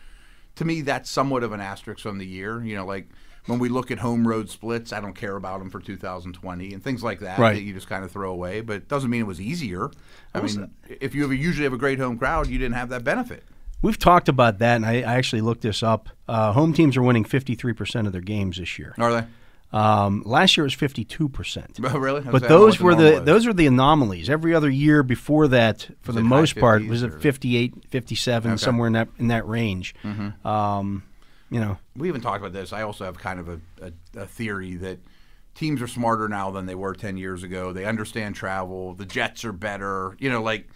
Speaker 2: To me, that's somewhat of an asterisk on the year. You know, like when we look at home road splits, I don't care about them for 2020 and things like that
Speaker 1: Right.
Speaker 2: that you just kind of throw away. But it doesn't mean it was easier. I mean, if you have a, usually have a great home crowd, you didn't have that benefit.
Speaker 1: We've talked about that, and I, I actually looked this up. Uh, home teams are winning 53% of their games this year.
Speaker 2: Are they?
Speaker 1: Um, last year it was 52%.
Speaker 2: Oh, really? I was
Speaker 1: But
Speaker 2: asking
Speaker 1: those
Speaker 2: what the
Speaker 1: were
Speaker 2: norm
Speaker 1: the
Speaker 2: was.
Speaker 1: those were the anomalies. Every other year before that, for the
Speaker 2: it high
Speaker 1: most part,
Speaker 2: 50s
Speaker 1: was it
Speaker 2: or-
Speaker 1: 58, 57, somewhere in that in that range.
Speaker 2: Mm-hmm.
Speaker 1: Um, you know,
Speaker 2: we even talked about this. I also have kind of a, a, a theory that teams are smarter now than they were 10 years ago. They understand travel. The Jets are better. You know, like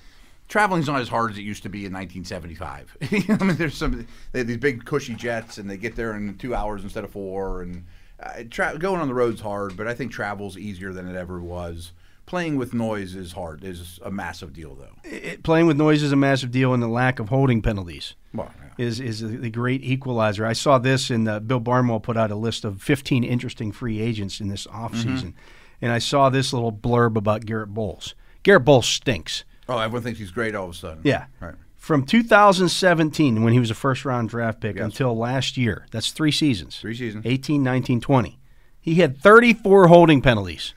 Speaker 2: traveling's not as hard as it used to be in 1975. I mean, there's some they have these big cushy jets, and they get there in two hours instead of four. And uh, tra- going on the road's hard, but I think travel's easier than it ever was. Playing with noise is hard. Is a massive deal though.
Speaker 1: it- playing with noise is a massive deal, and the lack of holding penalties.
Speaker 2: Well, yeah.
Speaker 1: is is the great equalizer. I saw this in the, Bill Barnwell put out a list of 15 interesting free agents in this
Speaker 2: Mm-hmm.
Speaker 1: offseason. And I saw this little blurb about Garrett Bowles. Garrett Bowles stinks.
Speaker 2: Oh, everyone thinks he's great all of a sudden.
Speaker 1: Yeah.
Speaker 2: Right.
Speaker 1: From 2017, when he was a first round draft pick, until last year, that's three seasons
Speaker 2: Three seasons.
Speaker 1: 18, 19, 20. He had 34 holding penalties.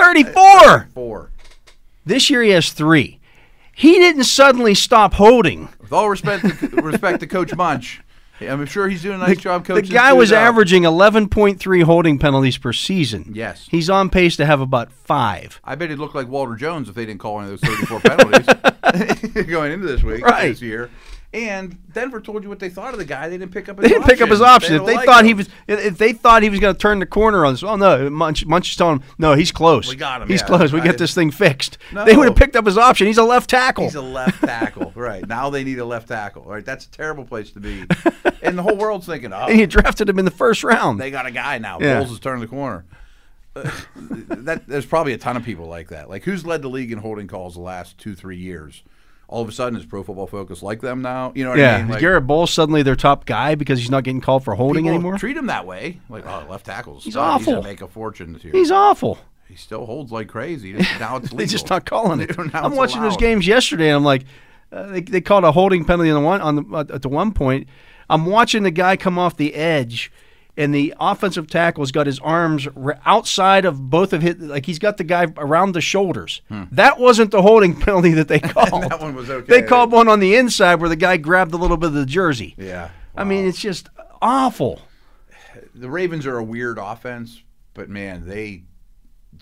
Speaker 1: 34!
Speaker 2: Four.
Speaker 1: this year he has three. He didn't suddenly stop holding.
Speaker 2: With all respect, respect to Coach Munch, I'm sure he's doing a nice job
Speaker 1: The
Speaker 2: coaching.
Speaker 1: guy
Speaker 2: this
Speaker 1: was
Speaker 2: dude up.
Speaker 1: averaging 11.3 holding penalties per season.
Speaker 2: Yes.
Speaker 1: He's on pace to have about five.
Speaker 2: I bet he'd look like Walter Jones if they didn't call any of those 34 penalties going into this week,
Speaker 1: Right.
Speaker 2: this year. And Denver told you what they thought of the guy. They didn't pick up his
Speaker 1: They didn't pick up his option. If
Speaker 2: don't
Speaker 1: they
Speaker 2: like "Oh,
Speaker 1: thought
Speaker 2: him.
Speaker 1: he was, if if they thought he was going to turn the corner on this, oh no, Munch, Munch is telling him, no, he's close.
Speaker 2: We got him,
Speaker 1: He's
Speaker 2: yeah.
Speaker 1: close. We
Speaker 2: I
Speaker 1: get
Speaker 2: didn't-
Speaker 1: this thing fixed. They would have
Speaker 2: No.
Speaker 1: picked up his option. He's a left tackle.
Speaker 2: He's a left tackle. right. Now they need a left tackle. Right. That's a terrible place to be. and the whole world's thinking, oh,
Speaker 1: and you drafted him in the first round.
Speaker 2: they got a guy now.
Speaker 1: Yeah.
Speaker 2: Bulls is turning the corner. Uh, that there's probably a ton of people like that. Like who's led the league in holding calls the last two three years? All of a sudden, is Pro Football Focus like them now? You know what
Speaker 1: yeah.
Speaker 2: I mean?
Speaker 1: Is
Speaker 2: Like,
Speaker 1: Garrett Bowles suddenly their top guy because he's not getting called for holding
Speaker 2: people
Speaker 1: anymore?
Speaker 2: Treat him that way. Like oh, left tackles.
Speaker 1: He's
Speaker 2: God, gonna
Speaker 1: awful.
Speaker 2: make a fortune this year.
Speaker 1: he's awful.
Speaker 2: he still holds like crazy. Just- now it's legal.
Speaker 1: They're just not calling it.
Speaker 2: Now it's
Speaker 1: I'm watching those
Speaker 2: allowed.
Speaker 1: games yesterday, and I'm like, uh, they, they called a holding penalty on the one on the uh, at the one point. I'm watching the guy come off the edge, and the offensive tackle's got his arms r- outside of both of his. Like he's got the guy around the shoulders. That wasn't the holding penalty that they called.
Speaker 2: Hmm. That one was okay.
Speaker 1: They called one on the inside where the guy grabbed a little bit of the jersey.
Speaker 2: Yeah.
Speaker 1: I mean, it's just awful.
Speaker 2: the Ravens are a weird offense, but man, they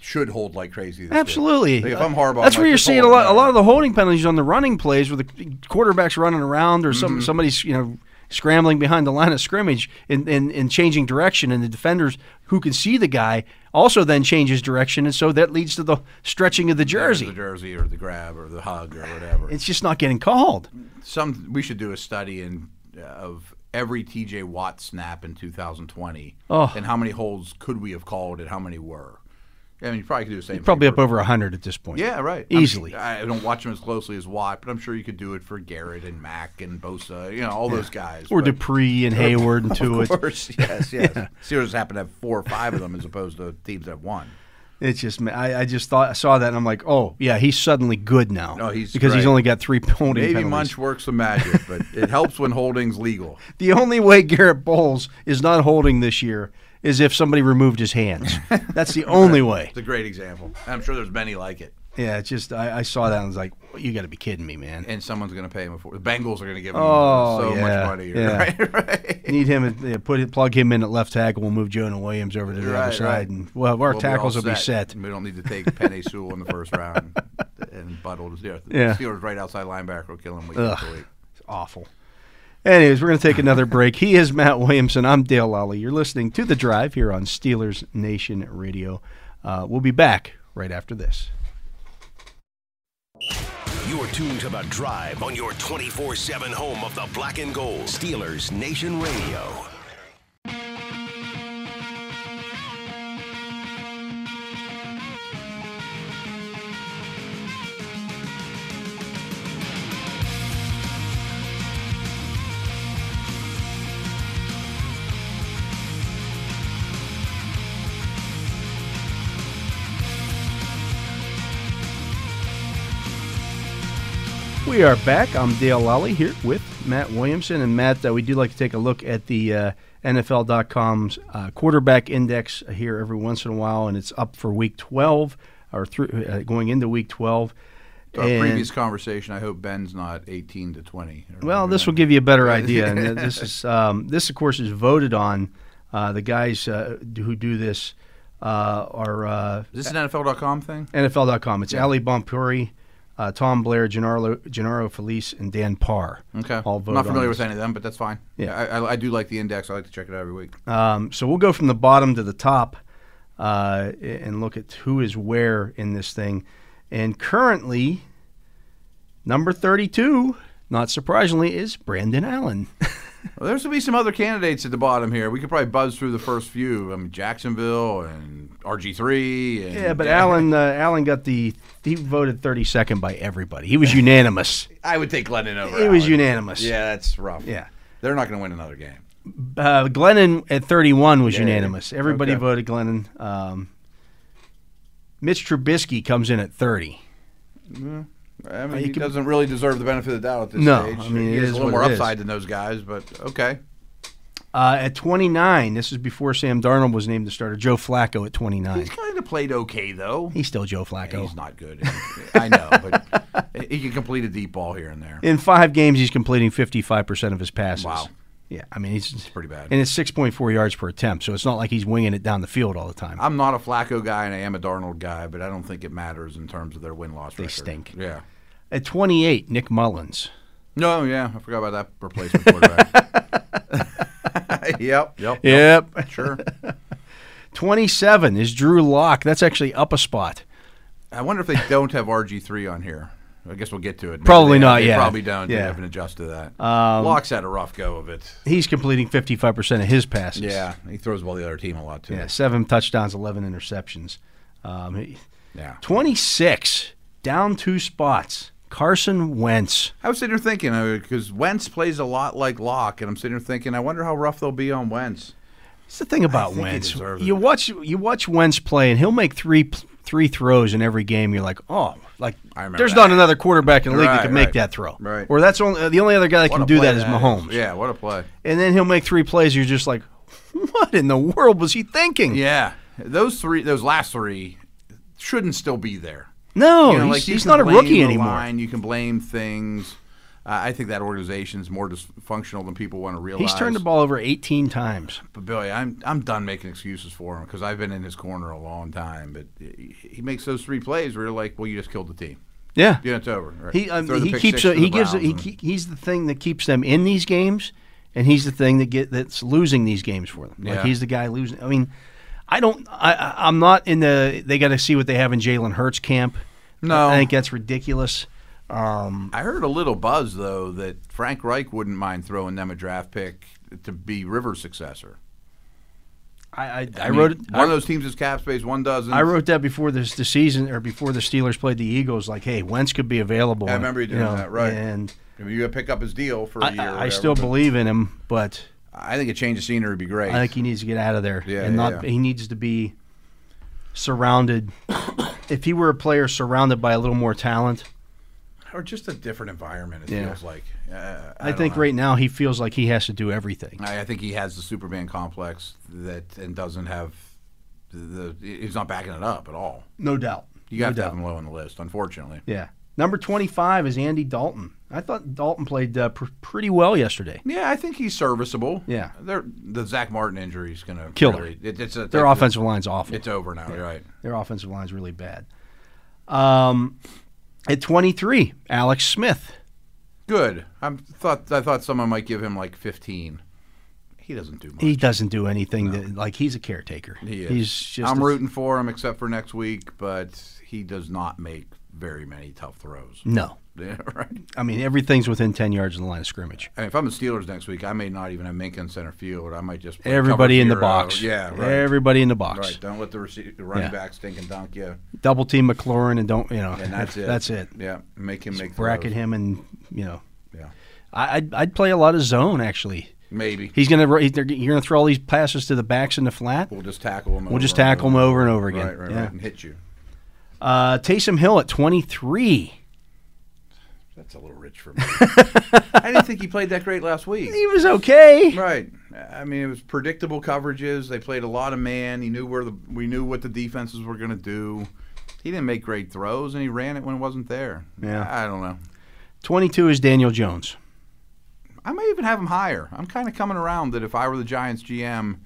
Speaker 2: should hold like crazy. This year.
Speaker 1: Absolutely.
Speaker 2: Like, if I'm Harbaugh,
Speaker 1: that's
Speaker 2: I'm
Speaker 1: where
Speaker 2: like,
Speaker 1: you're
Speaker 2: just
Speaker 1: seeing a
Speaker 2: hold
Speaker 1: lot.
Speaker 2: them
Speaker 1: A lot
Speaker 2: there.
Speaker 1: of the holding penalties on the running plays, where the quarterbacks running around or
Speaker 2: Mm-hmm.
Speaker 1: some somebody's you know scrambling behind the line of scrimmage and, and, and changing direction, and the defenders who can see the guy also then changes direction, and so that leads to the stretching of the
Speaker 2: There's
Speaker 1: jersey.
Speaker 2: the jersey or the grab or the hug or whatever.
Speaker 1: It's just not getting called.
Speaker 2: some we should do a study in uh, of every TJ Watt snap in 2020
Speaker 1: Oh.
Speaker 2: and how many holds could we have called and how many were. I mean, you probably could do the same. thing
Speaker 1: Probably
Speaker 2: for-
Speaker 1: up over hundred at this point.
Speaker 2: Yeah, right. I'm
Speaker 1: Easily.
Speaker 2: su- I don't watch him as closely as Watt, but I'm sure you could do it for Garrett and Mack and Bosa. You know, all those guys.
Speaker 1: Or
Speaker 2: but-
Speaker 1: Dupree and Hayward and
Speaker 2: Of
Speaker 1: Tuitt.
Speaker 2: course, yes, yes. Steelers happen to have four or five of them as opposed to teams that have one.
Speaker 1: It's just ma- I, I just thought I saw that and I'm like, oh yeah, he's suddenly good now.
Speaker 2: No, he's
Speaker 1: because he's
Speaker 2: great.
Speaker 1: only got three holding
Speaker 2: Maybe
Speaker 1: penalties.
Speaker 2: Munch works some magic, but it helps when holding's legal.
Speaker 1: The only way Garrett Bowles is not holding this year is if somebody removed his hands. That's the only way.
Speaker 2: It's a great example. And I'm sure there's many like it.
Speaker 1: Yeah, it's just I, I saw that and was like, you got to be kidding me, man.
Speaker 2: and someone's going to pay him for the Bengals are going to give him
Speaker 1: Oh,
Speaker 2: so
Speaker 1: yeah,
Speaker 2: much money.
Speaker 1: yeah.
Speaker 2: Right, right.
Speaker 1: Need him yeah, put it, plug him in at left tackle. We'll move Jonah Williams over to the
Speaker 2: Right,
Speaker 1: other side,
Speaker 2: right.
Speaker 1: and well, our
Speaker 2: We'll
Speaker 1: tackles
Speaker 2: all
Speaker 1: will be set.
Speaker 2: We don't need to take Penny Sewell in the first round and Buttle. Yeah, the
Speaker 1: Yeah.
Speaker 2: Steelers right outside linebacker will kill him week
Speaker 1: Ugh.
Speaker 2: after week.
Speaker 1: It's awful. Anyways, we're going to take another break. He is Matt Williamson. I'm Dale Lally. You're listening to the Drive here on Steelers Nation Radio. Uh, we'll be back right after this.
Speaker 3: You're tuned to The Drive on your 24 7 home of the black and gold. Steelers Nation Radio.
Speaker 1: We are back. I'm Dale Lally here with Matt Williamson. And Matt, uh, we do like to take a look at the uh, NFL.com's uh, quarterback index here every once in a while, and it's up for week 12 or through, uh, going into week 12.
Speaker 2: Our
Speaker 1: And-
Speaker 2: previous conversation, I hope Ben's not 18 to 20. or
Speaker 1: Well,
Speaker 2: whatever
Speaker 1: this
Speaker 2: that
Speaker 1: will give you a better idea. And th- this is um, this, of course, is voted on. Uh, the guys uh, d- who do this uh, are uh,
Speaker 2: is. Is this an NFL.com thing?
Speaker 1: NFL.com. It's Ali Bompuri, uh, Tom Blair, Gennaro, Gennaro Felice, and Dan Parr.
Speaker 2: Okay.
Speaker 1: all
Speaker 2: I'm
Speaker 1: voted
Speaker 2: not familiar
Speaker 1: on
Speaker 2: with
Speaker 1: this.
Speaker 2: any of them, but that's fine.
Speaker 1: Yeah.
Speaker 2: I, I, I do like the index. I like to check it out every week.
Speaker 1: Um, so we'll go from the bottom to the top uh, a- and look at who is where in this thing. And currently, number 32, not surprisingly, is Brandon Allen.
Speaker 2: Well, there's going to be some other candidates at the bottom here. We could probably buzz through the first few. I mean, Jacksonville and RG3. And
Speaker 1: Yeah, but Allen uh, Allen got the he voted 32nd by everybody. He was unanimous.
Speaker 2: I would take Glennon over.
Speaker 1: He was
Speaker 2: Allen.
Speaker 1: unanimous.
Speaker 2: Yeah, that's rough.
Speaker 1: Yeah.
Speaker 2: They're not going to win another game.
Speaker 1: Uh, Glennon at 31 was
Speaker 2: Yeah,
Speaker 1: unanimous.
Speaker 2: yeah.
Speaker 1: Everybody
Speaker 2: Okay.
Speaker 1: voted Glennon. Um, Mitch Trubisky comes in at 30.
Speaker 2: I mean,
Speaker 1: Uh, you
Speaker 2: he
Speaker 1: can-
Speaker 2: doesn't really deserve the benefit of the doubt at this
Speaker 1: No,
Speaker 2: stage.
Speaker 1: I mean,
Speaker 2: he
Speaker 1: it
Speaker 2: has
Speaker 1: is
Speaker 2: a little
Speaker 1: what
Speaker 2: more
Speaker 1: it is.
Speaker 2: upside than those guys, but okay.
Speaker 1: Uh, at 29, this is before Sam Darnold was named the starter. Joe Flacco at 29.
Speaker 2: He's kind of played okay, though.
Speaker 1: He's still Joe Flacco.
Speaker 2: He's not good. I know, but he can complete a deep ball here and there.
Speaker 1: In five games, he's completing 55% of his passes.
Speaker 2: Wow.
Speaker 1: Yeah, I mean, he's
Speaker 2: pretty bad.
Speaker 1: And it's 6.4 yards per attempt, so it's not like he's winging it down the field all the time.
Speaker 2: I'm not a Flacco guy and I am a Darnold guy, but I don't think it matters in terms of their win loss record.
Speaker 1: stink.
Speaker 2: Yeah.
Speaker 1: At 28, Nick Mullins.
Speaker 2: No, yeah, I forgot about that replacement quarterback. yep, yep,
Speaker 1: Yep.
Speaker 2: sure.
Speaker 1: 27 is Drew Locke. That's actually up a spot.
Speaker 2: I wonder if they don't have RG three on here. I guess we'll get to it. Maybe
Speaker 1: Probably
Speaker 2: they-
Speaker 1: not,
Speaker 2: They
Speaker 1: yeah.
Speaker 2: probably don't. They
Speaker 1: Yeah.
Speaker 2: haven't adjusted to that. Um, Locke's had a rough go of it.
Speaker 1: He's completing 55% of his passes.
Speaker 2: Yeah, he throws the ball to the other team a lot too.
Speaker 1: Yeah, seven touchdowns, 11 interceptions. Um, he-
Speaker 2: Yeah.
Speaker 1: 26, down two spots. Carson Wentz.
Speaker 2: I was sitting here thinking because Wentz plays a lot like Locke, and I'm sitting here thinking, I wonder how rough they'll be on Wentz.
Speaker 1: It's the thing about
Speaker 2: think he
Speaker 1: Wentz.
Speaker 2: deserves
Speaker 1: You
Speaker 2: it.
Speaker 1: watch you watch Wentz play, and he'll make three pl- three throws in every game. You're like, oh, like
Speaker 2: I remember
Speaker 1: there's
Speaker 2: that.
Speaker 1: not another quarterback in the league
Speaker 2: Right,
Speaker 1: that can make
Speaker 2: right,
Speaker 1: that throw.
Speaker 2: right.
Speaker 1: Or that's only the only other guy that
Speaker 2: What
Speaker 1: can
Speaker 2: a
Speaker 1: do
Speaker 2: play
Speaker 1: that is Mahomes.
Speaker 2: is. Yeah, what a play.
Speaker 1: And then he'll make three plays. You're just like, what in the world was he thinking?
Speaker 2: Yeah, those three, those last three, shouldn't still be there.
Speaker 1: No,
Speaker 2: You know,
Speaker 1: he's,
Speaker 2: like, you
Speaker 1: he's
Speaker 2: Oh, can
Speaker 1: not a
Speaker 2: blame
Speaker 1: rookie
Speaker 2: the
Speaker 1: anymore.
Speaker 2: Line, you can blame things. Uh, I think that organization's more dysfunctional than people want to realize.
Speaker 1: He's turned the ball over 18 times.
Speaker 2: But Billy, I'm I'm done making excuses for him because I've been in his corner a long time. But he he makes those three plays where you're like, well, you just killed the team.
Speaker 1: Yeah.
Speaker 2: Yeah, it's over. Right?
Speaker 1: He, I
Speaker 2: Throw
Speaker 1: mean,
Speaker 2: the
Speaker 1: he
Speaker 2: pick
Speaker 1: keeps
Speaker 2: six
Speaker 1: a,
Speaker 2: to the
Speaker 1: he gives a,
Speaker 2: Browns
Speaker 1: he,
Speaker 2: and-
Speaker 1: ke- he's the thing that keeps them in these games, and he's the thing that get that's losing these games for them. Like
Speaker 2: Yeah.
Speaker 1: he's the guy losing. I mean, I don't. I- I, I'm not in the. They got to see what they have in Jalen Hurts camp.
Speaker 2: No.
Speaker 1: I think that's ridiculous. Um,
Speaker 2: I heard a little buzz though that Frank Reich wouldn't mind throwing them a draft pick to be Rivers' successor.
Speaker 1: I I, I,
Speaker 2: mean,
Speaker 1: wrote it.
Speaker 2: one
Speaker 1: I,
Speaker 2: of those teams is cap space, one doesn't.
Speaker 1: I wrote that before this the season or before the Steelers played the Eagles. Like, hey, Wentz could be available.
Speaker 2: I remember you doing that, right.
Speaker 1: And
Speaker 2: I mean, you gotta pick up his deal for a
Speaker 1: I,
Speaker 2: year. or
Speaker 1: I- I
Speaker 2: whatever,
Speaker 1: still
Speaker 2: but
Speaker 1: believe in him, but
Speaker 2: I think a change of scenery would be great.
Speaker 1: I think he needs to get out of there
Speaker 2: Yeah,
Speaker 1: and
Speaker 2: yeah,
Speaker 1: not.
Speaker 2: yeah.
Speaker 1: He needs to be surrounded. if he were a player surrounded by a little more talent,
Speaker 2: or just a different environment. It
Speaker 1: Yeah.
Speaker 2: feels like. Uh,
Speaker 1: I,
Speaker 2: don't
Speaker 1: think
Speaker 2: know.
Speaker 1: right now he feels like he has to do everything.
Speaker 2: I, I think he has the Superman complex that and doesn't have the. He's not backing it up at all.
Speaker 1: No doubt.
Speaker 2: You have
Speaker 1: no
Speaker 2: to
Speaker 1: doubt.
Speaker 2: have him low on the list, unfortunately.
Speaker 1: Yeah. Number twenty-five is Andy Dalton. I thought Dalton played uh, pr- pretty well yesterday.
Speaker 2: Yeah, I think he's serviceable.
Speaker 1: Yeah.
Speaker 2: They're, the Zach Martin injury is going to
Speaker 1: Killed him.
Speaker 2: really, it, it's a,
Speaker 1: Their
Speaker 2: it's a-
Speaker 1: offensive line's awful.
Speaker 2: It's over now, you're right?
Speaker 1: Their offensive line's really bad. Um, at twenty-three, Alex Smith.
Speaker 2: Good. I thought I thought someone might give him like 15. He doesn't do much.
Speaker 1: He doesn't do anything. That, like he's a caretaker.
Speaker 2: He is.
Speaker 1: He's just.
Speaker 2: I'm
Speaker 1: a-
Speaker 2: rooting for him, except for next week, but he does not make very many tough throws.
Speaker 1: No.
Speaker 2: Yeah, right.
Speaker 1: I mean, everything's within 10 yards of the line of scrimmage.
Speaker 2: I mean, if I'm the Steelers next week, I may not even have Minkin center field. I might just play
Speaker 1: Everybody
Speaker 2: cover
Speaker 1: in the
Speaker 2: zero.
Speaker 1: box.
Speaker 2: Yeah, right.
Speaker 1: Everybody in the box.
Speaker 2: Right. Don't let the, rece- the running
Speaker 1: Yeah.
Speaker 2: back stink and dunk you.
Speaker 1: Double team McLaurin and don't, you know,
Speaker 2: And that's it.
Speaker 1: That's it.
Speaker 2: Yeah. Make him make
Speaker 1: Bracket
Speaker 2: throws.
Speaker 1: him and, you know,
Speaker 2: Yeah.
Speaker 1: I, I'd, I'd play a lot of zone, actually.
Speaker 2: Maybe.
Speaker 1: He's going to, you're going to throw all these passes to the backs in the flat.
Speaker 2: We'll just tackle him.
Speaker 1: We'll just tackle him over and over again. Uh,
Speaker 2: Right, right,
Speaker 1: yeah.
Speaker 2: right, and hit you.
Speaker 1: Uh, Taysom Hill at 23.
Speaker 2: That's a little rich for me. I didn't think he played that great last week.
Speaker 1: He was okay.
Speaker 2: Right. I mean, it was predictable coverages. They played a lot of man. He knew where the we knew what the defenses were going to do. He didn't make great throws, and he ran it when it wasn't there.
Speaker 1: Yeah.
Speaker 2: I don't know.
Speaker 1: 22 is Daniel Jones.
Speaker 2: I may even have him higher. I'm kind of coming around that if I were the Giants GM,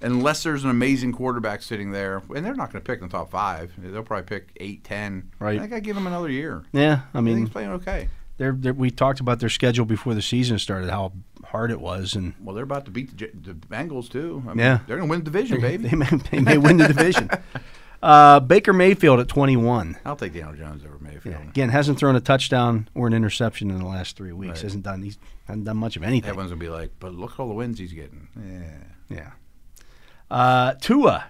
Speaker 2: unless there's an amazing quarterback sitting there, and they're not going to pick in the top five, they'll probably pick eight, ten.
Speaker 1: Right.
Speaker 2: I think I give him another year.
Speaker 1: Yeah, I
Speaker 2: I think
Speaker 1: mean,
Speaker 2: he's playing okay.
Speaker 1: they're, they're, we talked about their schedule before the season started, how hard it was, and
Speaker 2: Well, they're about to beat the, J- the Bengals too. I mean,
Speaker 1: Yeah.
Speaker 2: They're going to win the division, baby.
Speaker 1: they may, they may win the division. Uh, Baker Mayfield at 21.
Speaker 2: I'll take Daniel Jones over Mayfield.
Speaker 1: Again, hasn't thrown a touchdown or an interception in the last three weeks. Hasn't done he's hasn't done much of anything.
Speaker 2: Everyone's gonna be like, but look at all the wins he's getting. Yeah,
Speaker 1: Yeah. Uh, Tua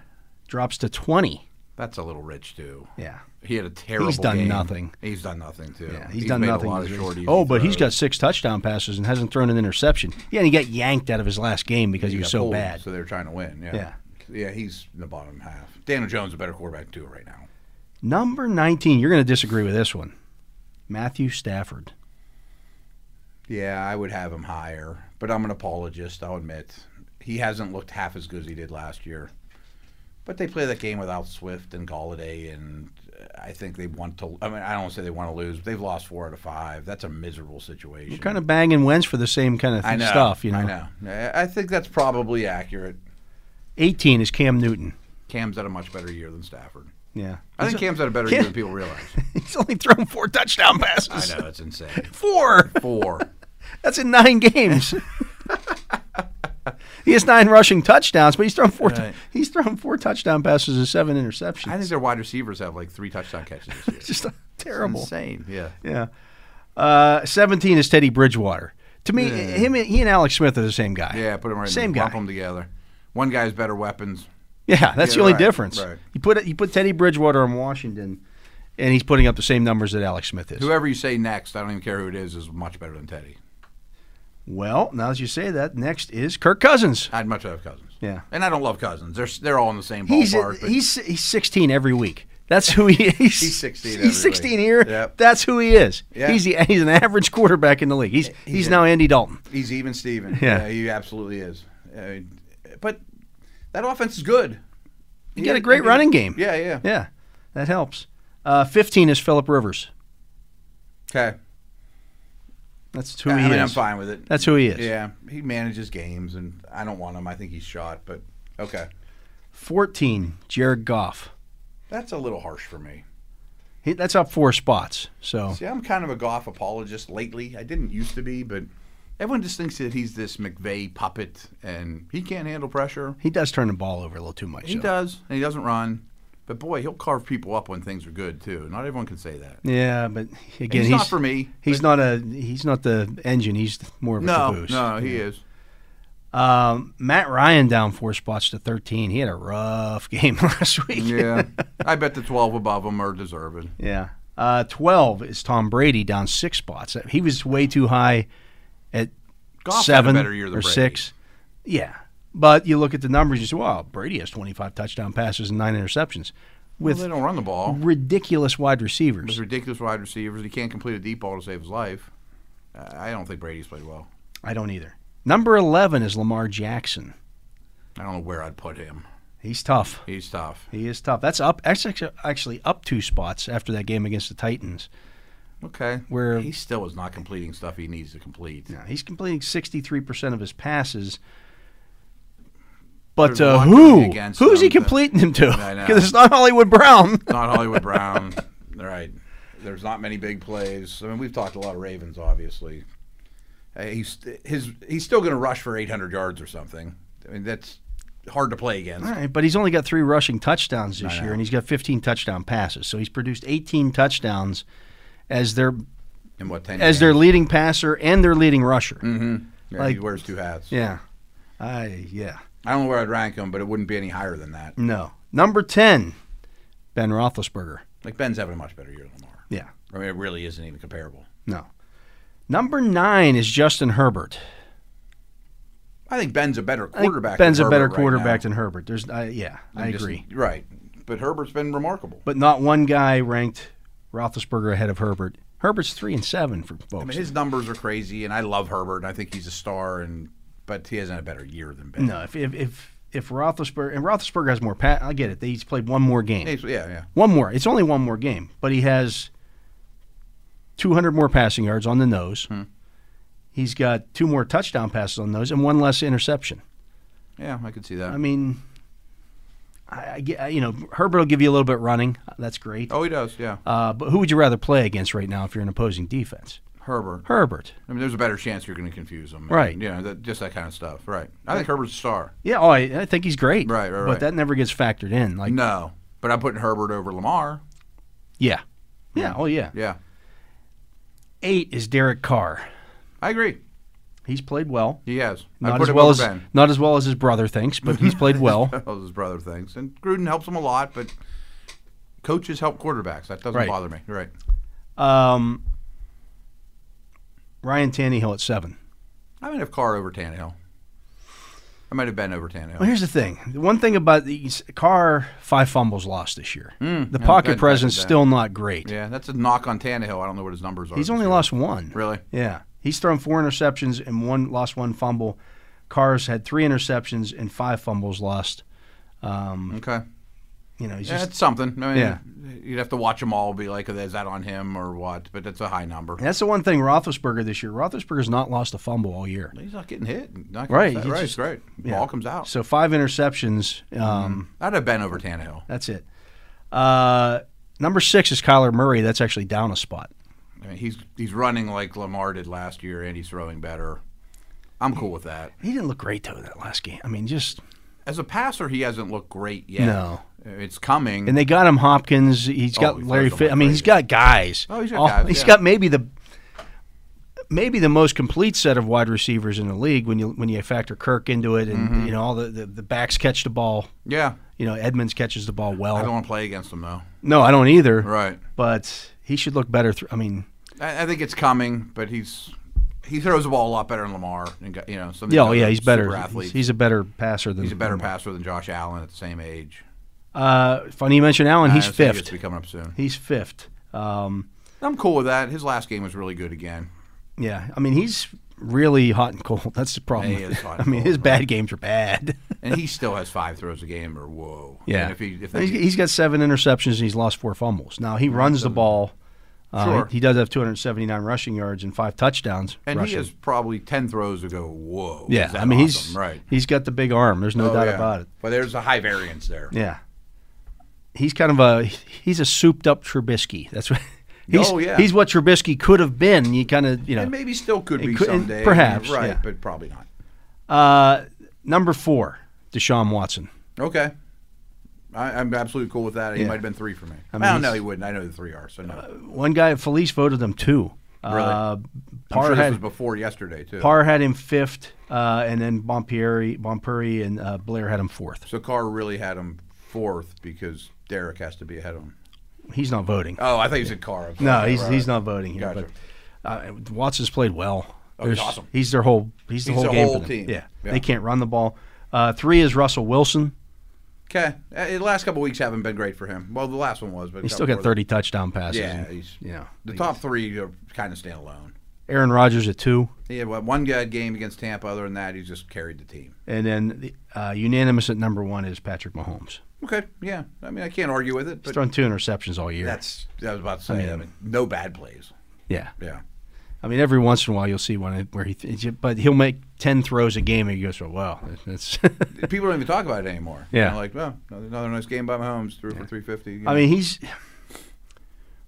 Speaker 1: drops to 20.
Speaker 2: that's a little rich too.
Speaker 1: Yeah.
Speaker 2: He had a terrible.
Speaker 1: He's done
Speaker 2: game.
Speaker 1: nothing.
Speaker 2: He's done nothing too.
Speaker 1: Yeah, he's, done
Speaker 2: made
Speaker 1: nothing.
Speaker 2: A lot of uh,
Speaker 1: this year.
Speaker 2: short, easy
Speaker 1: oh, but he's got
Speaker 2: throws.
Speaker 1: six touchdown passes and hasn't thrown an interception. Yeah, and he got yanked out of his last game because he,
Speaker 2: He
Speaker 1: was
Speaker 2: got
Speaker 1: so
Speaker 2: pulled,
Speaker 1: bad.
Speaker 2: So they're trying to win. Yeah.
Speaker 1: Yeah.
Speaker 2: Yeah, he's in the bottom half. Daniel Jones is a better quarterback too right now.
Speaker 1: Number 19, you're going to disagree with this one. Matthew Stafford.
Speaker 2: Yeah, I would have him higher, but I'm an apologist. I'll admit he hasn't looked half as good as he did last year. But they play that game without Swift and Galladay, and uh, I think they want to. I mean, I don't say they want to lose, but they've lost four out of five. That's a miserable situation.
Speaker 1: We're kind of banging Wentz for the same kind of
Speaker 2: I know,
Speaker 1: stuff, you know.
Speaker 2: I know. I I think that's probably accurate.
Speaker 1: 18 is Cam Newton.
Speaker 2: Cam's had a much better year than Stafford.
Speaker 1: Yeah.
Speaker 2: I think
Speaker 1: he's,
Speaker 2: Cam's had a better
Speaker 1: Yeah.
Speaker 2: year than people realize.
Speaker 1: he's only thrown four touchdown
Speaker 2: I
Speaker 1: passes.
Speaker 2: know it's insane.
Speaker 1: Four.
Speaker 2: Four.
Speaker 1: That's in nine games. he has nine rushing touchdowns, but he's thrown four.
Speaker 2: Right.
Speaker 1: he's thrown four touchdown passes and seven interceptions.
Speaker 2: I think their wide receivers have like three touchdown catches this year.
Speaker 1: It's just terrible.
Speaker 2: Insane. Yeah.
Speaker 1: Yeah. Uh, 17 is Teddy Bridgewater. To me, him, and- he and Alex Smith are the same guy.
Speaker 2: Yeah, put them right.
Speaker 1: Same
Speaker 2: in,
Speaker 1: guy.
Speaker 2: Lump them together. One guy's better weapons.
Speaker 1: Yeah, that's
Speaker 2: Yeah,
Speaker 1: the only
Speaker 2: right,
Speaker 1: difference.
Speaker 2: right.
Speaker 1: You put you put Teddy Bridgewater in Washington, and he's putting up the same numbers that Alex Smith is.
Speaker 2: Whoever you say next, I don't even care who it is, is much better than Teddy.
Speaker 1: Well, now as you say that, next is Kirk Cousins.
Speaker 2: I'd much rather have Cousins.
Speaker 1: Yeah.
Speaker 2: And I don't love Cousins. They're s- they're all in the same
Speaker 1: He's
Speaker 2: ballpark. but
Speaker 1: he's he's 16 every week. That's who he is. He's
Speaker 2: 16 every
Speaker 1: He's 16
Speaker 2: week.
Speaker 1: here.
Speaker 2: Yep.
Speaker 1: That's who he is.
Speaker 2: Yeah.
Speaker 1: He's the, he's an average quarterback in the league. He's he's, now Andy Dalton.
Speaker 2: he's even Steven.
Speaker 1: Yeah.
Speaker 2: he absolutely is. I mean, but that offense is good.
Speaker 1: He
Speaker 2: Yeah,
Speaker 1: got a great
Speaker 2: and-
Speaker 1: running game.
Speaker 2: Yeah, yeah.
Speaker 1: Yeah, that helps. Uh, 15 is Philip Rivers.
Speaker 2: Okay.
Speaker 1: That's who
Speaker 2: I
Speaker 1: he
Speaker 2: mean,
Speaker 1: is.
Speaker 2: I'm fine with it.
Speaker 1: That's who he is.
Speaker 2: Yeah, he manages games, and I don't want him. I think he's shot, but okay.
Speaker 1: 14, Jared Goff.
Speaker 2: That's a little harsh for me.
Speaker 1: He, that's up four spots. So
Speaker 2: See, I'm kind of a golf apologist lately. I didn't used to be, but everyone just thinks that he's this McVay puppet, and he can't handle pressure.
Speaker 1: he does turn the ball over a little too much.
Speaker 2: He
Speaker 1: though.
Speaker 2: does, and he doesn't run. But boy, he'll carve people up when things are good too. Not everyone can say that.
Speaker 1: Yeah, but again,
Speaker 2: He's
Speaker 1: he's,
Speaker 2: not for me,
Speaker 1: He's not a he's not the engine. He's more of a
Speaker 2: No,
Speaker 1: caboose.
Speaker 2: no, he is.
Speaker 1: Um, Matt Ryan down four spots to 13. He had a rough game last week.
Speaker 2: Yeah, I bet the twelve above him are deserving.
Speaker 1: Yeah. Uh, 12 is Tom Brady down six spots. He was way too high at
Speaker 2: Goff had a
Speaker 1: seven
Speaker 2: better year than
Speaker 1: or
Speaker 2: Brady.
Speaker 1: six. Yeah. But you look at the numbers, you say, wow, Brady has 25 touchdown passes and nine interceptions
Speaker 2: Well,
Speaker 1: with Mm-hmm.
Speaker 2: they don't run the ball.
Speaker 1: ridiculous wide
Speaker 2: There's
Speaker 1: receivers.
Speaker 2: ridiculous wide receivers. He can't complete a deep ball to save his life. I I don't think Brady's played well.
Speaker 1: I don't either. Number 11 is Lamar Jackson.
Speaker 2: I don't know where I'd put him.
Speaker 1: He's tough.
Speaker 2: He's tough.
Speaker 1: He is tough. That's up. That's actu- actually up two spots after that game against the Titans,
Speaker 2: Okay.
Speaker 1: where
Speaker 2: He still is not completing stuff he needs to complete.
Speaker 1: No, he's completing 63% of his passes. But
Speaker 2: There's a
Speaker 1: uh,
Speaker 2: lot
Speaker 1: who?
Speaker 2: going against
Speaker 1: Who's he
Speaker 2: him, but-
Speaker 1: completing him to?
Speaker 2: I know.
Speaker 1: Because it's not Hollywood Brown.
Speaker 2: not Hollywood Brown. Right. There's not many big plays. I mean, we've talked a lot of Ravens, obviously. Uh, He's his. He's still going to rush for 800 yards or something. I mean, that's hard to play against.
Speaker 1: All right, but he's only got three rushing touchdowns this year, and he's got 15 touchdown passes. So he's produced 18 touchdowns as their
Speaker 2: In what 10
Speaker 1: as
Speaker 2: games.
Speaker 1: their leading passer and their leading rusher.
Speaker 2: Mm. Yeah, he
Speaker 1: like-
Speaker 2: wears two hats.
Speaker 1: Yeah, I yeah
Speaker 2: I don't know where I'd rank him, but it wouldn't be any higher than that.
Speaker 1: no number 10, Ben Roethlisberger.
Speaker 2: Like Ben's having a much better year than Lamar.
Speaker 1: Yeah,
Speaker 2: I mean, it really isn't even comparable.
Speaker 1: no. Number nine is Justin Herbert.
Speaker 2: I think Ben's a better
Speaker 1: I think
Speaker 2: quarterback. than
Speaker 1: Ben's a better
Speaker 2: Herbert right
Speaker 1: quarterback
Speaker 2: now.
Speaker 1: than Herbert. There's, I yeah, I
Speaker 2: I'm just-
Speaker 1: agree.
Speaker 2: right, but Herbert's been remarkable.
Speaker 1: but not one guy ranked Roethlisberger ahead of Herbert. Herbert's three and seven for folks.
Speaker 2: I mean, his numbers are crazy, and I love Herbert, and I think he's a star. And but he hasn't had a better year than Ben.
Speaker 1: no, if if if, if Roethlisberger and Roethlisberger has more. Pa- I get it. He's played one more game.
Speaker 2: He's- yeah, yeah.
Speaker 1: One more. It's only one more game, but he has 200 more passing yards on the nose.
Speaker 2: Hmm.
Speaker 1: He's got two more touchdown passes on the nose and one less interception.
Speaker 2: Yeah, I could see that.
Speaker 1: I mean, I, I get- you know Herbert will give you a little bit running. That's great.
Speaker 2: oh, he does. Yeah,
Speaker 1: Uh, but who would you rather play against right now if you're an opposing defense?
Speaker 2: Herbert.
Speaker 1: Herbert.
Speaker 2: I mean, there's a better chance you're going to confuse him.
Speaker 1: Right.
Speaker 2: You know, that, just that kind of stuff. Right. I think Herbert's a star.
Speaker 1: Yeah, oh, I, I think he's great.
Speaker 2: Right, right,
Speaker 1: But
Speaker 2: right.
Speaker 1: that never gets factored in. Like,
Speaker 2: No, but I'm putting Herbert over Lamar.
Speaker 1: yeah, yeah, oh yeah.
Speaker 2: Yeah,
Speaker 1: Eight is Derek Carr.
Speaker 2: I agree. He's,
Speaker 1: He's played well.
Speaker 2: he has. I
Speaker 1: Not
Speaker 2: put
Speaker 1: as
Speaker 2: him
Speaker 1: well
Speaker 2: over
Speaker 1: as
Speaker 2: Ben.
Speaker 1: not as well as his brother thinks, but he's played well.
Speaker 2: All his brother things, and Gruden helps him a lot, but coaches help quarterbacks. That doesn't
Speaker 1: Right.
Speaker 2: bother me. Right.
Speaker 1: Um, Ryan Tannehill at seven.
Speaker 2: I might have Carr over Tannehill. I might have Ben over Tannehill.
Speaker 1: Well, here's the thing. The one thing about these Carr, five fumbles lost this year. the
Speaker 2: Hmm. yeah,
Speaker 1: pocket
Speaker 2: that-
Speaker 1: presence
Speaker 2: that-
Speaker 1: still not great.
Speaker 2: Yeah, that's a knock on Tannehill. I don't know what his numbers are.
Speaker 1: He's
Speaker 2: this
Speaker 1: only
Speaker 2: year.
Speaker 1: lost one.
Speaker 2: Really?
Speaker 1: Yeah. He's thrown four interceptions and one lost one fumble. Carr's had three interceptions and five fumbles lost. Um,
Speaker 2: Okay.
Speaker 1: You know, he's
Speaker 2: Yeah,
Speaker 1: just
Speaker 2: it's something. I mean,
Speaker 1: Yeah.
Speaker 2: you'd have to watch them all. Be like, is that on him or what? But that's a high number.
Speaker 1: and that's the one thing Roethlisberger this year. Roethlisberger's not lost a fumble all year.
Speaker 2: He's not getting hit. Not getting
Speaker 1: Right,
Speaker 2: upset.
Speaker 1: he's
Speaker 2: Right.
Speaker 1: just-
Speaker 2: great.
Speaker 1: yeah.
Speaker 2: Ball comes out.
Speaker 1: So five interceptions. Um,
Speaker 2: I'd have Ben over Tannehill.
Speaker 1: That's it. Uh, number six is Kyler Murray. That's actually down a spot.
Speaker 2: I mean, he's he's running like Lamar did last year, and he's throwing better. I'm cool with that.
Speaker 1: He didn't look great though that last game. I mean, just
Speaker 2: As a passer, he hasn't looked great yet.
Speaker 1: No.
Speaker 2: it's coming.
Speaker 1: and they got him Hopkins. He's got
Speaker 2: Oh, he
Speaker 1: Larry.
Speaker 2: throws
Speaker 1: Fi-
Speaker 2: them
Speaker 1: I mean,
Speaker 2: like
Speaker 1: he's got guys.
Speaker 2: Oh, he's got
Speaker 1: All-
Speaker 2: guys,
Speaker 1: he's
Speaker 2: yeah.
Speaker 1: got maybe the maybe the most complete set of wide receivers in the league when you when you factor Kirk into it, and
Speaker 2: Mm-hmm.
Speaker 1: you know all the, the the backs catch the ball.
Speaker 2: yeah,
Speaker 1: You know, Edmonds catches the ball well.
Speaker 2: I don't want to play against him though.
Speaker 1: no, I don't either.
Speaker 2: Right.
Speaker 1: But he should look better. Through, I mean,
Speaker 2: I, I think it's coming, but he's he throws the ball a lot better than Lamar. And got, you know, some of these
Speaker 1: yeah, oh,
Speaker 2: other
Speaker 1: yeah, he's
Speaker 2: super
Speaker 1: better.
Speaker 2: Athletes.
Speaker 1: He's, he's a better passer than
Speaker 2: He's a better passer than Josh Allen at the same age.
Speaker 1: Uh, funny you mention Allen.
Speaker 2: I
Speaker 1: He's
Speaker 2: honestly think
Speaker 1: fifth.
Speaker 2: It's be coming up soon.
Speaker 1: He's fifth. Um,
Speaker 2: I'm cool with that. His last game was really good again.
Speaker 1: yeah, I mean he's really hot and cold. That's the problem.
Speaker 2: Yeah, he is hot
Speaker 1: I
Speaker 2: and
Speaker 1: mean
Speaker 2: cold,
Speaker 1: his bad games are bad.
Speaker 2: And he still has five throws a game, or whoa.
Speaker 1: yeah,
Speaker 2: And if he,
Speaker 1: he's,
Speaker 2: if they,
Speaker 1: he's got seven interceptions and he's lost four fumbles. Now he runs the ball. Uh,
Speaker 2: Sure.
Speaker 1: he, he does have 279 rushing yards and five touchdowns.
Speaker 2: and he
Speaker 1: rushing.
Speaker 2: has probably ten throws to go, whoa.
Speaker 1: yeah.
Speaker 2: is that
Speaker 1: I mean
Speaker 2: awesome?
Speaker 1: he's
Speaker 2: right.
Speaker 1: He's got the big arm. There's no
Speaker 2: Oh,
Speaker 1: doubt
Speaker 2: yeah.
Speaker 1: about it.
Speaker 2: But there's a high variance there.
Speaker 1: Yeah. He's kind of a he's a souped up Trubisky. That's what. He's,
Speaker 2: Oh, yeah.
Speaker 1: he's what Trubisky could have been. You kind of you know
Speaker 2: And maybe still could
Speaker 1: It
Speaker 2: be
Speaker 1: could- and
Speaker 2: someday.
Speaker 1: perhaps,
Speaker 2: right?
Speaker 1: yeah.
Speaker 2: But probably not.
Speaker 1: Uh, number four, Deshaun Watson.
Speaker 2: Okay. I, I'm absolutely cool with that. He
Speaker 1: Yeah.
Speaker 2: might have been three for me. I,
Speaker 1: mean,
Speaker 2: don't know.
Speaker 1: he's- Uh,
Speaker 2: He wouldn't. I know the three are. So no.
Speaker 1: One guy, Felice voted him two.
Speaker 2: Really?
Speaker 1: Uh,
Speaker 2: I'm
Speaker 1: Parr
Speaker 2: sure this was
Speaker 1: had
Speaker 2: before yesterday too.
Speaker 1: Parr had him fifth, uh, and then Bompieri, Bompuri, and uh, Blair had him fourth.
Speaker 2: So Carr really had him fourth because Derek has to be ahead of him.
Speaker 1: He's not voting.
Speaker 2: Oh, I thought you said Carr. Okay.
Speaker 1: no,
Speaker 2: Yeah,
Speaker 1: he's
Speaker 2: right,
Speaker 1: he's
Speaker 2: right.
Speaker 1: not voting here.
Speaker 2: Gotcha.
Speaker 1: But uh, Watson's played well.
Speaker 2: Oh, he's
Speaker 1: There's-
Speaker 2: awesome.
Speaker 1: He's their whole. He's the
Speaker 2: He's
Speaker 1: whole
Speaker 2: the
Speaker 1: game.
Speaker 2: whole
Speaker 1: for them.
Speaker 2: team.
Speaker 1: Yeah.
Speaker 2: Yeah.
Speaker 1: they can't run the ball. Uh, three is Russell Wilson.
Speaker 2: Okay. Uh, The last couple weeks haven't been great for him. Well, the last one was, but
Speaker 1: He's
Speaker 2: a
Speaker 1: still
Speaker 2: couple
Speaker 1: got
Speaker 2: more-
Speaker 1: 30 touchdown passes.
Speaker 2: Yeah,
Speaker 1: and,
Speaker 2: he's
Speaker 1: you know,
Speaker 2: the top three are kind of stand alone.
Speaker 1: Aaron Rodgers at two,
Speaker 2: He had what, one good game against Tampa. Other than that, he's just carried the team.
Speaker 1: and then the, uh, unanimous at number one is Patrick Mahomes.
Speaker 2: Okay. Yeah. I mean, I can't argue with it.
Speaker 1: He's
Speaker 2: But
Speaker 1: thrown two interceptions all year.
Speaker 2: that's I was about to say. I mean,
Speaker 1: mean-
Speaker 2: no bad plays.
Speaker 1: yeah.
Speaker 2: Yeah.
Speaker 1: I mean, every once in a while you'll see one where he, th- but he'll make ten throws a game, and he goes, "Well, wow, that's."
Speaker 2: People don't even talk about it anymore.
Speaker 1: Yeah.
Speaker 2: You know, like, well, another, another nice game by Mahomes, three for three fifty.
Speaker 1: I mean, he's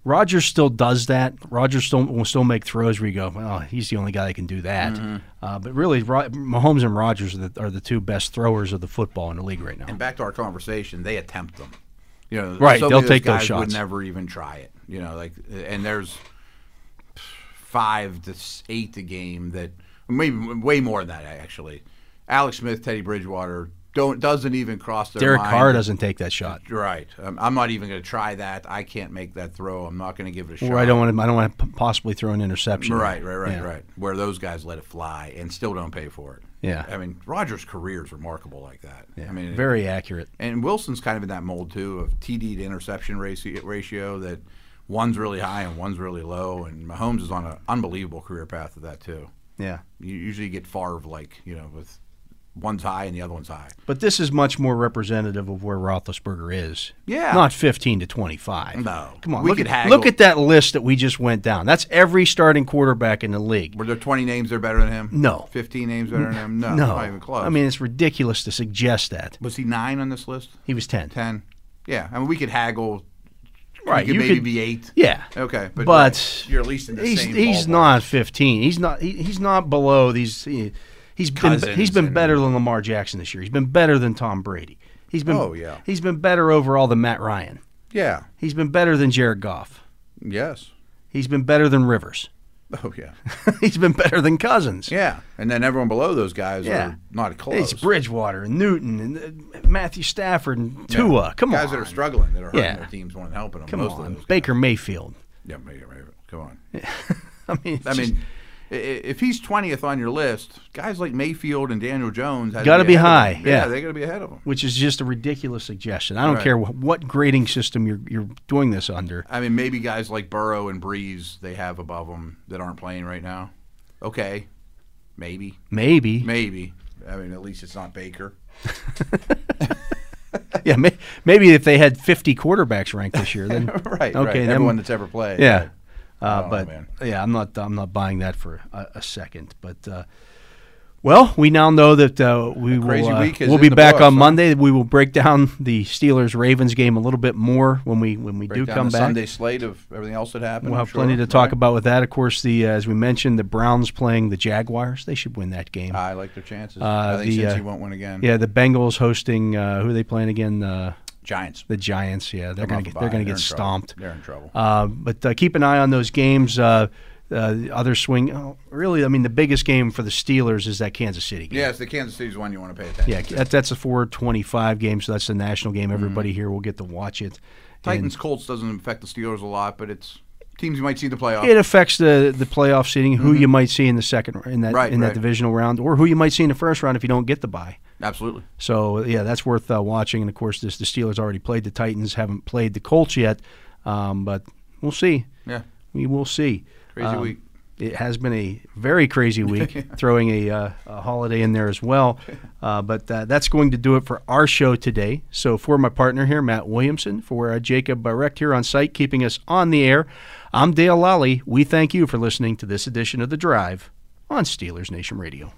Speaker 1: Rogers still does that. Rogers still will still make throws where you go, "Well, he's the only guy that can do that."
Speaker 2: Mm-hmm.
Speaker 1: Uh, but really, Ro- Mahomes and Rogers are the, are the two best throwers of the football in the league right now.
Speaker 2: And back to our conversation, they attempt them. You know,
Speaker 1: Right,
Speaker 2: so
Speaker 1: they'll
Speaker 2: many of those
Speaker 1: take those
Speaker 2: guys Would
Speaker 1: shots.
Speaker 2: never even try it. You know, like, and there's five to s- eight a game that maybe way more than that actually. Alex Smith, Teddy Bridgewater don't doesn't even cross their
Speaker 1: Derek
Speaker 2: mind.
Speaker 1: Carr doesn't take that shot,
Speaker 2: Right, um, I'm not even going to try that. I can't make that throw. I'm not going to give it a shot.
Speaker 1: or I don't want to. I don't want to possibly throw an interception.
Speaker 2: Right, right, right,
Speaker 1: Yeah.
Speaker 2: right. Where those guys let it fly and still don't pay for it.
Speaker 1: Yeah.
Speaker 2: I mean, Rogers' career is remarkable like that. I mean,
Speaker 1: very accurate.
Speaker 2: and Wilson's kind of in that mold too of TD to interception ratio, ratio that one's really high and one's really low. And Mahomes is on an unbelievable career path with that too.
Speaker 1: Yeah.
Speaker 2: You usually get Favre like you know with one's high and the other one's high.
Speaker 1: But this is much more representative of where Roethlisberger is.
Speaker 2: Yeah.
Speaker 1: Not 15 to 25.
Speaker 2: No.
Speaker 1: Come on.
Speaker 2: We
Speaker 1: look,
Speaker 2: could
Speaker 1: at,
Speaker 2: haggle.
Speaker 1: look at that list that we just went down. That's every starting quarterback in the league.
Speaker 2: Were there 20 names that are better than him?
Speaker 1: No.
Speaker 2: 15 names better than him? No.
Speaker 1: No.
Speaker 2: Not even close.
Speaker 1: I mean, it's ridiculous to suggest that.
Speaker 2: was he nine on this list?
Speaker 1: He was 10.
Speaker 2: 10? Yeah. I mean, we could haggle.
Speaker 1: Right,
Speaker 2: You could
Speaker 1: you
Speaker 2: maybe
Speaker 1: could-
Speaker 2: be eight.
Speaker 1: Yeah.
Speaker 2: Okay. But,
Speaker 1: But,
Speaker 2: right, you're at least in the
Speaker 1: he's,
Speaker 2: same
Speaker 1: he's
Speaker 2: ballpark.
Speaker 1: not 15. He's not he, he's not below these he, has been
Speaker 2: Cousins
Speaker 1: he's been
Speaker 2: and-
Speaker 1: better than Lamar Jackson this year. He's been better than Tom Brady. He's been
Speaker 2: Oh, yeah.
Speaker 1: He's been better overall than Matt Ryan.
Speaker 2: Yeah.
Speaker 1: He's been better than Jared Goff.
Speaker 2: Yes.
Speaker 1: He's been better than Rivers.
Speaker 2: Oh, yeah.
Speaker 1: he's been better than Cousins.
Speaker 2: Yeah. And then everyone below those guys
Speaker 1: Yeah.
Speaker 2: are not
Speaker 1: It's
Speaker 2: close.
Speaker 1: Bridgewater and Newton and uh, Matthew Stafford and Tua. Come
Speaker 2: guys
Speaker 1: on.
Speaker 2: that are struggling, that are hurting
Speaker 1: Yeah.
Speaker 2: their teams more than helping them.
Speaker 1: Come
Speaker 2: most Of
Speaker 1: on.
Speaker 2: those
Speaker 1: Baker
Speaker 2: Guys.
Speaker 1: Mayfield.
Speaker 2: Yeah, maybe, maybe. Come on.
Speaker 1: I mean, it's
Speaker 2: I
Speaker 1: just-
Speaker 2: mean, i- i- if he's 20th on your list, guys like Mayfield and Daniel Jones had to
Speaker 1: Gotta be
Speaker 2: ahead of
Speaker 1: high,
Speaker 2: him.
Speaker 1: yeah.
Speaker 2: they got to be ahead of him.
Speaker 1: which is just a ridiculous suggestion. I don't
Speaker 2: Right.
Speaker 1: care wh- what grading system you're you're doing this under.
Speaker 2: I mean, maybe guys like Burrow and Breeze they have above them that aren't playing right now. Okay, maybe,
Speaker 1: Maybe.
Speaker 2: maybe. I mean, at least it's not Baker.
Speaker 1: Yeah, may, maybe if they had 50 quarterbacks ranked this year, then
Speaker 2: right.
Speaker 1: Okay, then-
Speaker 2: Everyone that's ever played.
Speaker 1: yeah.
Speaker 2: I
Speaker 1: Uh,
Speaker 2: don't know,
Speaker 1: but
Speaker 2: man.
Speaker 1: yeah, I'm not I'm not buying that for a, a second. But uh, well, we now know that uh, we
Speaker 2: crazy
Speaker 1: will uh,
Speaker 2: week is
Speaker 1: we'll
Speaker 2: in
Speaker 1: be
Speaker 2: the
Speaker 1: back
Speaker 2: books,
Speaker 1: on
Speaker 2: huh?
Speaker 1: Monday. We will break down the Steelers Ravens game a little bit more when we when we
Speaker 2: Break
Speaker 1: do
Speaker 2: down
Speaker 1: come
Speaker 2: the
Speaker 1: back.
Speaker 2: Sunday slate of everything else that happened.
Speaker 1: We'll
Speaker 2: I'm
Speaker 1: have
Speaker 2: sure,
Speaker 1: plenty to talk
Speaker 2: right?
Speaker 1: about with that. Of course, the uh, as we mentioned, the Browns playing the Jaguars. They should win that game.
Speaker 2: I like their chances.
Speaker 1: Uh,
Speaker 2: Ah, I think
Speaker 1: the,
Speaker 2: since
Speaker 1: uh,
Speaker 2: he won't win again.
Speaker 1: yeah, the Bengals hosting uh, who are they playing again? Uh,
Speaker 2: Giants.
Speaker 1: the Giants. Yeah, they're
Speaker 2: Come
Speaker 1: going
Speaker 2: off
Speaker 1: to they're
Speaker 2: a bye.
Speaker 1: going to
Speaker 2: in
Speaker 1: get
Speaker 2: trouble.
Speaker 1: stomped.
Speaker 2: They're in trouble.
Speaker 1: Uh, but uh, keep an eye on those games. Uh, uh, the other swing, oh, really. I mean, the biggest game for the Steelers is that Kansas City game.
Speaker 2: yeah, it's the Kansas City's one you want to pay attention.
Speaker 1: yeah.
Speaker 2: to.
Speaker 1: That, that's a four twenty-five game, so that's the national game. Everybody here will get to watch it.
Speaker 2: Mm. Titans Colts doesn't affect the Steelers a lot, but it's teams you might see in the
Speaker 1: And it
Speaker 2: playoffs.
Speaker 1: affects the the playoff seeding, who you might see in the second in that
Speaker 2: Mm-hmm. Right,
Speaker 1: in that
Speaker 2: right.
Speaker 1: divisional round, or who you might see in the first round if you don't get the bye.
Speaker 2: Absolutely.
Speaker 1: So yeah, that's worth uh, watching. And of course, this the Steelers already played the Titans, haven't played the Colts yet, um, but we'll see.
Speaker 2: Yeah.
Speaker 1: We will see.
Speaker 2: Crazy
Speaker 1: Um,
Speaker 2: week.
Speaker 1: It has been a very crazy week, throwing a, uh, a holiday in there as well. Uh, but uh, that's going to do it for our show today. So, for my partner here, Matt Williamson, for uh, Jacob Barrect here on site, keeping us on the air, I'm Dale Lally. We thank you for listening to this edition of The Drive on Steelers Nation Radio.